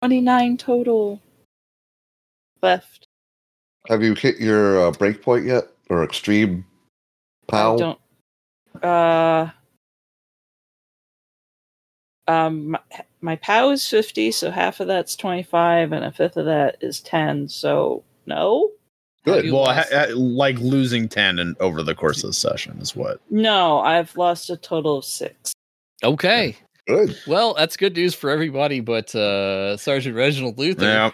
[SPEAKER 3] 29 total left.
[SPEAKER 4] Have you hit your uh, breakpoint yet? Or extreme
[SPEAKER 3] I
[SPEAKER 4] pow?
[SPEAKER 3] don't. Uh, um, my, my POW is 50, so half of that's 25, and a fifth of that is 10, so no.
[SPEAKER 2] Have
[SPEAKER 4] Good.
[SPEAKER 2] you
[SPEAKER 5] Well, I,
[SPEAKER 2] lost-
[SPEAKER 5] I, like losing ten and over the course of the session is what.
[SPEAKER 3] No, I've lost a total of six.
[SPEAKER 2] okay.
[SPEAKER 4] Good.
[SPEAKER 2] Well, that's good news for everybody, but uh, Sergeant Reginald Luther.
[SPEAKER 5] Yeah,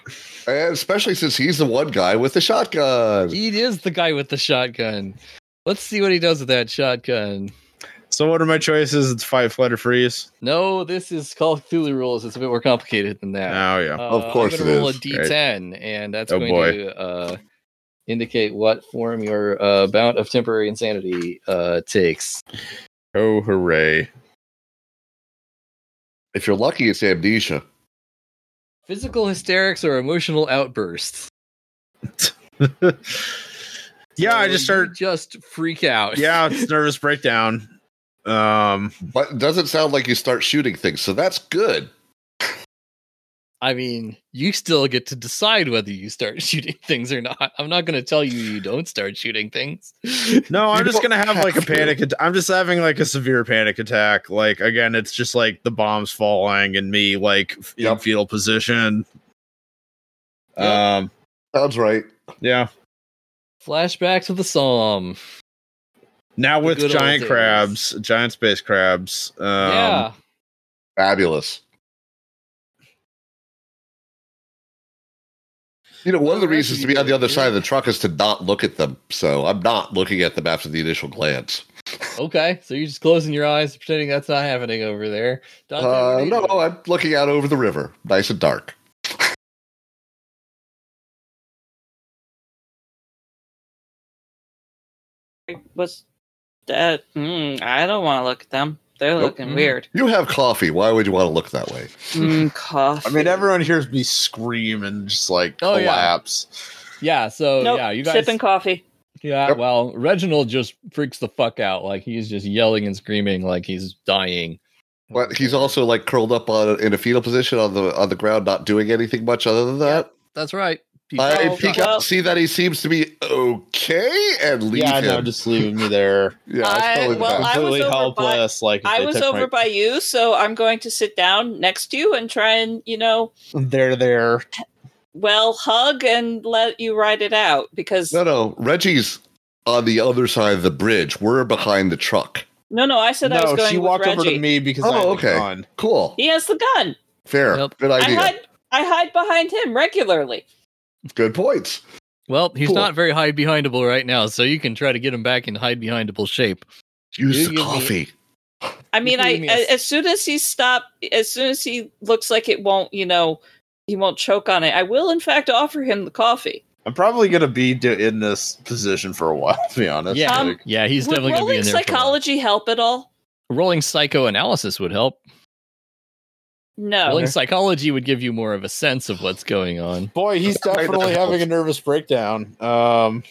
[SPEAKER 4] And especially since he's the one guy with the shotgun.
[SPEAKER 2] He is the guy with the shotgun. Let's see what he does with that shotgun.
[SPEAKER 5] So what are my choices? It's five flutter freeze.
[SPEAKER 2] No, this is Call of Cthulhu rules. It's a bit more complicated than that.
[SPEAKER 5] Oh yeah.
[SPEAKER 2] Uh,
[SPEAKER 4] Of course
[SPEAKER 2] I'm gonna
[SPEAKER 4] it
[SPEAKER 2] roll
[SPEAKER 4] is.
[SPEAKER 2] a D10, and that's
[SPEAKER 5] Oh,
[SPEAKER 2] going
[SPEAKER 5] boy.
[SPEAKER 2] to uh, indicate what form your uh, bout of temporary insanity uh, takes.
[SPEAKER 5] Oh hooray.
[SPEAKER 4] If you're lucky, it's amnesia.
[SPEAKER 2] Physical hysterics or emotional outbursts.
[SPEAKER 5] yeah, I
[SPEAKER 2] So
[SPEAKER 5] just
[SPEAKER 2] you
[SPEAKER 5] started
[SPEAKER 2] Just freak out.
[SPEAKER 5] yeah, it's nervous breakdown. Um
[SPEAKER 4] But it doesn't sound like you start shooting things, so that's good.
[SPEAKER 2] I mean, you still get to decide whether you start shooting things or not. I'm not going to tell you you don't start shooting things.
[SPEAKER 5] No,
[SPEAKER 4] You
[SPEAKER 5] I'm just
[SPEAKER 4] don't
[SPEAKER 5] gonna have like a
[SPEAKER 4] have to.
[SPEAKER 5] panic. At- I'm just having like a severe panic attack. Like again, it's just like the bombs falling and me like f- in
[SPEAKER 4] Yep.
[SPEAKER 5] fetal position.
[SPEAKER 2] Yep.
[SPEAKER 5] Um,
[SPEAKER 4] Sounds right.
[SPEAKER 5] yeah.
[SPEAKER 2] Flashbacks of the psalm.
[SPEAKER 5] Now
[SPEAKER 2] The
[SPEAKER 5] with
[SPEAKER 2] good old
[SPEAKER 5] giant
[SPEAKER 2] days.
[SPEAKER 5] crabs, giant space crabs. Um,
[SPEAKER 2] yeah.
[SPEAKER 4] Fabulous. You know, one of the
[SPEAKER 2] Well,
[SPEAKER 4] reasons to
[SPEAKER 2] actually,
[SPEAKER 4] be on the other
[SPEAKER 2] yeah.
[SPEAKER 4] side of the truck is to not look at them. So I'm not looking at them after the initial glance.
[SPEAKER 2] Okay, so you're just closing your eyes, pretending that's not happening over there. Dante, what are
[SPEAKER 4] Uh,
[SPEAKER 2] you
[SPEAKER 4] no,
[SPEAKER 2] doing?
[SPEAKER 4] I'm looking out over the river, nice and dark.
[SPEAKER 3] What's that? Mm, I don't want to look at them. They're
[SPEAKER 4] Nope.
[SPEAKER 3] looking weird.
[SPEAKER 4] You have coffee. Why would you want to look that way?
[SPEAKER 3] Mm, cough.
[SPEAKER 5] Mm-hmm. I mean, everyone hears me scream and just like
[SPEAKER 2] Oh, yeah.
[SPEAKER 5] collapse.
[SPEAKER 2] yeah, so
[SPEAKER 3] nope,
[SPEAKER 2] Oh, yeah, you guys.
[SPEAKER 3] sipping coffee.
[SPEAKER 2] yeah,
[SPEAKER 4] Yep.
[SPEAKER 2] well, Reginald just freaks the fuck out. Like he's just yelling and screaming, like he's dying.
[SPEAKER 4] But he's also like curled up on in a fetal position on the on the ground, not doing anything much other than that.
[SPEAKER 2] That's right. Peace
[SPEAKER 4] I
[SPEAKER 2] out.
[SPEAKER 3] Oh,
[SPEAKER 4] peek
[SPEAKER 3] God.
[SPEAKER 4] out, see that he seems to be okay, and leave
[SPEAKER 5] yeah,
[SPEAKER 4] him.
[SPEAKER 5] no, just leaving me there.
[SPEAKER 4] yeah, it's
[SPEAKER 3] I-
[SPEAKER 4] probably the
[SPEAKER 3] well,
[SPEAKER 4] best.
[SPEAKER 3] I was
[SPEAKER 5] completely
[SPEAKER 3] over by-
[SPEAKER 5] helpless. like if
[SPEAKER 3] I
[SPEAKER 5] they
[SPEAKER 3] was
[SPEAKER 5] took
[SPEAKER 3] over
[SPEAKER 5] my-
[SPEAKER 3] by you, so I'm going to sit down next to you and try and, you know,
[SPEAKER 5] They're there.
[SPEAKER 3] well, hug and let you ride it out because
[SPEAKER 4] No, no. Reggie's on the other side of the bridge. We're behind the truck.
[SPEAKER 3] No, no, I said I was
[SPEAKER 5] no,
[SPEAKER 3] going
[SPEAKER 5] she
[SPEAKER 3] with
[SPEAKER 5] walked
[SPEAKER 3] Reggie.
[SPEAKER 5] over to me because
[SPEAKER 4] Oh,
[SPEAKER 5] I had
[SPEAKER 4] okay.
[SPEAKER 5] okay. gone.
[SPEAKER 4] Cool.
[SPEAKER 3] He has the gun.
[SPEAKER 4] Fair.
[SPEAKER 2] Yep.
[SPEAKER 4] Good
[SPEAKER 3] I
[SPEAKER 4] idea.
[SPEAKER 3] hide, I hide behind him regularly.
[SPEAKER 4] Good points.
[SPEAKER 2] Well, he's
[SPEAKER 4] Cool.
[SPEAKER 2] not very hide behindable right now, so you can try to get him back in hide behindable shape. You
[SPEAKER 4] Use
[SPEAKER 2] give me-
[SPEAKER 4] the coffee.
[SPEAKER 3] I mean,
[SPEAKER 2] What do
[SPEAKER 3] I
[SPEAKER 2] you mean, yes?
[SPEAKER 3] as soon as he stop, as soon as he looks like it won't, you know, he won't choke on it. I will, in fact, offer him the coffee.
[SPEAKER 5] I'm probably gonna be do- in this position for a while. To be honest,
[SPEAKER 2] Yeah.
[SPEAKER 3] Um,
[SPEAKER 5] Like,
[SPEAKER 2] Yeah, he's
[SPEAKER 3] Would
[SPEAKER 2] definitely going to be
[SPEAKER 3] rolling
[SPEAKER 2] in there. for a while.
[SPEAKER 3] psychology help at all?
[SPEAKER 2] Rolling psychoanalysis would help.
[SPEAKER 3] No.
[SPEAKER 2] Rolling psychology would give you more of a sense of what's going on.
[SPEAKER 5] boy, he's definitely having a nervous breakdown. Um,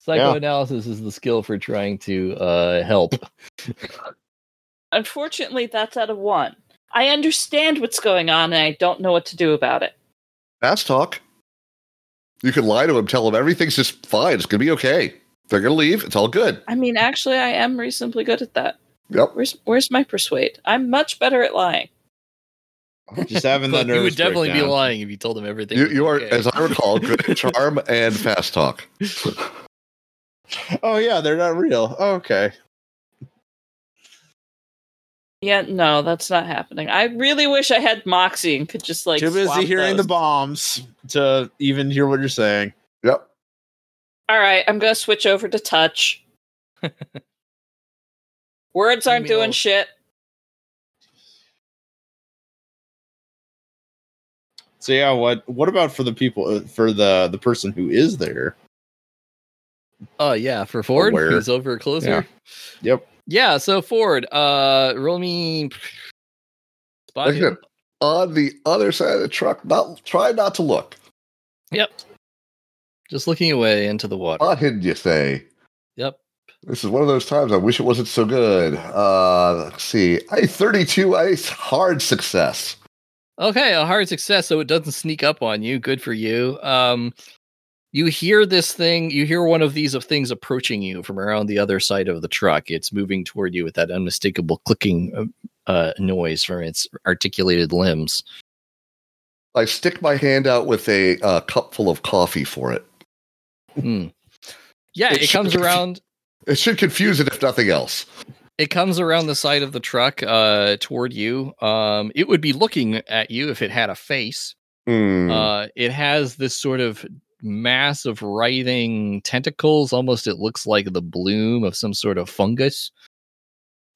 [SPEAKER 2] Psychoanalysis is the skill for trying to uh, help.
[SPEAKER 3] Unfortunately, that's out of one. I understand what's going on, and I don't know what to do about it.
[SPEAKER 4] Fast talk. You can lie to him, tell him everything's just fine. It's going to be okay. They're going to leave. It's all good.
[SPEAKER 3] I mean, actually, I am reasonably good at that.
[SPEAKER 4] Yep.
[SPEAKER 3] Where's Where's my persuade? I'm much better at lying.
[SPEAKER 5] just having that
[SPEAKER 2] But
[SPEAKER 5] nervous
[SPEAKER 2] you would definitely
[SPEAKER 5] breakdown.
[SPEAKER 2] be lying if you told him everything.
[SPEAKER 4] You,
[SPEAKER 2] was
[SPEAKER 4] you are,
[SPEAKER 2] okay.
[SPEAKER 4] as I recall, good at charm and fast talk.
[SPEAKER 5] Oh yeah, they're not real. Oh, okay,
[SPEAKER 3] Yeah, no, that's not happening. I really wish I had Moxie and could just like.
[SPEAKER 5] too busy
[SPEAKER 3] swap
[SPEAKER 5] hearing
[SPEAKER 3] those.
[SPEAKER 5] the bombs to even hear what you're saying.
[SPEAKER 4] Yep.
[SPEAKER 3] All right, I'm gonna switch over to touch. Words aren't
[SPEAKER 2] Email.
[SPEAKER 3] doing shit.
[SPEAKER 5] So yeah, what what about for the people uh, for the the person who is there?
[SPEAKER 2] Oh yeah, for Ford,
[SPEAKER 5] Aware.
[SPEAKER 2] who's over closer.
[SPEAKER 5] Yeah. Yep.
[SPEAKER 2] Yeah, so Ford, uh roll me spot
[SPEAKER 4] Isn't
[SPEAKER 2] hidden.
[SPEAKER 4] it on the other side of the truck? Not try not to look.
[SPEAKER 2] Just looking away into the
[SPEAKER 5] Uh.
[SPEAKER 2] water.
[SPEAKER 4] Not hidden, you say.
[SPEAKER 2] Yep.
[SPEAKER 4] This is one of those times I wish it wasn't so good. Uh, let's see. I 32, I hard success.
[SPEAKER 2] Okay, a hard success, so it doesn't sneak up on you. Good for you. Um, you hear this thing. You hear one of these of things approaching you from around the other side of the truck. It's moving toward you with that unmistakable clicking uh, uh, noise from its articulated limbs.
[SPEAKER 4] I stick my hand out with a uh, cup full of coffee for it.
[SPEAKER 2] Hmm. Yeah,
[SPEAKER 4] It
[SPEAKER 2] it comes
[SPEAKER 4] should-
[SPEAKER 2] around.
[SPEAKER 4] It should confuse it if nothing else.
[SPEAKER 2] It comes around the side of the truck uh, toward you. Um, it would be looking at you if it had a face.
[SPEAKER 4] Hmm.
[SPEAKER 2] Uh, it has this sort of mass of writhing tentacles. Almost, it looks like the bloom of some sort of fungus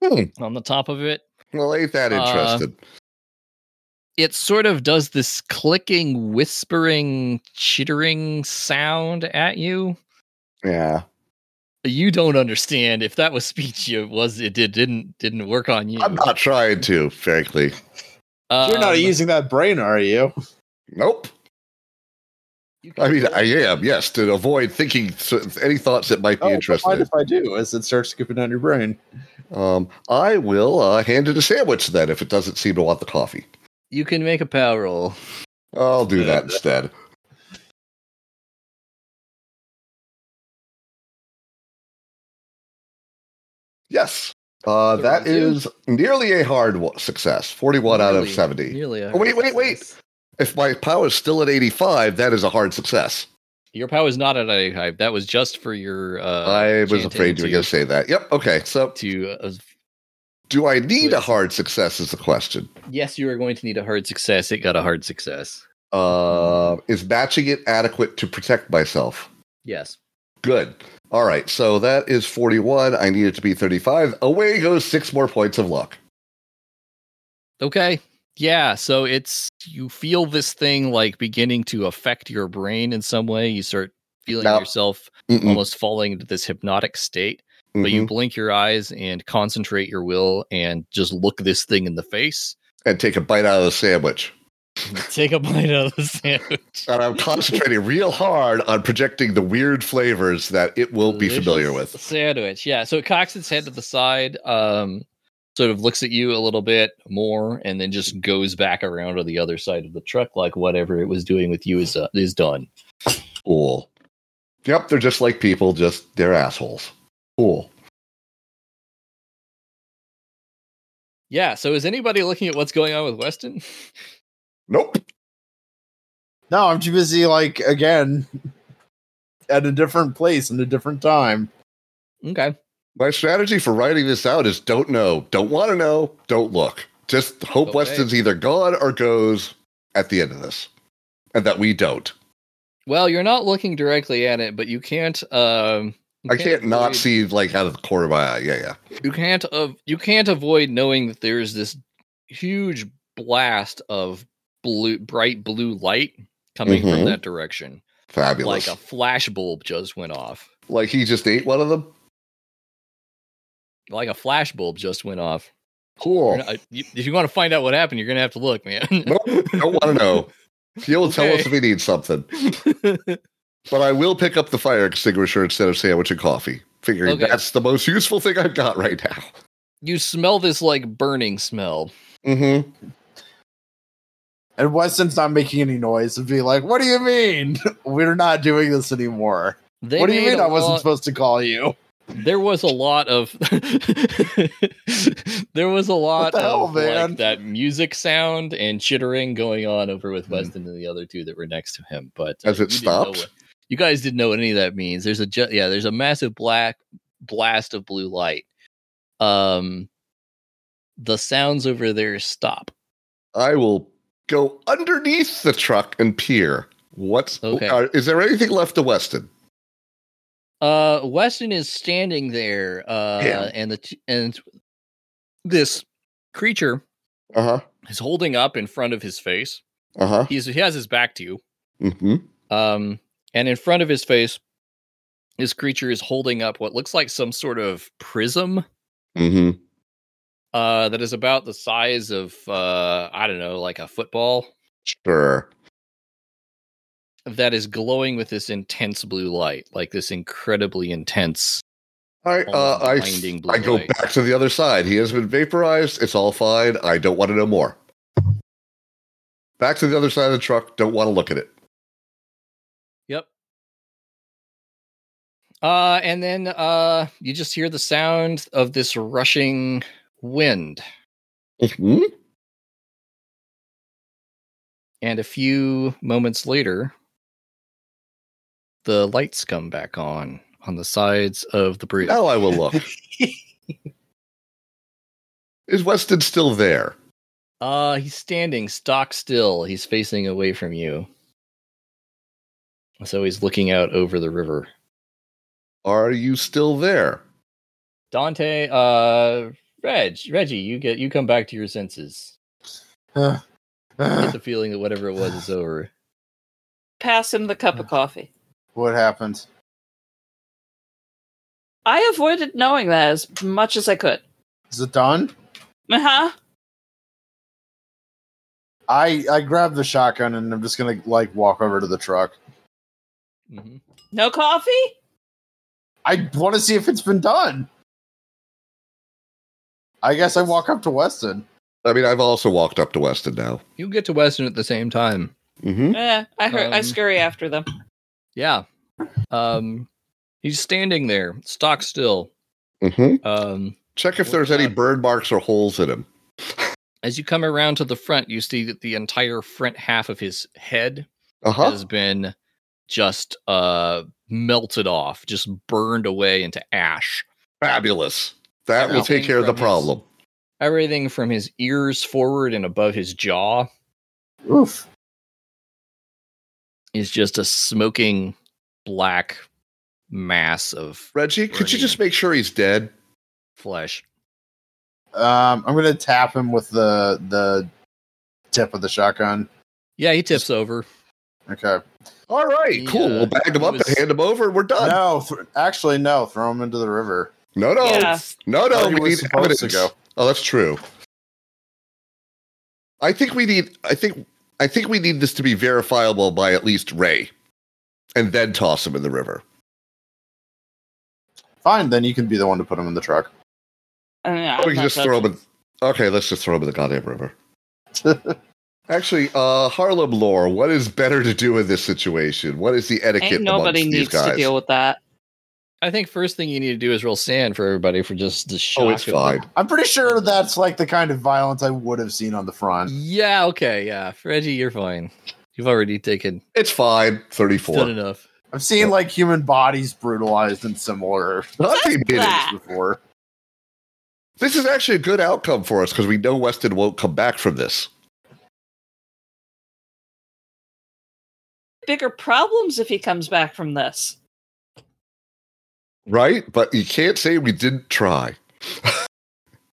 [SPEAKER 4] Hmm.
[SPEAKER 2] on the top of it.
[SPEAKER 4] Well, ain't that
[SPEAKER 2] uh,
[SPEAKER 4] interested?
[SPEAKER 2] It sort of does this clicking, whispering, chittering sound at you.
[SPEAKER 4] yeah.
[SPEAKER 2] You don't understand. If that was speech, it was it did, didn't didn't work on you.
[SPEAKER 4] I'm not trying to, frankly.
[SPEAKER 5] You're not
[SPEAKER 2] Um,
[SPEAKER 5] using that brain, are you?
[SPEAKER 4] Nope.
[SPEAKER 2] you can
[SPEAKER 4] I mean,
[SPEAKER 2] roll-
[SPEAKER 4] I am, yes, to avoid thinking so- any thoughts that might be
[SPEAKER 5] Oh,
[SPEAKER 4] interesting.
[SPEAKER 5] mind if I do? As it starts skipping down your brain.
[SPEAKER 4] Um, I will uh, hand it a sandwich then if it doesn't seem to want the coffee.
[SPEAKER 2] you can make a power roll.
[SPEAKER 4] I'll do that instead. Yes, uh,
[SPEAKER 2] The
[SPEAKER 4] that
[SPEAKER 2] round two?
[SPEAKER 4] is nearly a hard wa- success. Forty-one out of
[SPEAKER 2] Nearly-
[SPEAKER 4] seventy.
[SPEAKER 2] nearly a
[SPEAKER 4] Oh, wait, wait, wait.
[SPEAKER 2] success.
[SPEAKER 4] If my power is still at eighty-five, that is a hard success.
[SPEAKER 2] Your power is not at a high. That was just for your. Uh,
[SPEAKER 4] I was
[SPEAKER 2] chanting
[SPEAKER 4] afraid you were going to say that. Yep. Okay. So,
[SPEAKER 2] to uh,
[SPEAKER 4] do I need a
[SPEAKER 2] Please.
[SPEAKER 4] hard success? Is the question.
[SPEAKER 2] yes you are going to need a hard success it got a hard success
[SPEAKER 4] Uh, is matching it adequate to protect myself?
[SPEAKER 2] yes
[SPEAKER 4] Good. All right. So that is 41. I need it to be 35. Away goes six more points of luck.
[SPEAKER 2] okay yeah so it's you feel this thing like beginning to affect your brain in some way you start feeling
[SPEAKER 4] No.
[SPEAKER 2] yourself
[SPEAKER 4] Mm-mm,
[SPEAKER 2] almost falling into this hypnotic state but you
[SPEAKER 4] mhm.
[SPEAKER 2] blink your eyes and concentrate your will and just look this thing in the face
[SPEAKER 4] And take a bite out of the sandwich.
[SPEAKER 2] take a bite out of the sandwich
[SPEAKER 4] And I'm concentrating real hard on projecting the weird flavors that it will be familiar
[SPEAKER 2] Delicious
[SPEAKER 4] with.
[SPEAKER 2] Sandwich, yeah. So it cocks its head to the side, um, sort of looks at you a little bit more, and then just goes back around to the other side of the truck, like whatever it was doing with you is uh, is done.
[SPEAKER 4] Cool. Yep. They're just like people, just they're assholes. Cool.
[SPEAKER 2] Yeah. So is anybody looking at what's going on with Weston?
[SPEAKER 4] Nope.
[SPEAKER 5] No, I'm too busy. Like again, at a different place and a different time.
[SPEAKER 2] Okay.
[SPEAKER 4] My strategy for writing this out is don't know, don't want to know, don't look. Just hope
[SPEAKER 2] Okay.
[SPEAKER 4] Weston's either gone or goes at the end of this, and that we don't.
[SPEAKER 2] Well, you're not looking directly at it, but you can't. Um, you
[SPEAKER 4] I can't not
[SPEAKER 2] avoid-
[SPEAKER 4] see like out of the corner of my eye. Yeah, yeah.
[SPEAKER 2] You can't. Av- you can't avoid knowing that there's this huge blast of blue, bright blue light coming
[SPEAKER 4] Mhm.
[SPEAKER 2] from that direction. like
[SPEAKER 4] Fabulous. Like,
[SPEAKER 2] a flash bulb just went off.
[SPEAKER 4] he just ate one of them.
[SPEAKER 2] Like a flash bulb just went off.
[SPEAKER 5] Oh.
[SPEAKER 4] Cool.
[SPEAKER 2] You're not- I- you- if you want to find out what happened, you're gonna have to look, man.
[SPEAKER 4] Nope, don't want to know. He'll tell
[SPEAKER 2] Okay.
[SPEAKER 4] us if he needs something. But I will pick up the fire extinguisher instead of sandwich and coffee, figuring
[SPEAKER 2] Okay.
[SPEAKER 4] that's the most useful thing I've got right now.
[SPEAKER 2] you smell this like burning smell.
[SPEAKER 4] Mm-hmm.
[SPEAKER 5] And Weston's not making any noise and be like, "What do you mean? We're not doing this anymore."
[SPEAKER 2] They
[SPEAKER 5] what do you
[SPEAKER 2] made
[SPEAKER 5] mean
[SPEAKER 2] a
[SPEAKER 5] I wasn't
[SPEAKER 2] lot-
[SPEAKER 5] supposed to call you?
[SPEAKER 2] There was a lot of. there was a lot
[SPEAKER 5] the hell,
[SPEAKER 2] of like,
[SPEAKER 5] man?
[SPEAKER 2] that music sound and chittering going on over
[SPEAKER 5] Hmm.
[SPEAKER 2] with Weston and the other two that were next to him. But uh,
[SPEAKER 4] As it
[SPEAKER 2] you didn't know
[SPEAKER 4] stopped?
[SPEAKER 2] what- you guys didn't know what any of that means. There's a ju- yeah. There's a massive black blast of blue light. Um, the sounds over there stop.
[SPEAKER 4] I will go underneath the truck and peer. What's
[SPEAKER 2] Okay.
[SPEAKER 4] are- is there anything left to Weston?
[SPEAKER 2] Uh, Weston is standing there. Uh,
[SPEAKER 4] Yeah.
[SPEAKER 2] and the t- and this creature
[SPEAKER 4] Uh huh. Uh-huh,
[SPEAKER 2] is holding up in front of his face.
[SPEAKER 4] Uh huh.
[SPEAKER 2] He's he has his back to you.
[SPEAKER 4] Mm-hmm.
[SPEAKER 2] Um, and in front of his face, this creature is holding up what looks like some sort of prism
[SPEAKER 4] Mm-hmm.
[SPEAKER 2] uh, that is about the size of uh, I don't know, like a football
[SPEAKER 4] Sure.
[SPEAKER 2] that is glowing with this intense blue light, like this incredibly intense.
[SPEAKER 4] All right. Uh, I,
[SPEAKER 2] Blinding blue
[SPEAKER 4] I go
[SPEAKER 2] light.
[SPEAKER 4] back to the other side. He has been vaporized. It's all fine. I don't want to know more. Back to the other side of the truck. Don't want to look at it.
[SPEAKER 2] Yep. Uh, and then uh, you just hear the sound of this rushing wind.
[SPEAKER 4] Mm-hmm.
[SPEAKER 2] And a few moments later, the lights come back on on the sides of the bridge.
[SPEAKER 4] Now I will look. Is Weston still there?
[SPEAKER 2] Uh, he's standing stock still. He's facing away from you. So he's looking out over the river.
[SPEAKER 4] Are you still there?
[SPEAKER 2] Dante, uh, Reg, Reggie, you get you come back to your senses. You get the feeling that whatever it was is over.
[SPEAKER 3] Pass him the cup of coffee.
[SPEAKER 6] What happened?
[SPEAKER 3] I avoided knowing that as much as I could.
[SPEAKER 6] Is it done?
[SPEAKER 3] Uh huh.
[SPEAKER 6] I I grabbed the shotgun and I'm just gonna like walk over to the truck.
[SPEAKER 2] Mhm.
[SPEAKER 3] No coffee?
[SPEAKER 6] I want to see if it's been done. I guess I walk up to Weston.
[SPEAKER 4] I mean, I've also walked up to Weston now.
[SPEAKER 2] You get to Weston at the same time.
[SPEAKER 4] Mm-hmm.
[SPEAKER 3] Eh, I heard, I
[SPEAKER 2] Um,
[SPEAKER 3] scurry after them.
[SPEAKER 2] Yeah. Um, he's standing there, stock still.
[SPEAKER 4] Mm-hmm.
[SPEAKER 2] Um,
[SPEAKER 4] Check if there's any burn marks or holes in him.
[SPEAKER 2] As you come around to the front, you see that the entire front half of his head
[SPEAKER 4] Uh huh.
[SPEAKER 2] has been just uh melted off, just burned away into ash.
[SPEAKER 4] Fabulous. That will take care of the problem.
[SPEAKER 2] Everything from his ears forward and above his jaw
[SPEAKER 6] Oof.
[SPEAKER 2] is just a smoking black mass of
[SPEAKER 4] Reggie, could you just make sure he's dead?
[SPEAKER 2] flesh.
[SPEAKER 6] Um, I'm gonna tap him with the the tip of the shotgun.
[SPEAKER 2] Yeah, he tips over.
[SPEAKER 6] Okay.
[SPEAKER 4] All right,
[SPEAKER 2] Yeah,
[SPEAKER 4] cool. we'll bag him
[SPEAKER 2] he
[SPEAKER 4] up
[SPEAKER 2] was-
[SPEAKER 4] and hand him over. and We're done.
[SPEAKER 6] No, th- actually, no. Throw him into the river.
[SPEAKER 4] No, no,
[SPEAKER 3] Yeah. Uh,
[SPEAKER 6] Where
[SPEAKER 4] no, no.
[SPEAKER 6] he
[SPEAKER 4] We
[SPEAKER 6] was
[SPEAKER 4] need
[SPEAKER 6] supposed
[SPEAKER 4] evidence.
[SPEAKER 6] to go.
[SPEAKER 4] Oh, that's true. I think we need. I think. I think we need this to be verifiable by at least Ray, and then toss him in the river.
[SPEAKER 6] Fine, then you can be the one to put him in the truck.
[SPEAKER 3] I mean, I'm
[SPEAKER 4] Or we can
[SPEAKER 3] not
[SPEAKER 4] just throw him
[SPEAKER 3] touching-
[SPEAKER 4] in. Okay, let's just throw him in the goddamn river. Actually, uh, Harlem lore. What is better to do in this situation? What is the etiquette?
[SPEAKER 3] Ain't nobody
[SPEAKER 4] amongst these
[SPEAKER 3] needs
[SPEAKER 4] guys?
[SPEAKER 3] to deal with that.
[SPEAKER 2] I think first thing you need to do is roll sand for everybody for just the shock.
[SPEAKER 4] Oh, it's
[SPEAKER 2] of-
[SPEAKER 4] fine.
[SPEAKER 6] I'm pretty sure that's like the kind of violence I would have seen on the front.
[SPEAKER 2] Yeah, okay, yeah. Reggie, you're fine. You've already taken
[SPEAKER 4] It's fine.
[SPEAKER 2] done
[SPEAKER 4] Thirty-four.
[SPEAKER 2] enough.
[SPEAKER 6] I've seen like human bodies brutalized in similar
[SPEAKER 4] Nothing did it.
[SPEAKER 3] Ah.
[SPEAKER 6] before.
[SPEAKER 4] This is actually a good outcome for us because we know Weston won't come back from this.
[SPEAKER 3] Bigger problems if he comes back from this.
[SPEAKER 4] Right? But you can't say we didn't try.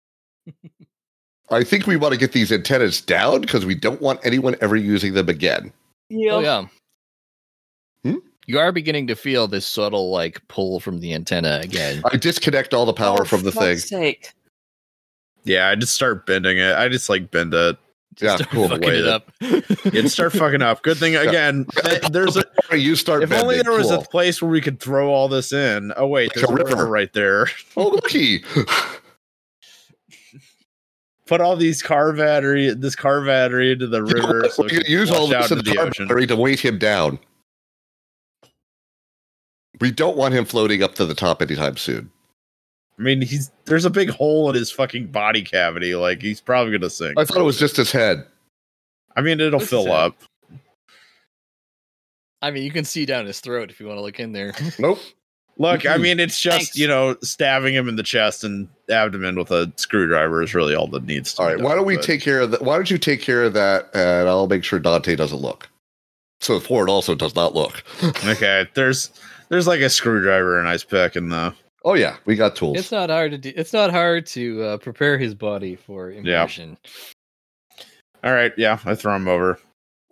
[SPEAKER 4] I think we want to get these antennas down because we don't want anyone ever using them again.
[SPEAKER 2] Oh
[SPEAKER 3] Yep.
[SPEAKER 2] yeah.
[SPEAKER 4] Hmm?
[SPEAKER 2] You are beginning to feel this subtle like pull from the antenna again.
[SPEAKER 4] I disconnect all the power
[SPEAKER 3] Oh,
[SPEAKER 4] from the thing.
[SPEAKER 3] fuck's Sake.
[SPEAKER 5] Yeah, I just start bending it. I just like bend it.
[SPEAKER 4] Yeah,
[SPEAKER 2] Start
[SPEAKER 4] cool.
[SPEAKER 2] fucking it
[SPEAKER 5] Wait.
[SPEAKER 2] up.
[SPEAKER 5] It start fucking up. Good thing again. th- There's a,
[SPEAKER 4] You start
[SPEAKER 5] if only
[SPEAKER 4] bending,
[SPEAKER 5] there was a
[SPEAKER 4] cool.
[SPEAKER 5] place where we could throw all this in. Oh wait,
[SPEAKER 4] Like
[SPEAKER 5] there's
[SPEAKER 4] a
[SPEAKER 5] a river
[SPEAKER 4] river.
[SPEAKER 5] right there.
[SPEAKER 4] Oh, looky.
[SPEAKER 5] Put all these car battery, this car battery into the river. so
[SPEAKER 4] We're going
[SPEAKER 5] it
[SPEAKER 4] to
[SPEAKER 5] can
[SPEAKER 4] use all
[SPEAKER 5] flush
[SPEAKER 4] this
[SPEAKER 5] out
[SPEAKER 4] in the carbury to weight him down. We don't want him floating up to the top anytime soon.
[SPEAKER 5] I mean, he's there's a big hole in his fucking body cavity. Like he's probably gonna sink.
[SPEAKER 4] I thought it was just his head.
[SPEAKER 5] I mean, it'll
[SPEAKER 2] Looks
[SPEAKER 5] fill
[SPEAKER 2] sad.
[SPEAKER 5] up.
[SPEAKER 2] I mean, you can see down his throat if you want to look in there.
[SPEAKER 4] Nope.
[SPEAKER 5] Look, I
[SPEAKER 4] Mhm.
[SPEAKER 5] mean, it's just
[SPEAKER 3] Thanks.
[SPEAKER 5] you know stabbing him in the chest and abdomen with a screwdriver is really all that needs. To
[SPEAKER 4] All
[SPEAKER 5] be
[SPEAKER 4] right.
[SPEAKER 5] done,
[SPEAKER 4] Why don't we
[SPEAKER 5] but-
[SPEAKER 4] take care of that? Why don't you take care of that, and I'll make sure Dante doesn't look. So Ford also does not look.
[SPEAKER 5] Okay, there's there's like a screwdriver and ice pick in the
[SPEAKER 4] Oh yeah, we got tools.
[SPEAKER 2] It's not hard to do. It's not hard to uh, prepare his body for immersion.
[SPEAKER 5] All right, yeah, I throw him over.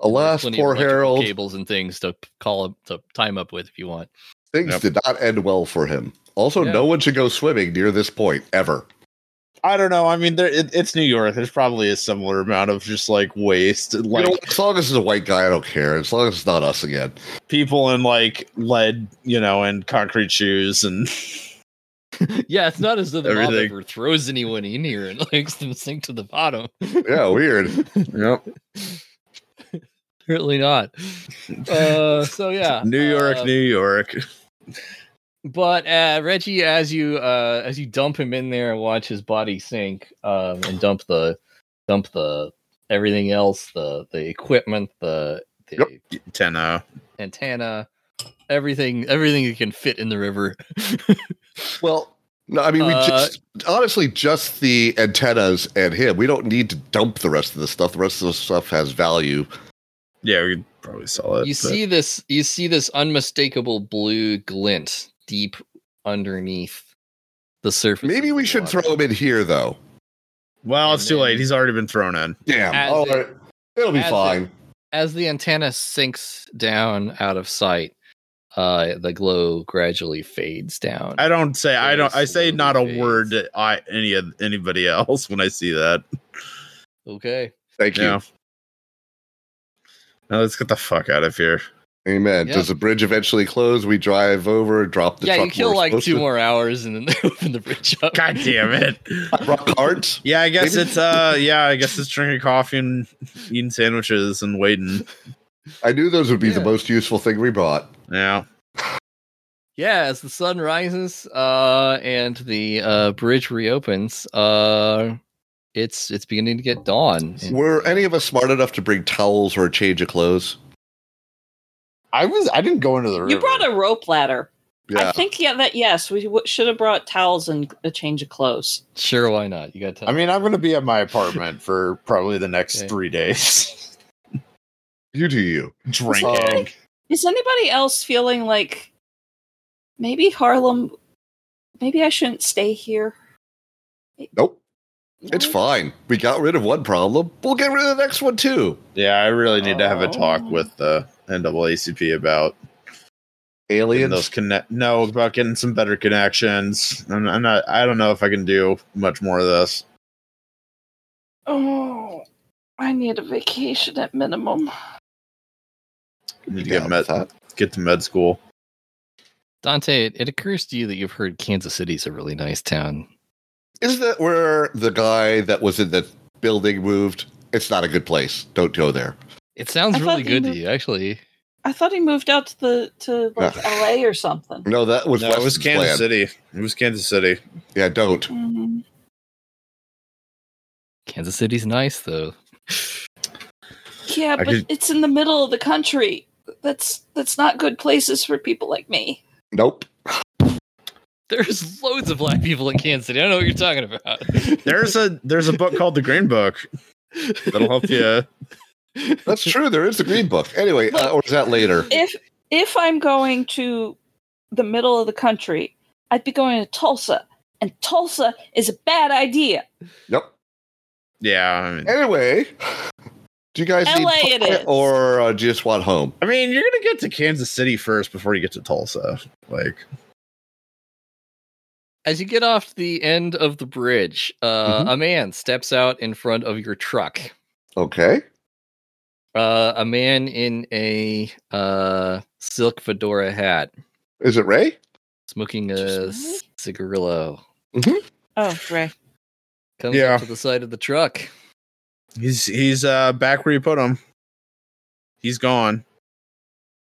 [SPEAKER 4] Alas,
[SPEAKER 2] Plenty of
[SPEAKER 4] poor
[SPEAKER 2] electrical
[SPEAKER 4] Harold.
[SPEAKER 2] Cables and things to call up to time up with if you want.
[SPEAKER 4] Things
[SPEAKER 5] Yep.
[SPEAKER 4] did not end well for him. Also,
[SPEAKER 2] Yeah.
[SPEAKER 4] no one should go swimming near this point ever.
[SPEAKER 5] I don't know. I mean, there, it, it's New York. There's probably a similar amount of just like waste,
[SPEAKER 4] Like,
[SPEAKER 5] like
[SPEAKER 4] as long as it's a white guy, I don't care. As long as it's not us again.
[SPEAKER 5] people in like lead, you know, and concrete shoes and
[SPEAKER 2] yeah, it's not as though the mob
[SPEAKER 5] Everything.
[SPEAKER 2] ever throws anyone in here and makes them sink to the bottom.
[SPEAKER 4] Yeah, weird.
[SPEAKER 5] yep.
[SPEAKER 2] Certainly not. Uh, so yeah,
[SPEAKER 5] New York,
[SPEAKER 2] uh,
[SPEAKER 5] New York.
[SPEAKER 2] But uh, Reggie, as you uh, as you dump him in there and watch his body sink, um, and dump the dump the everything else, the the equipment, the, the
[SPEAKER 4] Yep.
[SPEAKER 5] Ten O.
[SPEAKER 2] antenna, everything everything you can fit in the river.
[SPEAKER 4] Well, no, I mean, we
[SPEAKER 2] Uh,
[SPEAKER 4] just honestly just the antennas and him. We don't need to dump the rest of the stuff. The rest of the stuff has value.
[SPEAKER 5] Yeah, we could probably sell it.
[SPEAKER 2] you
[SPEAKER 5] but-
[SPEAKER 2] see this you see this unmistakable blue glint deep underneath the surface.
[SPEAKER 4] Maybe
[SPEAKER 2] of
[SPEAKER 4] we
[SPEAKER 2] the
[SPEAKER 4] should
[SPEAKER 2] water.
[SPEAKER 4] throw him in here, though.
[SPEAKER 5] Well,
[SPEAKER 2] And
[SPEAKER 5] it's too
[SPEAKER 2] then-
[SPEAKER 5] late. He's already been thrown in.
[SPEAKER 4] Damn.
[SPEAKER 2] As
[SPEAKER 4] All
[SPEAKER 2] it-
[SPEAKER 4] right. It'll be
[SPEAKER 2] as it-
[SPEAKER 4] fine.
[SPEAKER 2] as the antenna sinks down out of sight. Uh, the glow gradually fades down.
[SPEAKER 5] I don't say I
[SPEAKER 2] Very
[SPEAKER 5] don't I say not a
[SPEAKER 2] slowly
[SPEAKER 5] word to I any of anybody else when I see that.
[SPEAKER 2] Okay.
[SPEAKER 4] Thank you.
[SPEAKER 5] Yeah. Now let's get the fuck out of here.
[SPEAKER 4] Amen.
[SPEAKER 2] Yeah.
[SPEAKER 4] Does the bridge eventually close? We drive over, drop the
[SPEAKER 2] yeah,
[SPEAKER 4] truck.
[SPEAKER 2] you kill
[SPEAKER 4] we're
[SPEAKER 2] like
[SPEAKER 4] supposed
[SPEAKER 2] two
[SPEAKER 4] to-
[SPEAKER 2] more hours and then they open the bridge up.
[SPEAKER 5] God damn it.
[SPEAKER 4] Rock cart.
[SPEAKER 5] Yeah, I guess
[SPEAKER 4] Maybe-
[SPEAKER 5] it's uh yeah, I guess it's drinking coffee and eating sandwiches and waiting.
[SPEAKER 4] I knew those would be the
[SPEAKER 2] Yeah.
[SPEAKER 4] most useful thing we brought.
[SPEAKER 5] Yeah.
[SPEAKER 2] Yeah, as the sun rises uh, and the uh, bridge reopens, uh, it's it's beginning to get dawn. And-
[SPEAKER 4] Were any of us smart enough to bring towels or a change of clothes?
[SPEAKER 6] I was. I didn't go into the room.
[SPEAKER 3] You brought a rope ladder.
[SPEAKER 4] Yeah.
[SPEAKER 3] I think yeah that yes we w- should have brought towels and a change of clothes.
[SPEAKER 2] sure, why not? You got time.
[SPEAKER 6] I mean, I'm going to be at my apartment for probably the next
[SPEAKER 2] Okay.
[SPEAKER 6] three days.
[SPEAKER 4] you do you. Oh.
[SPEAKER 6] Drinking.
[SPEAKER 3] Is anybody else feeling like maybe Harlem? Maybe I shouldn't stay here.
[SPEAKER 4] Nope.
[SPEAKER 3] No?
[SPEAKER 4] It's fine. We got rid of one problem. We'll get rid of the next one too.
[SPEAKER 5] Yeah, I really need to have a talk
[SPEAKER 3] Oh.
[SPEAKER 5] with the NAACP about getting
[SPEAKER 4] Aliens.
[SPEAKER 5] those connect no, about getting some better connections. I'm, I'm not I don't know if I can do much more of this.
[SPEAKER 3] Oh, I need a vacation at minimum.
[SPEAKER 5] I need to
[SPEAKER 4] Yeah,
[SPEAKER 5] get med,
[SPEAKER 4] that-
[SPEAKER 5] get to med school.
[SPEAKER 2] Dante, it, it occurs to you that you've heard Kansas City's a really nice town.
[SPEAKER 4] Isn't that where the guy that was in the building moved? It's not a good place. Don't go there.
[SPEAKER 2] It sounds
[SPEAKER 3] I thought
[SPEAKER 2] really
[SPEAKER 3] you
[SPEAKER 2] good
[SPEAKER 3] were-
[SPEAKER 2] to you, actually.
[SPEAKER 3] I thought he moved out to the to like
[SPEAKER 4] Ugh.
[SPEAKER 3] L.A. or something.
[SPEAKER 4] No, that was
[SPEAKER 5] No, it was
[SPEAKER 4] Weston's
[SPEAKER 5] Kansas
[SPEAKER 4] plan.
[SPEAKER 5] City. It was Kansas City.
[SPEAKER 4] Yeah, don't.
[SPEAKER 3] Mhm.
[SPEAKER 2] Kansas City's nice, though.
[SPEAKER 3] Yeah,
[SPEAKER 5] I
[SPEAKER 3] but
[SPEAKER 5] could-
[SPEAKER 3] it's in the middle of the country. That's that's not good places for people like me.
[SPEAKER 4] Nope.
[SPEAKER 2] There's loads of black people in Kansas City. I don't know what you're talking about.
[SPEAKER 5] There's a there's a book called The Green Book that'll help you.
[SPEAKER 4] That's true. There is the green book. Anyway, uh, or is that later?
[SPEAKER 3] If if I'm going to the middle of the country, I'd be going to Tulsa, and Tulsa is a bad idea.
[SPEAKER 4] Nope.
[SPEAKER 5] Yeah, I mean,
[SPEAKER 4] Anyway, do you guys need
[SPEAKER 3] LA it
[SPEAKER 4] pie
[SPEAKER 3] is.
[SPEAKER 4] or uh, just want home?
[SPEAKER 5] I mean, you're gonna get to Kansas City first before you get to Tulsa. Like,
[SPEAKER 2] As you get off the end of the bridge, uh,
[SPEAKER 3] Mm-hmm.
[SPEAKER 2] a man steps out in front of your truck.
[SPEAKER 4] Okay.
[SPEAKER 2] Uh, a man in a uh, silk fedora hat,
[SPEAKER 4] Is it Ray?
[SPEAKER 2] smoking a
[SPEAKER 3] Just
[SPEAKER 2] c- cigarillo,
[SPEAKER 3] Oh, Ray.
[SPEAKER 2] comes
[SPEAKER 5] Yeah.
[SPEAKER 2] up to the side of the truck.
[SPEAKER 5] he's he's uh back where you put him. He's gone.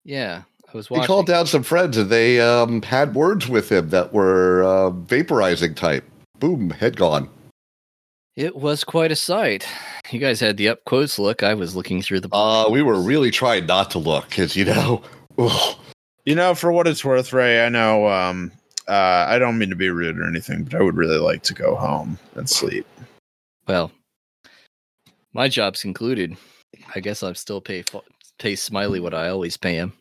[SPEAKER 2] Yeah, I was
[SPEAKER 4] He
[SPEAKER 2] watching.
[SPEAKER 4] called down some friends and they um, had words with him that were uh, vaporizing type. Boom, head gone.
[SPEAKER 2] It was quite a sight. You guys had the up close look. I was looking through the.
[SPEAKER 4] Uh, we were really trying not to look because, you know, ugh.
[SPEAKER 5] You know, for what it's worth, Ray, I know. Um, uh, I don't mean to be rude or anything, but I would really like to go home and sleep.
[SPEAKER 2] well, my job's concluded. I guess I'm still pay fo- pay Smiley what I always pay him.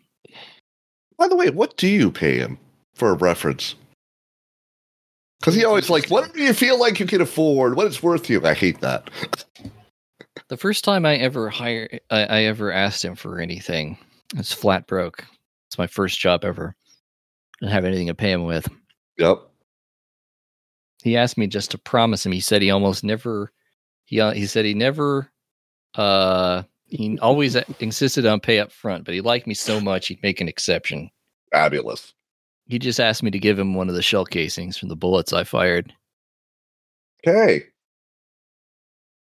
[SPEAKER 4] by the way, what do you pay him for a reference? Because he always like, whatever you feel like you can afford, what it's worth to you. I hate that.
[SPEAKER 2] The first time I ever hired, I, I ever asked him for anything. It's flat broke. It's my first job ever. I didn't have anything to pay him with.
[SPEAKER 4] Yep.
[SPEAKER 2] he asked me just to promise him. He said he almost never. He uh, he said he never. Uh, he always insisted on pay up front, but he liked me so much he'd make an exception.
[SPEAKER 4] Fabulous.
[SPEAKER 2] He just asked me to give him one of the shell casings from the bullets I fired.
[SPEAKER 4] Okay.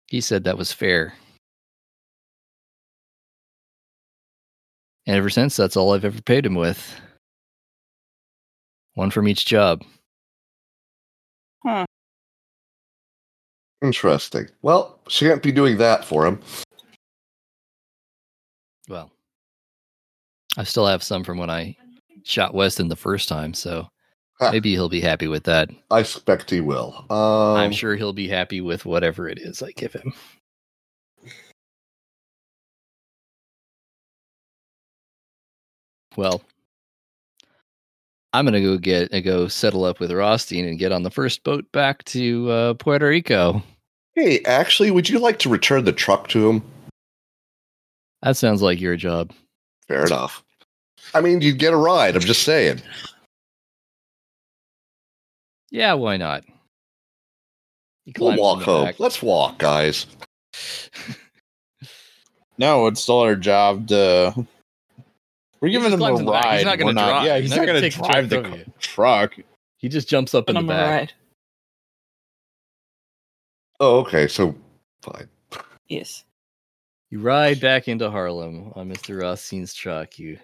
[SPEAKER 2] He said that was fair. And ever since, that's all I've ever paid him with. One from each job.
[SPEAKER 4] Interesting. Well, she can't be doing that for him.
[SPEAKER 2] Well, I still have some from when I shot Weston the first time, so
[SPEAKER 4] Huh.
[SPEAKER 2] maybe he'll be happy with that.
[SPEAKER 4] I suspect he will. Um,
[SPEAKER 2] I'm sure he'll be happy with whatever it is I give him. Well, I'm gonna go get uh, go settle up with Rothstein and get on the first boat back to uh, Puerto Rico.
[SPEAKER 4] Hey, actually, would you like to return the truck to him?
[SPEAKER 2] That sounds like your job.
[SPEAKER 4] Fair enough. I mean, you'd get a ride. I'm just saying.
[SPEAKER 2] Yeah, why not? He
[SPEAKER 4] We'll
[SPEAKER 2] climbs in
[SPEAKER 4] walk
[SPEAKER 2] the
[SPEAKER 4] home.
[SPEAKER 2] back.
[SPEAKER 4] Let's walk, guys.
[SPEAKER 5] No, it's still our job to. We're giving
[SPEAKER 2] just
[SPEAKER 5] him a
[SPEAKER 2] climbs in the back.
[SPEAKER 5] ride.
[SPEAKER 2] He's not gonna
[SPEAKER 5] We're not-
[SPEAKER 2] drive.
[SPEAKER 5] Yeah,
[SPEAKER 2] He's
[SPEAKER 5] he's
[SPEAKER 2] not
[SPEAKER 5] not
[SPEAKER 2] gonna
[SPEAKER 5] going to
[SPEAKER 2] take the
[SPEAKER 5] drive the
[SPEAKER 2] truck from
[SPEAKER 5] cu- truck.
[SPEAKER 2] He just jumps up in
[SPEAKER 3] Put
[SPEAKER 2] the
[SPEAKER 3] him on a
[SPEAKER 2] back.
[SPEAKER 3] ride.
[SPEAKER 4] Oh, okay. So, fine.
[SPEAKER 3] Yes.
[SPEAKER 2] You ride back into Harlem on Mr. Rothstein's truck. You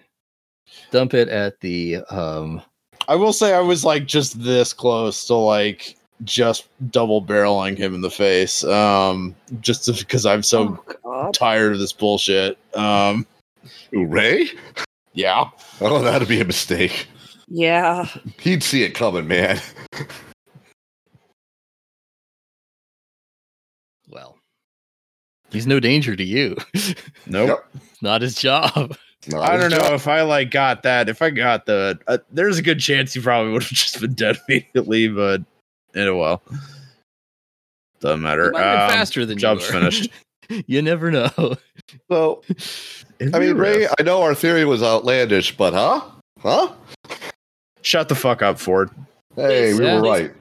[SPEAKER 2] dump it at the um
[SPEAKER 5] I will say I was like just this close to like just double barreling him in the face. Um, just because I'm so
[SPEAKER 3] oh God.
[SPEAKER 5] tired of this bullshit. Um,
[SPEAKER 4] Ray?
[SPEAKER 5] yeah.
[SPEAKER 4] Oh, that'd be a mistake.
[SPEAKER 3] Yeah.
[SPEAKER 4] He'd see it coming, man.
[SPEAKER 2] well. He's no danger to you.
[SPEAKER 5] Nope.
[SPEAKER 4] Yep.
[SPEAKER 2] Not his job.
[SPEAKER 4] No,
[SPEAKER 5] I don't know if I like got that. If I got the, uh, there's a good chance he probably would have just been dead immediately. But in a while, doesn't
[SPEAKER 2] He
[SPEAKER 5] matter.
[SPEAKER 2] might have
[SPEAKER 5] Um,
[SPEAKER 2] been faster than
[SPEAKER 5] job's
[SPEAKER 2] you were.
[SPEAKER 5] finished.
[SPEAKER 2] you never know.
[SPEAKER 4] So, I mean, Ray,
[SPEAKER 5] uh,
[SPEAKER 4] I know our theory was outlandish, but huh? Huh?
[SPEAKER 5] shut the fuck up, Ford.
[SPEAKER 4] Hey, we
[SPEAKER 2] Yeah.
[SPEAKER 4] were right.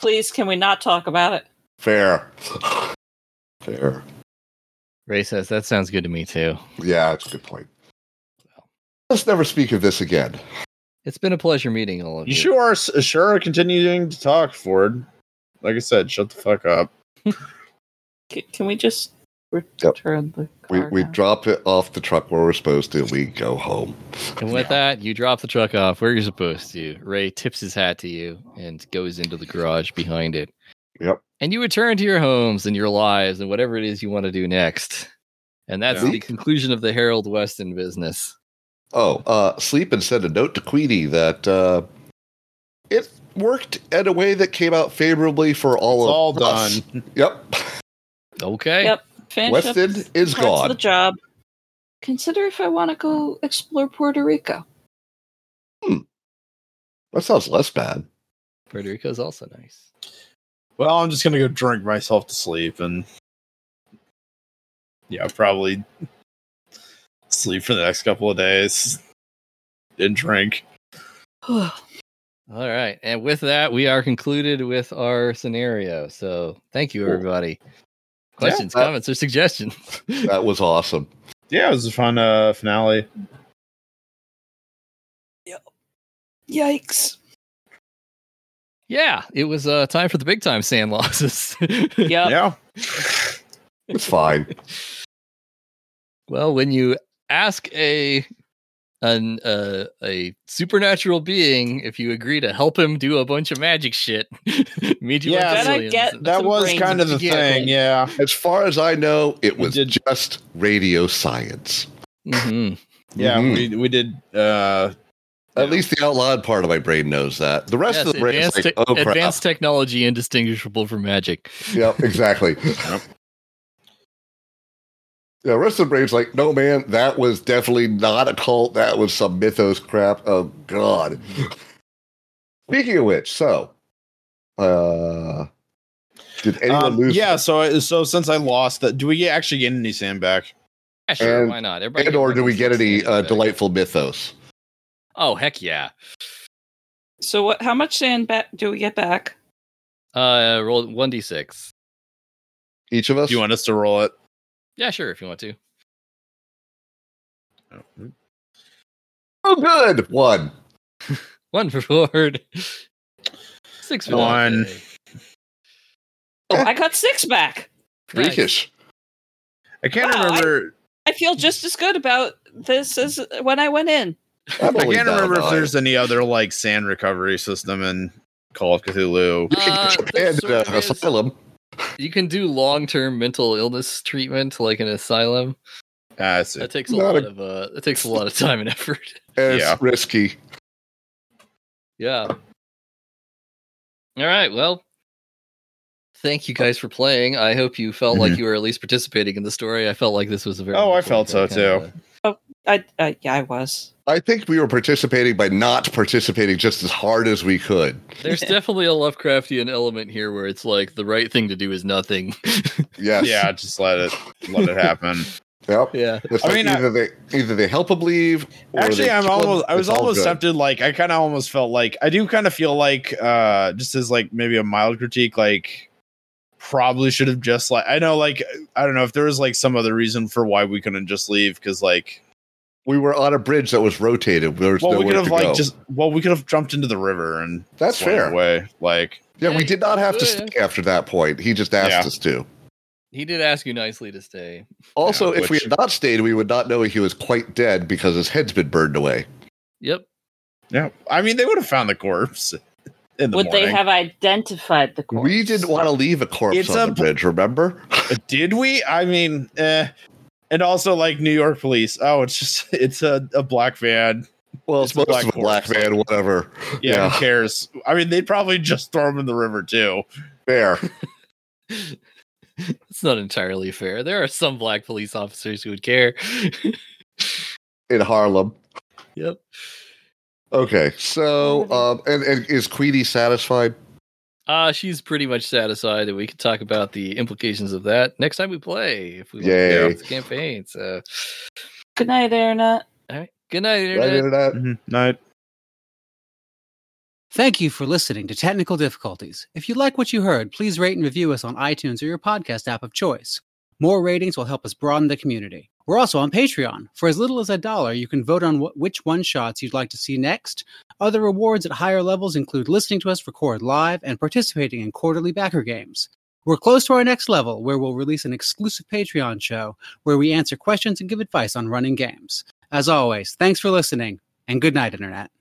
[SPEAKER 3] Please, can we not talk about it?
[SPEAKER 4] Fair. Fair.
[SPEAKER 2] Ray says that sounds good to me too.
[SPEAKER 4] Yeah, that's a good point. Let's never speak of this again.
[SPEAKER 2] It's been a pleasure meeting all of you.
[SPEAKER 5] You sure are s- sure are continuing to talk, Ford. Like I said, shut the fuck up.
[SPEAKER 3] C- can we just
[SPEAKER 4] Yep.
[SPEAKER 3] return the
[SPEAKER 4] We,
[SPEAKER 3] car
[SPEAKER 4] we
[SPEAKER 3] now?
[SPEAKER 4] drop it off the truck where we're supposed to. We go home.
[SPEAKER 2] And with that, you drop the truck off where you're supposed to. Ray tips his hat to you and goes into the garage behind it.
[SPEAKER 4] Yep.
[SPEAKER 2] And you return to your homes and your lives and whatever it is you want to do next. And that's
[SPEAKER 5] Yeah.
[SPEAKER 2] the conclusion of the Harold Weston business.
[SPEAKER 4] Oh, uh, sleep and send a note to Queenie that uh, it worked in a way that came out favorably for all
[SPEAKER 5] It's
[SPEAKER 4] of
[SPEAKER 5] all
[SPEAKER 4] us.
[SPEAKER 5] done.
[SPEAKER 4] Yep.
[SPEAKER 2] Okay.
[SPEAKER 3] Yep. Finish
[SPEAKER 4] Weston
[SPEAKER 3] up parts
[SPEAKER 4] is
[SPEAKER 3] of
[SPEAKER 4] gone.
[SPEAKER 3] the job. Consider if I want to go explore Puerto Rico.
[SPEAKER 4] That sounds less bad.
[SPEAKER 2] Puerto Rico is also nice.
[SPEAKER 5] Well, I'm just gonna go drink myself to sleep and yeah, probably sleep for the next couple of days and drink.
[SPEAKER 2] All right. And with that, we are concluded with our scenario. So thank you,
[SPEAKER 4] Cool.
[SPEAKER 2] everybody. Questions,
[SPEAKER 4] that-
[SPEAKER 2] comments, or suggestions?
[SPEAKER 4] That was awesome.
[SPEAKER 5] Yeah, it was a fun uh, finale.
[SPEAKER 3] Yikes.
[SPEAKER 2] yeah. It was uh, time for the big time sand losses.
[SPEAKER 3] Yep.
[SPEAKER 5] Yeah,
[SPEAKER 4] It's fine.
[SPEAKER 2] Well, when you ask a an uh, a supernatural being if you agree to help him do a bunch of magic shit, meet you
[SPEAKER 5] Yeah,
[SPEAKER 2] with
[SPEAKER 5] then
[SPEAKER 3] I
[SPEAKER 2] aliens.
[SPEAKER 3] get-
[SPEAKER 5] that
[SPEAKER 3] Some
[SPEAKER 5] was
[SPEAKER 3] brains
[SPEAKER 5] kind of the
[SPEAKER 2] together.
[SPEAKER 5] thing. Yeah,
[SPEAKER 4] As far as I know, it
[SPEAKER 5] We
[SPEAKER 4] was
[SPEAKER 5] did-
[SPEAKER 4] just radio science.
[SPEAKER 2] Mhm.
[SPEAKER 5] yeah,
[SPEAKER 4] Mhm.
[SPEAKER 5] we we did. Uh,
[SPEAKER 4] At least the outlawed part of my brain knows that. The rest
[SPEAKER 2] Yes,
[SPEAKER 4] of the brain is
[SPEAKER 2] advanced,
[SPEAKER 4] like,
[SPEAKER 2] te-
[SPEAKER 4] oh crap.
[SPEAKER 2] advanced technology indistinguishable from magic.
[SPEAKER 4] Yep, exactly.
[SPEAKER 5] Yep.
[SPEAKER 4] Yeah, the rest of the brain's like, no man, that was definitely not a cult. That was some mythos crap. Oh god. Speaking of which, so uh Did anyone
[SPEAKER 5] Um,
[SPEAKER 4] lose?
[SPEAKER 5] yeah, so I- so since I lost, that do we actually get any sand back?
[SPEAKER 2] Yeah, sure,
[SPEAKER 4] And-
[SPEAKER 2] why not? Everybody
[SPEAKER 4] And or do we get any
[SPEAKER 2] Sandy
[SPEAKER 4] uh,
[SPEAKER 2] back.
[SPEAKER 4] delightful mythos?
[SPEAKER 2] Oh heck yeah!
[SPEAKER 3] So what? How much sand ba- do we get back?
[SPEAKER 2] Uh, roll one d six.
[SPEAKER 4] Each of us.
[SPEAKER 5] Do you want us to roll it?
[SPEAKER 2] Yeah, sure, if you want to.
[SPEAKER 4] oh, good one.
[SPEAKER 2] One for Ford. Six for
[SPEAKER 5] One.
[SPEAKER 2] Dante.
[SPEAKER 3] Oh, I got six back.
[SPEAKER 2] Nice.
[SPEAKER 4] Freakish.
[SPEAKER 5] I can't
[SPEAKER 3] Wow, I-
[SPEAKER 5] remember.
[SPEAKER 3] I feel just as good about this as when I went in.
[SPEAKER 5] I,
[SPEAKER 4] I'm only
[SPEAKER 5] can't
[SPEAKER 4] down
[SPEAKER 5] remember if
[SPEAKER 4] nine.
[SPEAKER 5] there's any other like sand recovery system in Call of Cthulhu.
[SPEAKER 4] You can
[SPEAKER 2] Uh,
[SPEAKER 4] get your hand in
[SPEAKER 2] there
[SPEAKER 4] an
[SPEAKER 2] sort of is.
[SPEAKER 4] asylum.
[SPEAKER 2] You can do long term mental illness treatment like an asylum.
[SPEAKER 5] Ah, I see.
[SPEAKER 2] That takes a
[SPEAKER 4] Not
[SPEAKER 2] lot
[SPEAKER 4] a-
[SPEAKER 2] of uh, that takes a lot of time and effort.
[SPEAKER 4] And It's
[SPEAKER 5] Yeah.
[SPEAKER 4] risky.
[SPEAKER 2] Yeah. All right. Well, thank you guys for playing. I hope you felt like you were at least participating in the story. I felt like this was a very
[SPEAKER 5] Mm-hmm. Oh, I felt so,
[SPEAKER 2] kinda-
[SPEAKER 3] I uh, yeah, I was.
[SPEAKER 4] I think we were participating by not participating just as hard as we could.
[SPEAKER 2] There's definitely a Lovecraftian element here where it's like the right thing to do is nothing.
[SPEAKER 4] Yes.
[SPEAKER 5] Yeah, just let it let it happen.
[SPEAKER 4] Yep.
[SPEAKER 2] yeah.
[SPEAKER 4] It's
[SPEAKER 5] I
[SPEAKER 4] like
[SPEAKER 5] mean, I-
[SPEAKER 4] either they either they help them leave. Or
[SPEAKER 5] Actually,
[SPEAKER 4] they
[SPEAKER 5] I'm
[SPEAKER 4] kill 'em.
[SPEAKER 5] almost. I was
[SPEAKER 4] It's all
[SPEAKER 5] almost
[SPEAKER 4] good.
[SPEAKER 5] tempted. Like, I kind of almost felt like I do. Kind of feel like, uh, just as like maybe a mild critique. Like, probably should have just like. I know, like, I don't know if there was like some other reason for why we couldn't just leave because like,
[SPEAKER 4] We were on a bridge that was rotated. There's
[SPEAKER 5] well, we could
[SPEAKER 4] nowhere
[SPEAKER 5] have
[SPEAKER 4] to
[SPEAKER 5] like
[SPEAKER 4] go.
[SPEAKER 5] just. Well, we could have jumped into the river and
[SPEAKER 4] That's
[SPEAKER 5] swam
[SPEAKER 4] fair.
[SPEAKER 5] Away, like,
[SPEAKER 4] Yeah, we did not have to
[SPEAKER 2] Yeah.
[SPEAKER 4] stay after that point. He just asked
[SPEAKER 5] Yeah.
[SPEAKER 4] us to.
[SPEAKER 2] He did ask you nicely to stay.
[SPEAKER 4] Also,
[SPEAKER 5] Yeah,
[SPEAKER 4] if we
[SPEAKER 5] which-
[SPEAKER 4] had not stayed, we would not know he was quite dead because his head's been burned away.
[SPEAKER 2] Yep.
[SPEAKER 5] yeah. I mean, they would have found the corpse. In the
[SPEAKER 3] Would they
[SPEAKER 5] morning.
[SPEAKER 3] have identified the corpse?
[SPEAKER 4] We didn't want to leave a corpse
[SPEAKER 5] It's
[SPEAKER 4] on the
[SPEAKER 5] a-
[SPEAKER 4] bridge, remember?
[SPEAKER 5] Did we? I mean, eh. And also, like New York police. Oh, it's just it's a, a black van.
[SPEAKER 4] Well, it's,
[SPEAKER 5] It's a
[SPEAKER 4] most
[SPEAKER 5] black
[SPEAKER 4] of a black
[SPEAKER 5] corpse.
[SPEAKER 4] man, whatever.
[SPEAKER 5] yeah,
[SPEAKER 4] Yeah.
[SPEAKER 5] who cares? I mean, they'd probably just throw him in the river too.
[SPEAKER 4] Fair.
[SPEAKER 2] It's not entirely fair. There are some black police officers who would care.
[SPEAKER 4] In Harlem.
[SPEAKER 2] yep.
[SPEAKER 4] Okay. So, um, and, and is Queenie satisfied?
[SPEAKER 2] Uh, she's pretty much satisfied that we can talk about the implications of that next time we play if we
[SPEAKER 4] Yay.
[SPEAKER 2] want to the campaign. So,
[SPEAKER 3] Good night, Erna.
[SPEAKER 2] all right. Good night,
[SPEAKER 4] Right,
[SPEAKER 2] Internet.
[SPEAKER 4] Internet?
[SPEAKER 5] No,
[SPEAKER 1] Thank you for listening to Technical Difficulties. If you like what you heard, please rate and review us on iTunes or your podcast app of choice. More ratings will help us broaden the community. We're also on Patreon. For as little as a dollar, you can vote on wh- which one shots you'd like to see next. Other rewards at higher levels include listening to us record live and participating in quarterly backer games. We're close to our next level, where we'll release an exclusive Patreon show where we answer questions and give advice on running games. As always, thanks for listening, and good night, Internet.